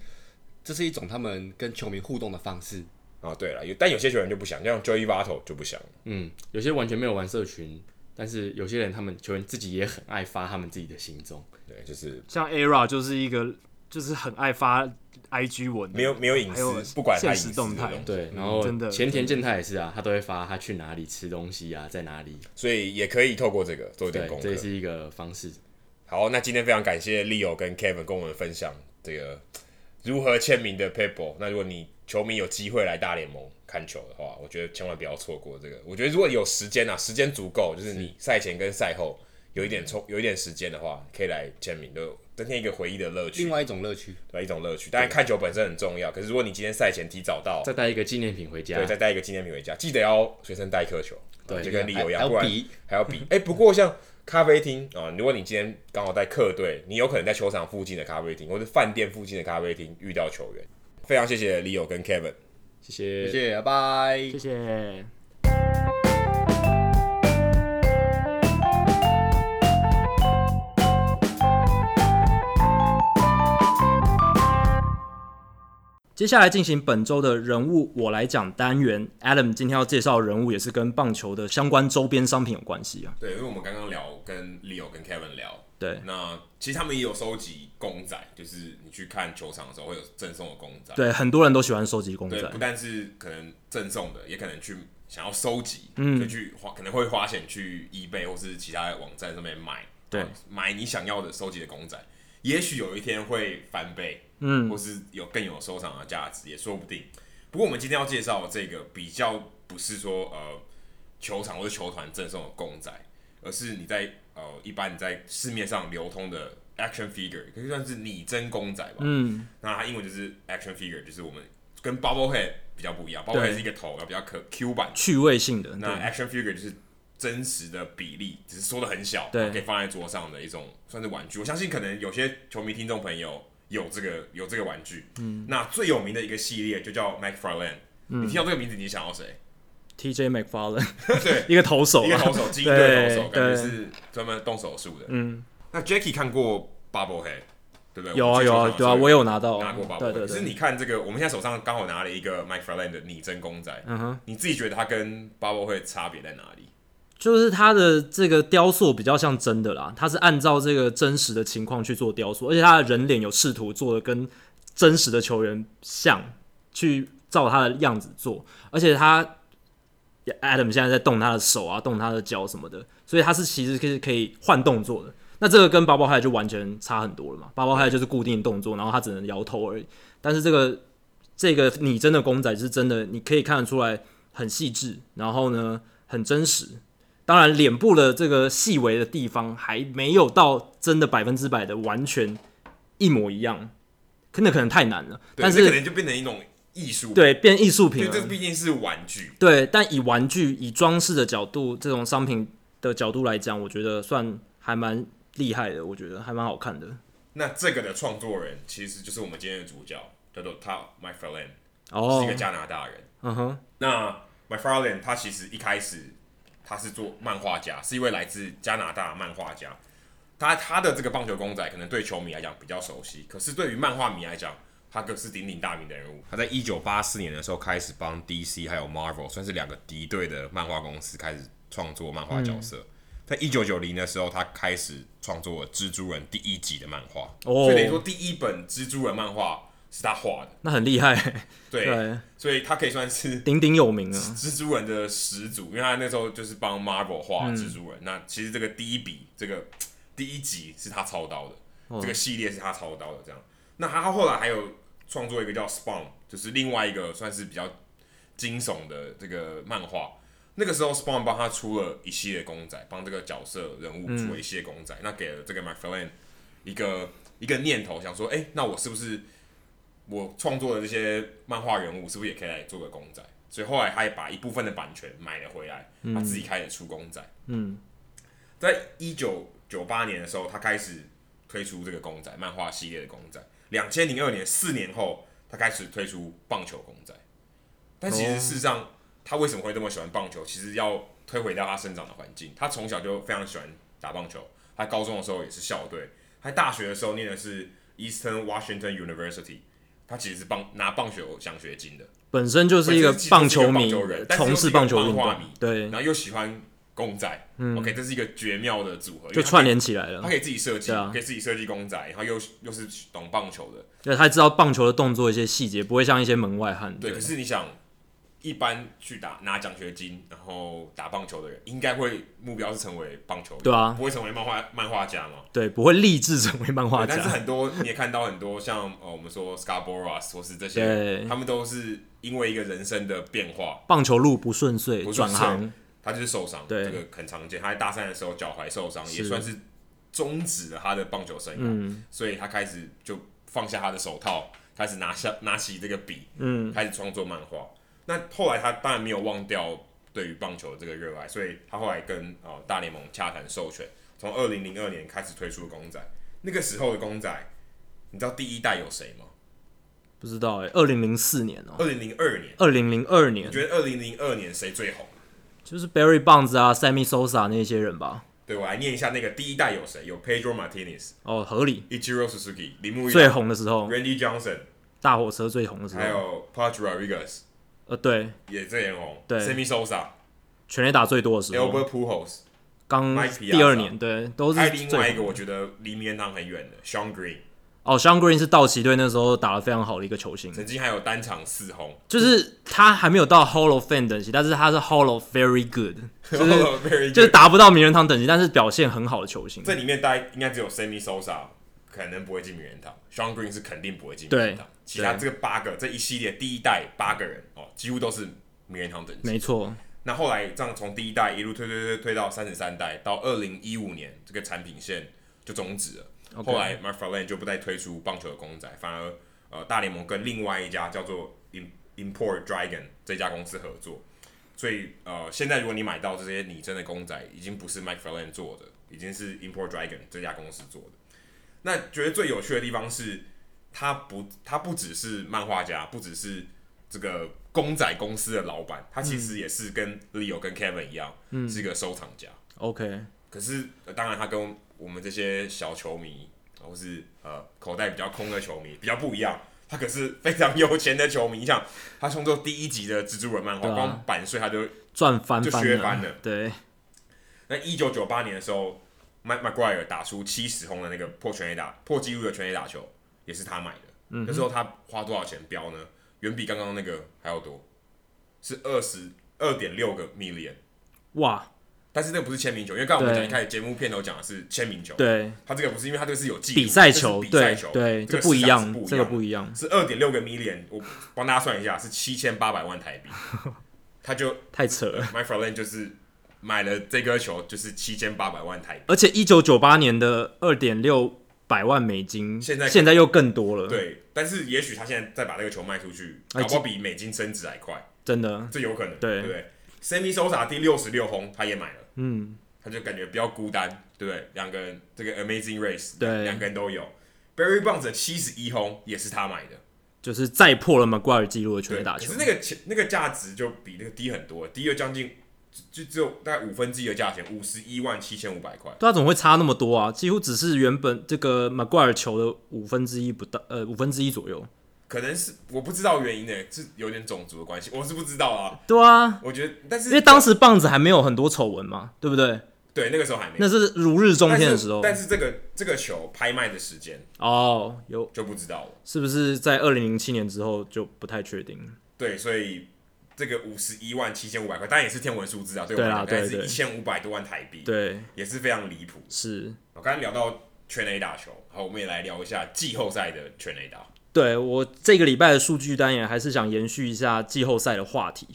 [SPEAKER 4] 这是一种他们跟球迷互动的方式。
[SPEAKER 2] 啊，对了，有但有些球员就不想，像 Joey Votto 就不想。
[SPEAKER 3] 嗯，有些完全没有玩社群，但是有些人他们球员自己也很爱发他们自己的行踪。
[SPEAKER 2] 对，就是
[SPEAKER 1] 像 ERA 就是一个就是很爱发 IG 文的，
[SPEAKER 2] 没有没有隐
[SPEAKER 1] 还有
[SPEAKER 2] 私，不管他隐
[SPEAKER 1] 现
[SPEAKER 2] 私
[SPEAKER 1] 实
[SPEAKER 2] 这
[SPEAKER 1] 动态
[SPEAKER 2] 种，
[SPEAKER 3] 对，然
[SPEAKER 1] 嗯真的
[SPEAKER 3] 后前田健太也是啊，他都会发他去哪里吃东西啊，在哪里，
[SPEAKER 2] 所以也可以透过这个做一点
[SPEAKER 3] 对
[SPEAKER 2] 功，
[SPEAKER 3] 这
[SPEAKER 2] 课
[SPEAKER 3] 也。是一个方式。
[SPEAKER 2] 好，那今天非常感谢 Leo 跟 Kevin 跟我们分享这个如何签名的 paper。那如果你球迷有机会来大联盟看球的话，我觉得千万不要错过这个。我觉得如果有时间啊，时间足够，就是你赛前跟赛后有一点
[SPEAKER 1] 嗯
[SPEAKER 2] 充有一点时间的话，可以来签名，就增添一个回忆的乐趣
[SPEAKER 4] 另，外一种乐趣，
[SPEAKER 2] 对吧一种乐趣。当然看球本身很重要，可是如果你今天赛前提早到，
[SPEAKER 3] 再带一个纪念品回家
[SPEAKER 2] 对，，再带一个纪念品回家，记得要随身带一颗球，
[SPEAKER 3] 对
[SPEAKER 2] 就跟理由一样，
[SPEAKER 4] 还要
[SPEAKER 2] 不然
[SPEAKER 4] 比
[SPEAKER 2] 还要比。哎、不过像咖啡厅啊、如果你今天刚好在客队，你有可能在球场附近的咖啡厅或者饭店附近的咖啡厅遇到球员。非常谢谢 Leo 跟 Kevin。
[SPEAKER 3] 谢谢
[SPEAKER 4] 谢谢，拜拜
[SPEAKER 1] 谢。谢。接下来进行本周的人物我来讲单元。Adam 今天要介绍的人物也是跟棒球的相关周边商品有关系啊。
[SPEAKER 2] 对，因为我们刚刚聊跟 Leo 跟 Kevin 聊，
[SPEAKER 1] 对
[SPEAKER 2] 那其实他们也有收集公仔，就是你去看球场的时候会有赠送的公仔。
[SPEAKER 1] 对，很多人都喜欢收集公
[SPEAKER 2] 对，
[SPEAKER 1] 仔
[SPEAKER 2] 不。但是可能赠送的，也可能去想要收集，嗯，就去花可能会花钱去 eBay 或是其他网站上面买，
[SPEAKER 1] 对
[SPEAKER 2] 啊买你想要的收集的公仔，也许有一天会翻倍，
[SPEAKER 1] 嗯
[SPEAKER 2] 或是有更有收藏的价值，也说不定。不过我们今天要介绍的这个比较不是说呃球场或者球团赠送的公仔，而是你在呃一般你在市面上流通的 action figure，可以算是拟真公仔吧，
[SPEAKER 1] 嗯，
[SPEAKER 2] 那它英文就是 action figure，就是我们跟 bobblehead 比较不一样，bobblehead 是一个头，比较可 Q 版。
[SPEAKER 1] 趣味性的。
[SPEAKER 2] 那
[SPEAKER 1] 对，
[SPEAKER 2] action figure 就是真实的比例，只是缩的很小，
[SPEAKER 1] 对
[SPEAKER 2] 可以放在桌上的一种算是玩具。我相信可能有些球迷听众朋友有这个有这个玩具。嗯，那最有名的一个系列就叫 McFarlane。你
[SPEAKER 1] 嗯
[SPEAKER 2] 听到这个名字，你想到谁？
[SPEAKER 1] TJ McFarlane
[SPEAKER 2] 对，
[SPEAKER 1] 一个投手啊，
[SPEAKER 2] 一个投手，精英队的投手，
[SPEAKER 1] 对
[SPEAKER 2] 感觉
[SPEAKER 1] 对
[SPEAKER 2] 是专门动手术的。
[SPEAKER 1] 嗯，
[SPEAKER 2] 那 Jackie 看过 bobblehead，对不对？
[SPEAKER 1] 有
[SPEAKER 2] 我
[SPEAKER 1] 啊
[SPEAKER 2] 们去
[SPEAKER 1] 有
[SPEAKER 2] 球场
[SPEAKER 1] 啊
[SPEAKER 2] 的时
[SPEAKER 1] 有啊，
[SPEAKER 2] 候
[SPEAKER 1] 我有拿到，
[SPEAKER 2] 拿过 b u
[SPEAKER 1] 对对
[SPEAKER 2] 可是
[SPEAKER 1] 对，
[SPEAKER 2] 你看这个，我们现在手上刚好拿了一个 Mike Flan 的拟真公仔，
[SPEAKER 1] 嗯哼。
[SPEAKER 2] 你自己觉得它跟 b u 会差别在哪里？
[SPEAKER 1] 就是它的这个雕塑比较像真的啦，它是按照这个真实的情况去做雕塑，而且它的人脸有试图做的跟真实的球员像，去照他的样子做，而且他 Adam 现在在动他的手啊，动他的脚什么的，所以他是其实是可以换动作的。那这个跟包包嗨就完全差很多了嘛，包包嗨就是固定动作，然后他只能摇头而已。但是这个这个拟真的公仔是真的，你可以看得出来很细致，然后呢很真实，当然，脸部的这个细微的地方还没有到真的百分之百的完全一模一样，可那可能太难了。
[SPEAKER 2] 对
[SPEAKER 1] 但
[SPEAKER 2] 这可
[SPEAKER 1] 是
[SPEAKER 2] 能就变成一种艺术，
[SPEAKER 1] 对变艺术品
[SPEAKER 2] 因为
[SPEAKER 1] 了，
[SPEAKER 2] 这毕竟是玩具，
[SPEAKER 1] 对，但以玩具、以装饰的角度，这种商品的角度来讲，我觉得算还蛮厉害的，我觉得还蛮好看的。
[SPEAKER 2] 那这个的创作人其实就是我们今天的主角，叫做 Tom Mike Flan，
[SPEAKER 1] 哦
[SPEAKER 2] 是一个，加拿大人。
[SPEAKER 1] 嗯哼，
[SPEAKER 2] 那 McFarlane 他其实一开始他是做漫画家，是一位来自加拿大的漫画家。他他的这个棒球公仔可能对球迷来讲比较熟悉，可是对于漫画迷来讲，他更是鼎鼎大名的人物。他在一九八四年的时候开始帮 DC 还有 Marvel 算是两个敌对的漫画公司开始创作漫画角色。
[SPEAKER 1] 嗯
[SPEAKER 2] 在一九九零的时候，他开始创作了蜘蛛人第一集的漫画，
[SPEAKER 1] 哦
[SPEAKER 2] 所以等于说第一本蜘蛛人漫画是他画的。
[SPEAKER 1] 那很厉害，
[SPEAKER 2] 对，
[SPEAKER 1] 对，
[SPEAKER 2] 所以他可以算是
[SPEAKER 1] 鼎鼎有名啊。
[SPEAKER 2] 蜘蛛人的始祖，因为他那时候就是帮 Marvel 画蜘蛛人。那其实这个第一笔，这个第一集是他操刀的，这个系列是他操刀的。这样，那他后来还有创作一个叫 Spawn，就是另外一个算是比较惊悚的这个漫画。那个时候 Spawn 帮他出了一系列公仔，帮这个角色人物出了一系列公仔，那给了这个 McFarlane 一个一个念头，想说，哎、那我是不是我创作的这些漫画人物，是不是也可以来做个公仔？所以后来他也把一部分的版权买了回来，他自己开始出公仔。
[SPEAKER 1] 嗯，
[SPEAKER 2] 在一九九八年的时候，他开始推出这个公仔漫画系列的公仔。两千零二年四年后，他开始推出棒球公仔。但其实事实上，他为什么会这么喜欢棒球？其实要推回到他生长的环境。他从小就非常喜欢打棒球，他高中的时候也是校队，他大学的时候念的是 Eastern Washington University，他其实是棒拿棒球奖学金的。
[SPEAKER 1] 本身就是一个
[SPEAKER 2] 本身其实
[SPEAKER 1] 棒
[SPEAKER 2] 是一个
[SPEAKER 1] 球迷
[SPEAKER 2] 棒球人，但是
[SPEAKER 1] 从
[SPEAKER 2] 又是
[SPEAKER 1] 事
[SPEAKER 2] 一个
[SPEAKER 1] 棒球运
[SPEAKER 2] 漫
[SPEAKER 1] 动
[SPEAKER 2] 画迷，
[SPEAKER 1] 对嗯
[SPEAKER 2] 然，后又喜欢公仔、o k 这是一个绝妙的组合，因为
[SPEAKER 1] 就
[SPEAKER 2] 他
[SPEAKER 1] 串
[SPEAKER 2] 可以，
[SPEAKER 1] 联起来
[SPEAKER 2] 他
[SPEAKER 1] 了。
[SPEAKER 2] 可以自己设计，
[SPEAKER 1] 对啊
[SPEAKER 2] 可以自己设计公仔，然后又又是懂棒球的，
[SPEAKER 1] 对，他知道棒球的动作一些细节，不会像一些门外汉。
[SPEAKER 2] 对。可是你想，一般去打拿奖学金，然后打棒球的人，应该会目标是成为棒球员，
[SPEAKER 1] 对啊
[SPEAKER 2] 不会成为漫画漫画家嘛。
[SPEAKER 1] 对，不会立志成为漫画
[SPEAKER 2] 对但是
[SPEAKER 1] 家，
[SPEAKER 2] 很多你也看到很多像呃，我们说 Scarborough 或是这些
[SPEAKER 1] 对，
[SPEAKER 2] 他们都是因为一个人生的变化，
[SPEAKER 1] 棒球路不顺遂，
[SPEAKER 2] 不是
[SPEAKER 1] 转行，，
[SPEAKER 2] 他就是受伤，
[SPEAKER 1] 对
[SPEAKER 2] 这个很常见。他在大三的时候脚踝受伤，也
[SPEAKER 1] 是
[SPEAKER 2] 算是终止了他的棒球生涯，
[SPEAKER 1] 嗯
[SPEAKER 2] 所以他开始就放下他的手套，开始拿下拿起这个笔，
[SPEAKER 1] 嗯，
[SPEAKER 2] 开始创作漫画。那后来他当然没有忘掉对于棒球的这个热爱，所以他后来跟呃大联盟洽谈授权，从二零零二年开始推出公仔。那个时候的公仔，你知道第一代有谁吗？
[SPEAKER 1] 不知道哎、欸，二零零四年哦、
[SPEAKER 2] 二零零二年，
[SPEAKER 1] 2二零零二
[SPEAKER 2] 你
[SPEAKER 1] 年
[SPEAKER 2] 觉得二零零二年谁最红？
[SPEAKER 1] 就是 Barry Bonds 啊、Sammy Sosa 那些人吧，
[SPEAKER 2] 对我来念一下那个第一代有谁？有 Pedro Martinez、
[SPEAKER 1] 哦，合理，
[SPEAKER 2] Ichiro Suzuki、铃木一
[SPEAKER 1] 最
[SPEAKER 2] 朗、
[SPEAKER 1] 红嗯的时候，
[SPEAKER 2] Randy Johnson，
[SPEAKER 1] 大火车最红的时
[SPEAKER 2] 还
[SPEAKER 1] 候，
[SPEAKER 2] 有 Pudge Rodriguez
[SPEAKER 1] 呃，对，
[SPEAKER 2] 也最眼红。
[SPEAKER 1] 对
[SPEAKER 2] Sammy Sosa、
[SPEAKER 1] 全垒打最多的时候，
[SPEAKER 2] Albert Pujols，
[SPEAKER 1] 刚
[SPEAKER 2] Mike Piazza
[SPEAKER 1] 第二年，对，都
[SPEAKER 2] 还
[SPEAKER 1] 是
[SPEAKER 2] 有另外
[SPEAKER 1] 最
[SPEAKER 2] 一个我觉得离名人堂很远的 Sean Green，
[SPEAKER 1] 哦，Sean Green 是道奇队那时候打得非常好的一个球星，
[SPEAKER 2] 曾经还有单场四轰，
[SPEAKER 1] 就是他还没有到 Hall of Fame 等级，但是他是 Hall of Very Good，就是
[SPEAKER 2] Very
[SPEAKER 1] 就是
[SPEAKER 2] good
[SPEAKER 1] 达不到名人堂等级，但是表现很好的球星。
[SPEAKER 2] 这里面大概应该只有 Sammy Sosa 可能不会进名人堂，Sean Green 是肯定不会进名人堂，其他这个八个这一系列第一代八个人哦，几乎都是名人堂等级。
[SPEAKER 1] 没错，
[SPEAKER 2] 那后来这样从第一代一路推推推推到三十三代，到二零一五年这个产品线就终止了。
[SPEAKER 1] OK
[SPEAKER 2] 后来 Mark Farland 就不再推出棒球的公仔，反而呃大联盟跟另外一家叫做 Im- Import Dragon 这家公司合作。所以呃现在如果你买到这些拟真的公仔，已经不是 Mark Farland 做的，已经是 Import Dragon 这家公司做的。那觉得最有趣的地方是，他不他不只是漫画家，不只是这个公仔公司的老板，他其实也是跟 Leo 跟 Kevin 一样，
[SPEAKER 1] 嗯
[SPEAKER 2] 是一个收藏家。
[SPEAKER 1] ，OK，
[SPEAKER 2] 可是、呃当然，他跟我们这些小球迷，或是呃口袋比较空的球迷比较不一样。他可是非常有钱的球迷，你想他创作第一集的蜘蛛人漫画，
[SPEAKER 1] 对啊
[SPEAKER 2] 光版税他就
[SPEAKER 1] 赚翻
[SPEAKER 2] 就
[SPEAKER 1] 翻
[SPEAKER 2] 削翻了
[SPEAKER 1] 对，
[SPEAKER 2] 那一九九八年的时候，Mike McGuire 打出七十轰的那个破全垒打、破纪录的全垒打球，也是他买的。
[SPEAKER 1] 嗯
[SPEAKER 2] 那时候他花多少钱标呢？远比刚刚那个还要多，是二十二点六个 million。
[SPEAKER 1] 哇，
[SPEAKER 2] 但是那个不是签名球，因为刚刚我们讲
[SPEAKER 1] 对
[SPEAKER 2] 一开始节目片头讲的是签名球，
[SPEAKER 1] 对，
[SPEAKER 2] 他这个不是因为他这个是有技术
[SPEAKER 1] 比赛
[SPEAKER 2] 这是
[SPEAKER 1] 球，
[SPEAKER 2] 比赛
[SPEAKER 1] 对
[SPEAKER 2] 球，
[SPEAKER 1] 对，
[SPEAKER 2] 这
[SPEAKER 1] 这
[SPEAKER 2] 个
[SPEAKER 1] 不一
[SPEAKER 2] 市场是
[SPEAKER 1] 样，
[SPEAKER 2] 不
[SPEAKER 1] 这
[SPEAKER 2] 一
[SPEAKER 1] 个
[SPEAKER 2] 样的
[SPEAKER 1] 不一样，
[SPEAKER 2] 是二点六个 million，我帮大家算一下，是七千八百万台 币，他就
[SPEAKER 1] 太扯了。
[SPEAKER 2] My f r i e n d 就是买了这颗球，就是七千八百万台币。
[SPEAKER 1] 而且一九九八年的二点六百万美金，
[SPEAKER 2] 现在
[SPEAKER 1] 现在又更多了，，
[SPEAKER 2] 对，但是也许他现在再把这个球卖出去，
[SPEAKER 1] 嗯哎
[SPEAKER 2] 搞不好比美金升值还快，
[SPEAKER 1] 真的，
[SPEAKER 2] 这有可能，
[SPEAKER 1] 对
[SPEAKER 2] 对不对？Sammy Sosa 第六十六轰，他也买了，
[SPEAKER 1] 嗯，
[SPEAKER 2] 他就感觉比较孤单，对不对？两个人这个 Amazing Race，
[SPEAKER 1] 对
[SPEAKER 2] 两个人都有。Barry Bonds 七十一轰也是他买的，
[SPEAKER 1] 就是再破了 McGuire 记录的全
[SPEAKER 2] 对，
[SPEAKER 1] 垒打
[SPEAKER 2] 可
[SPEAKER 1] 球
[SPEAKER 2] 是，那个钱那个价值就比那个低很多，低了将近就就只有大概五分之一的价钱，五十一万七千五百块。
[SPEAKER 1] 对啊，怎么会差那么多啊？几乎只是原本这个 McGuire 球的五分之一不到，呃，五分之一左右。
[SPEAKER 2] 可能是我不知道原因呢，是有点种族的关系，我是不知道啊。
[SPEAKER 1] 对啊，
[SPEAKER 2] 我觉得，但是
[SPEAKER 1] 因为当时棒子还没有很多丑闻嘛，对不对？
[SPEAKER 2] 对那个时候还没有
[SPEAKER 1] 那是如日中
[SPEAKER 2] 但
[SPEAKER 1] 天
[SPEAKER 2] 是
[SPEAKER 1] 的时候。
[SPEAKER 2] 但是这个这个球拍卖的时间
[SPEAKER 1] 哦，有
[SPEAKER 2] 就不知道了。
[SPEAKER 1] 是不是在二零零七年之后就不太确定？
[SPEAKER 2] 对，所以这个五十一万七千五百块，当然也是天文数字啊，对我
[SPEAKER 1] 对
[SPEAKER 2] 们
[SPEAKER 1] 啊
[SPEAKER 2] 来讲，大概
[SPEAKER 1] 对
[SPEAKER 2] 是
[SPEAKER 1] 对
[SPEAKER 2] 一千五百多万台币，，
[SPEAKER 1] 对，
[SPEAKER 2] 也是非常离谱。
[SPEAKER 1] 是，
[SPEAKER 2] 我刚才聊到全垒打球，好，我们也来聊一下季后赛的全垒打。
[SPEAKER 1] 对我这个礼拜的数据单元还是想延续一下季后赛的话题。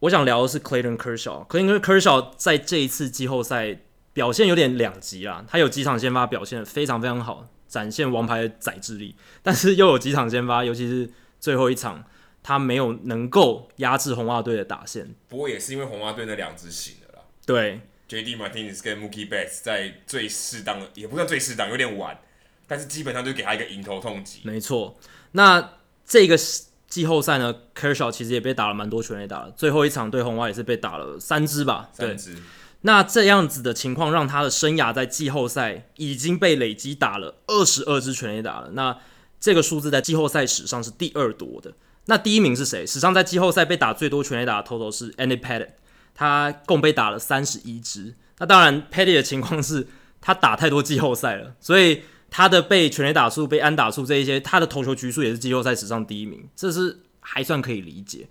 [SPEAKER 1] 我想聊的是 Clayton Kershaw。Clayton Kershaw 在这一次季后赛表现有点两极啦，他有几场先发表现得非常非常好，展现王牌的宰制力，但是又有几场先发，尤其是最后一场，他没有能够压制红袜队的打线。
[SPEAKER 2] 不过也是因为红袜队那两支醒了啦
[SPEAKER 1] 对，
[SPEAKER 2] ，J.D. Martinez 跟 Mookie Betts 在最适当的，也不算最适当，有点晚，但是基本上就给他一个迎头痛击。
[SPEAKER 1] 没错，那这个季后赛呢，Kershaw 其实也被打了蛮多全垒打了，最后一场对红袜也是被打了三支吧？对
[SPEAKER 2] 三，支，
[SPEAKER 1] 那这样子的情况让他的生涯在季后赛已经被累积打了二十二支全垒打了，那这个数字在季后赛史上是第二多的。那第一名是谁？史上在季后赛被打最多全垒打的投手是 Andy Pettit，他共被打了三十一支。那当然，Pettit 的情况是他打太多季后赛了，所以他的被全垒打数、被安打数这一些，他的投球局数也是季后赛史上第一名，这是还算可以理解。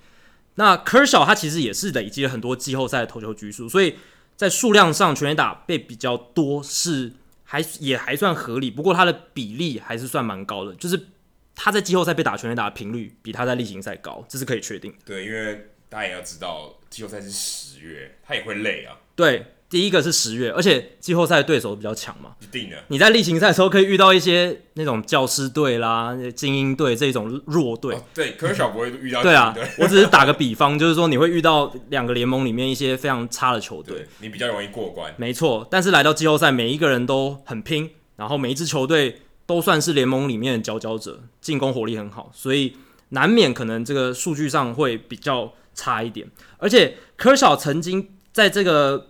[SPEAKER 1] 那 Kershaw 他其实也是累积了很多季后赛的投球局数，所以在数量上全垒打被比较多是还也还算合理，不过他的比例还是算蛮高的，就是他在季后赛被打全垒打的频率比他在例行赛高，这是可以确定的。
[SPEAKER 2] 对，因为大家也要知道，季后赛是十月，他也会累啊，
[SPEAKER 1] 对，第一个是十月，而且季后赛对手比较强嘛，
[SPEAKER 2] 一定的。
[SPEAKER 1] 你在例行赛的时候可以遇到一些那种教师队啦、精英队这种弱队。
[SPEAKER 2] 哦对，科小不会遇到
[SPEAKER 1] 对啊
[SPEAKER 2] 对，
[SPEAKER 1] 我只是打个比方，就是说你会遇到两个联盟里面一些非常差的球队，
[SPEAKER 2] 对你比较容易过关。
[SPEAKER 1] 没错。但是来到季后赛，每一个人都很拼，然后每一支球队都算是联盟里面的佼佼者，进攻火力很好，所以难免可能这个数据上会比较差一点。而且科少曾经在这个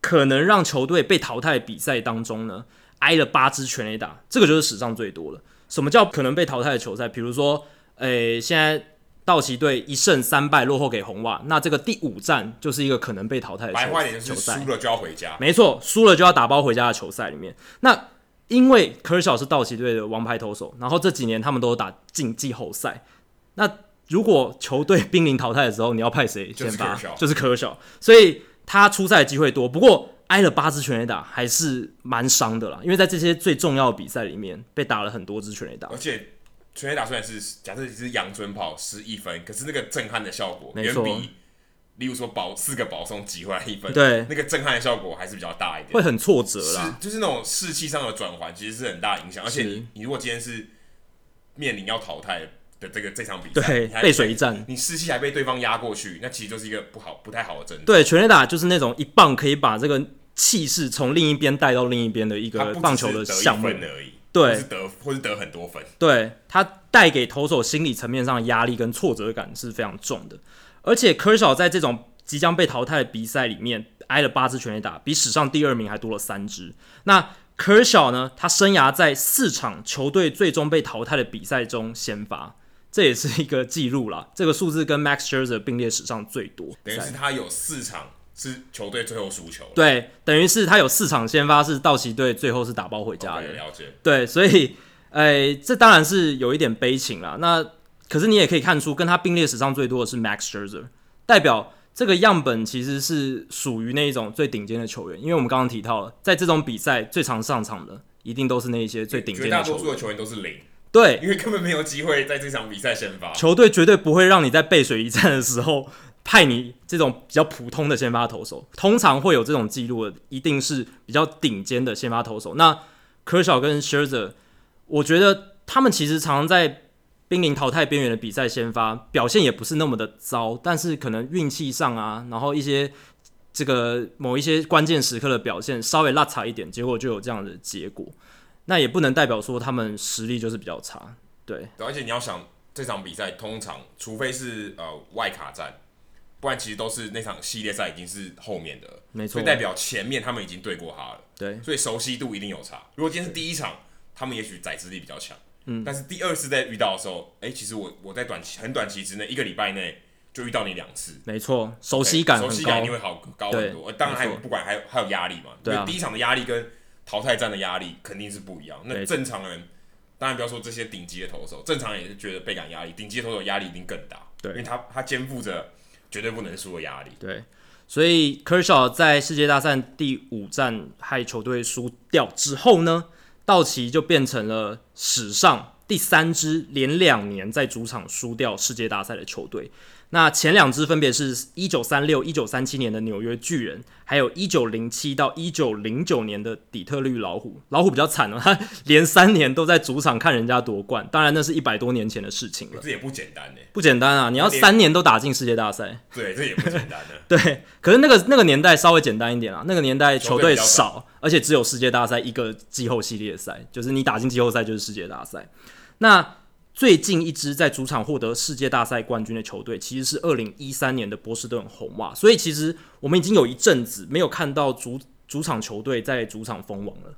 [SPEAKER 1] 可能让球队被淘汰的比赛当中呢，挨了八支全垒打，这个就是史上最多了。什么叫可能被淘汰的球赛？比如说，诶、现在道奇队一胜三败落后给红袜，那这个第五战就是一个可能被淘汰的球
[SPEAKER 2] 白话一点就
[SPEAKER 1] 球
[SPEAKER 2] 是
[SPEAKER 1] 赛
[SPEAKER 2] 输。了就要回家，
[SPEAKER 1] 没错，输了就要打包回家的球赛里面。那因为科尔小是道奇队的王牌投手，然后这几年他们都有打进季后赛。那如果球队濒临淘汰的时候，你要派谁
[SPEAKER 2] 就是
[SPEAKER 1] 先发
[SPEAKER 2] Kershaw？
[SPEAKER 1] 就是科尔小，所以他出赛的机会多。不过挨了八支全垒打还是蛮伤的啦，因为在这些最重要的比赛里面被打了很多支全垒打
[SPEAKER 2] 而。且全垒打虽然是假设是阳春炮失一分，可是那个震撼的效果
[SPEAKER 1] 没
[SPEAKER 2] 远
[SPEAKER 1] 错
[SPEAKER 2] 比，例如说保四个保送挤回来一分，
[SPEAKER 1] 对
[SPEAKER 2] 那个震撼的效果还是比较大一点
[SPEAKER 1] 会。很挫折
[SPEAKER 2] 是
[SPEAKER 1] 啦，，
[SPEAKER 2] 就是那种士气上的转换，其实是很大影响。而且你，你如果今天是面临要淘汰的这个这场比赛，
[SPEAKER 1] 对
[SPEAKER 2] 你还
[SPEAKER 1] 背水一战
[SPEAKER 2] 你士气还被对方压过去，那其实就是一个不好、不太好的征兆。
[SPEAKER 1] 对全垒打就是那种一棒可以把这个气势从另一边带到另一边的一
[SPEAKER 2] 他
[SPEAKER 1] 个
[SPEAKER 2] 不
[SPEAKER 1] 棒
[SPEAKER 2] 只
[SPEAKER 1] 球
[SPEAKER 2] 是
[SPEAKER 1] 的
[SPEAKER 2] 得一
[SPEAKER 1] 项目。
[SPEAKER 2] 分而已，
[SPEAKER 1] 对
[SPEAKER 2] 或是得或是得很多分，
[SPEAKER 1] 对他带给投手心理层面上的压力跟挫折感是非常重的。而且科少在这种即将被淘汰的比赛里面挨了八支全垒打，比史上第二名还多了三支。那科少呢，他生涯在四场球队最终被淘汰的比赛中先发，这也是一个记录啦。这个数字跟 Max Scherzer 并列史上最多。
[SPEAKER 2] 等于是他有四场是球队最后输球了。
[SPEAKER 1] 对，等于是他有四场先发是道奇队最后是打包回家的
[SPEAKER 2] OK，。了解。
[SPEAKER 1] 对，所以，哎，这当然是有一点悲情啦。那可是你也可以看出，跟他并列史上最多的是 Max Scherzer，代表这个样本其实是属于那一种最顶尖的球员。因为我们刚刚提到了，在这种比赛最常上场的，一定都是那一些最顶尖
[SPEAKER 2] 绝
[SPEAKER 1] 的
[SPEAKER 2] 大多
[SPEAKER 1] 球
[SPEAKER 2] 数
[SPEAKER 1] 员。
[SPEAKER 2] 的球员都是零，
[SPEAKER 1] 对，
[SPEAKER 2] 因为根本没有机会在这场比赛先发。
[SPEAKER 1] 球队绝对不会让你在背水一战的时候派你这种比较普通的先发投手。通常会有这种记录的，一定是比较顶尖的先发投手。那科小跟 Scherzer，我觉得他们其实常常在濒临淘汰边缘的比赛先发，表现也不是那么的糟，但是可能运气上啊，然后一些这个某一些关键时刻的表现稍微落差一点，结果就有这样的结果。那也不能代表说他们实力就是比较差，对。
[SPEAKER 2] 对，而且你要想这场比赛，通常除非是呃外卡战，不然其实都是那场系列赛已经是后面的了，
[SPEAKER 1] 没错
[SPEAKER 2] 所以代表前面他们已经对过他了，
[SPEAKER 1] 对，
[SPEAKER 2] 所以熟悉度一定有差。如果今天是第一场，他们也许载资力比较强，嗯，但是第二次再遇到的时候，哎、其实我我在短期很短期之内，一个礼拜内就遇到你两次。
[SPEAKER 1] 没错，熟悉感
[SPEAKER 2] 熟
[SPEAKER 1] 很
[SPEAKER 2] 悉
[SPEAKER 1] 高
[SPEAKER 2] 感一。定会好高很多。呃当然还有
[SPEAKER 1] 没错
[SPEAKER 2] 不管还有还有压力嘛，
[SPEAKER 1] 对啊
[SPEAKER 2] 因为第一场的压力跟淘汰战的压力肯定是不一样。那
[SPEAKER 1] 对
[SPEAKER 2] 正常人当然不要说这些顶级的投手，正常人也是觉得倍感压力，顶级的投手压力一定更大，
[SPEAKER 1] 对
[SPEAKER 2] 因为他他肩负着绝对不能输的压力。
[SPEAKER 1] 对，所以 Kershaw 在世界大赛第五战害球队输掉之后呢，道奇就变成了史上第三支连两年在主场输掉世界大赛的球队。那前两支分别是一九三六、一九三七年的纽约巨人，还有一九零七到一九零九年的底特律老虎。老虎比较惨哦，他连三年都在主场看人家夺冠，当然那是一百多年前的事情了，
[SPEAKER 2] 这也不简单呢、
[SPEAKER 1] 不简单啊！你要三年都打进世界大赛，
[SPEAKER 2] 对，这也不简单呢、
[SPEAKER 1] 对，可是那个那个年代稍微简单一点啊，那个年代球队
[SPEAKER 2] 球队比较少
[SPEAKER 1] 少，而且只有世界大赛一个季后系列赛，就是你打进季后赛就是世界大赛。那最近一支在主场获得世界大赛冠军的球队，其实是二零一三年的波士顿红袜，所以其实我们已经有一阵子没有看到主主场球队在主场封王了。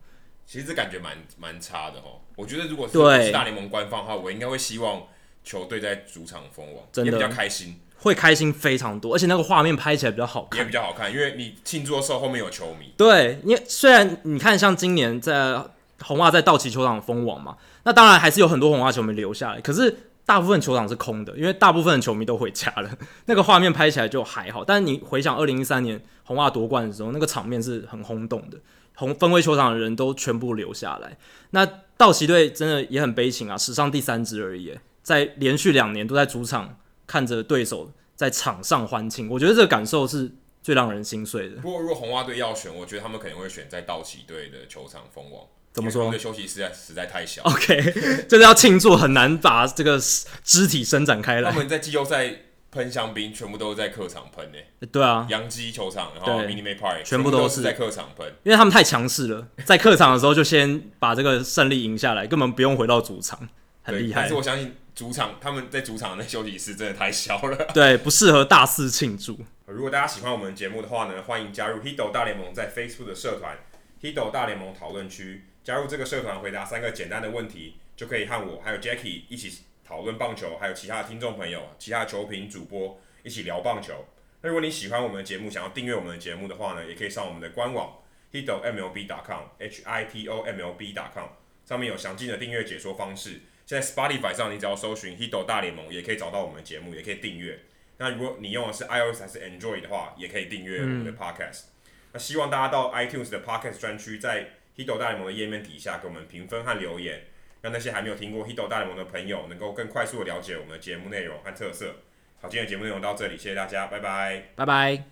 [SPEAKER 2] 其实这感觉蛮蛮差的哦。我觉得如果是
[SPEAKER 1] 对
[SPEAKER 2] 我是大联盟官方的话，我应该会希望球队在主场封王，
[SPEAKER 1] 真的
[SPEAKER 2] 也比较开心，
[SPEAKER 1] 会开心非常多，而且那个画面拍起来比较好看
[SPEAKER 2] 也。比较好看，因为你庆祝的时候后面有球迷，
[SPEAKER 1] 对，因为虽然你看，像今年在红袜在道奇球场封王嘛，那当然还是有很多红袜球迷留下来，可是大部分球场是空的，因为大部分的球迷都回家了，那个画面拍起来就还好。但是你回想二零一三年红袜夺冠的时候，那个场面是很轰动的，红分威球场的人都全部留下来。那道奇队真的也很悲情啊，史上第三支而已耶，在连续两年都在主场看着对手在场上欢庆，我觉得这个感受是最让人心碎的。
[SPEAKER 2] 不过如果红袜队要选，我觉得他们可能会选在道奇队的球场封王。
[SPEAKER 1] 怎么说哦
[SPEAKER 2] 因为他们的休息室实在实在太小。
[SPEAKER 1] OK，就是 要庆祝，很难把这个肢体伸展开
[SPEAKER 2] 他
[SPEAKER 1] 来。
[SPEAKER 2] 们在季后赛喷香槟，全部都是在客场喷诶，
[SPEAKER 1] 对啊，
[SPEAKER 2] 洋基球场，然后
[SPEAKER 1] 对
[SPEAKER 2] Mini May Park，
[SPEAKER 1] 全部
[SPEAKER 2] 部
[SPEAKER 1] 都
[SPEAKER 2] 都
[SPEAKER 1] 是
[SPEAKER 2] 在客场喷。
[SPEAKER 1] 因为他们太强势了，在客场的时候就先把这个胜利赢下来，根本不用回到主场，很
[SPEAKER 2] 对
[SPEAKER 1] 厉害
[SPEAKER 2] 但是。我相信主场他们在主场的那休息室真的太小了。
[SPEAKER 1] 对，不适合大肆庆祝。
[SPEAKER 2] 如果大家喜欢我们节目的话呢，欢迎加入 Hido 大联盟在 Facebook 的社团 Hido 大联盟讨论区。加入这个社团，回答三个简单的问题，就可以和我还有 Jackie 一起讨论棒球，还有其他的听众朋友、其他的球评主播一起聊棒球。那如果你喜欢我们的节目，想要订阅我们的节目的话呢，也可以上我们的官网 hito mlb.com h i t o m l b.com 上面有详尽的订阅解说方式。现在 Spotify 上，你只要搜寻 Hito 大联盟，也可以找到我们的节目，也可以订阅。那如果你用的是 iOS 还是 Android 的话，也可以订阅我们的 Podcast。那希望大家到 iTunes 的 Podcast 专区，在 Hito 大联盟的页面底下给我们评分和留言，让那些还没有听过 Hito 大联盟的朋友能够更快速的了解我们的节目内容和特色。好，今天的节目内容到这里，谢谢大家，拜拜。
[SPEAKER 1] 拜拜。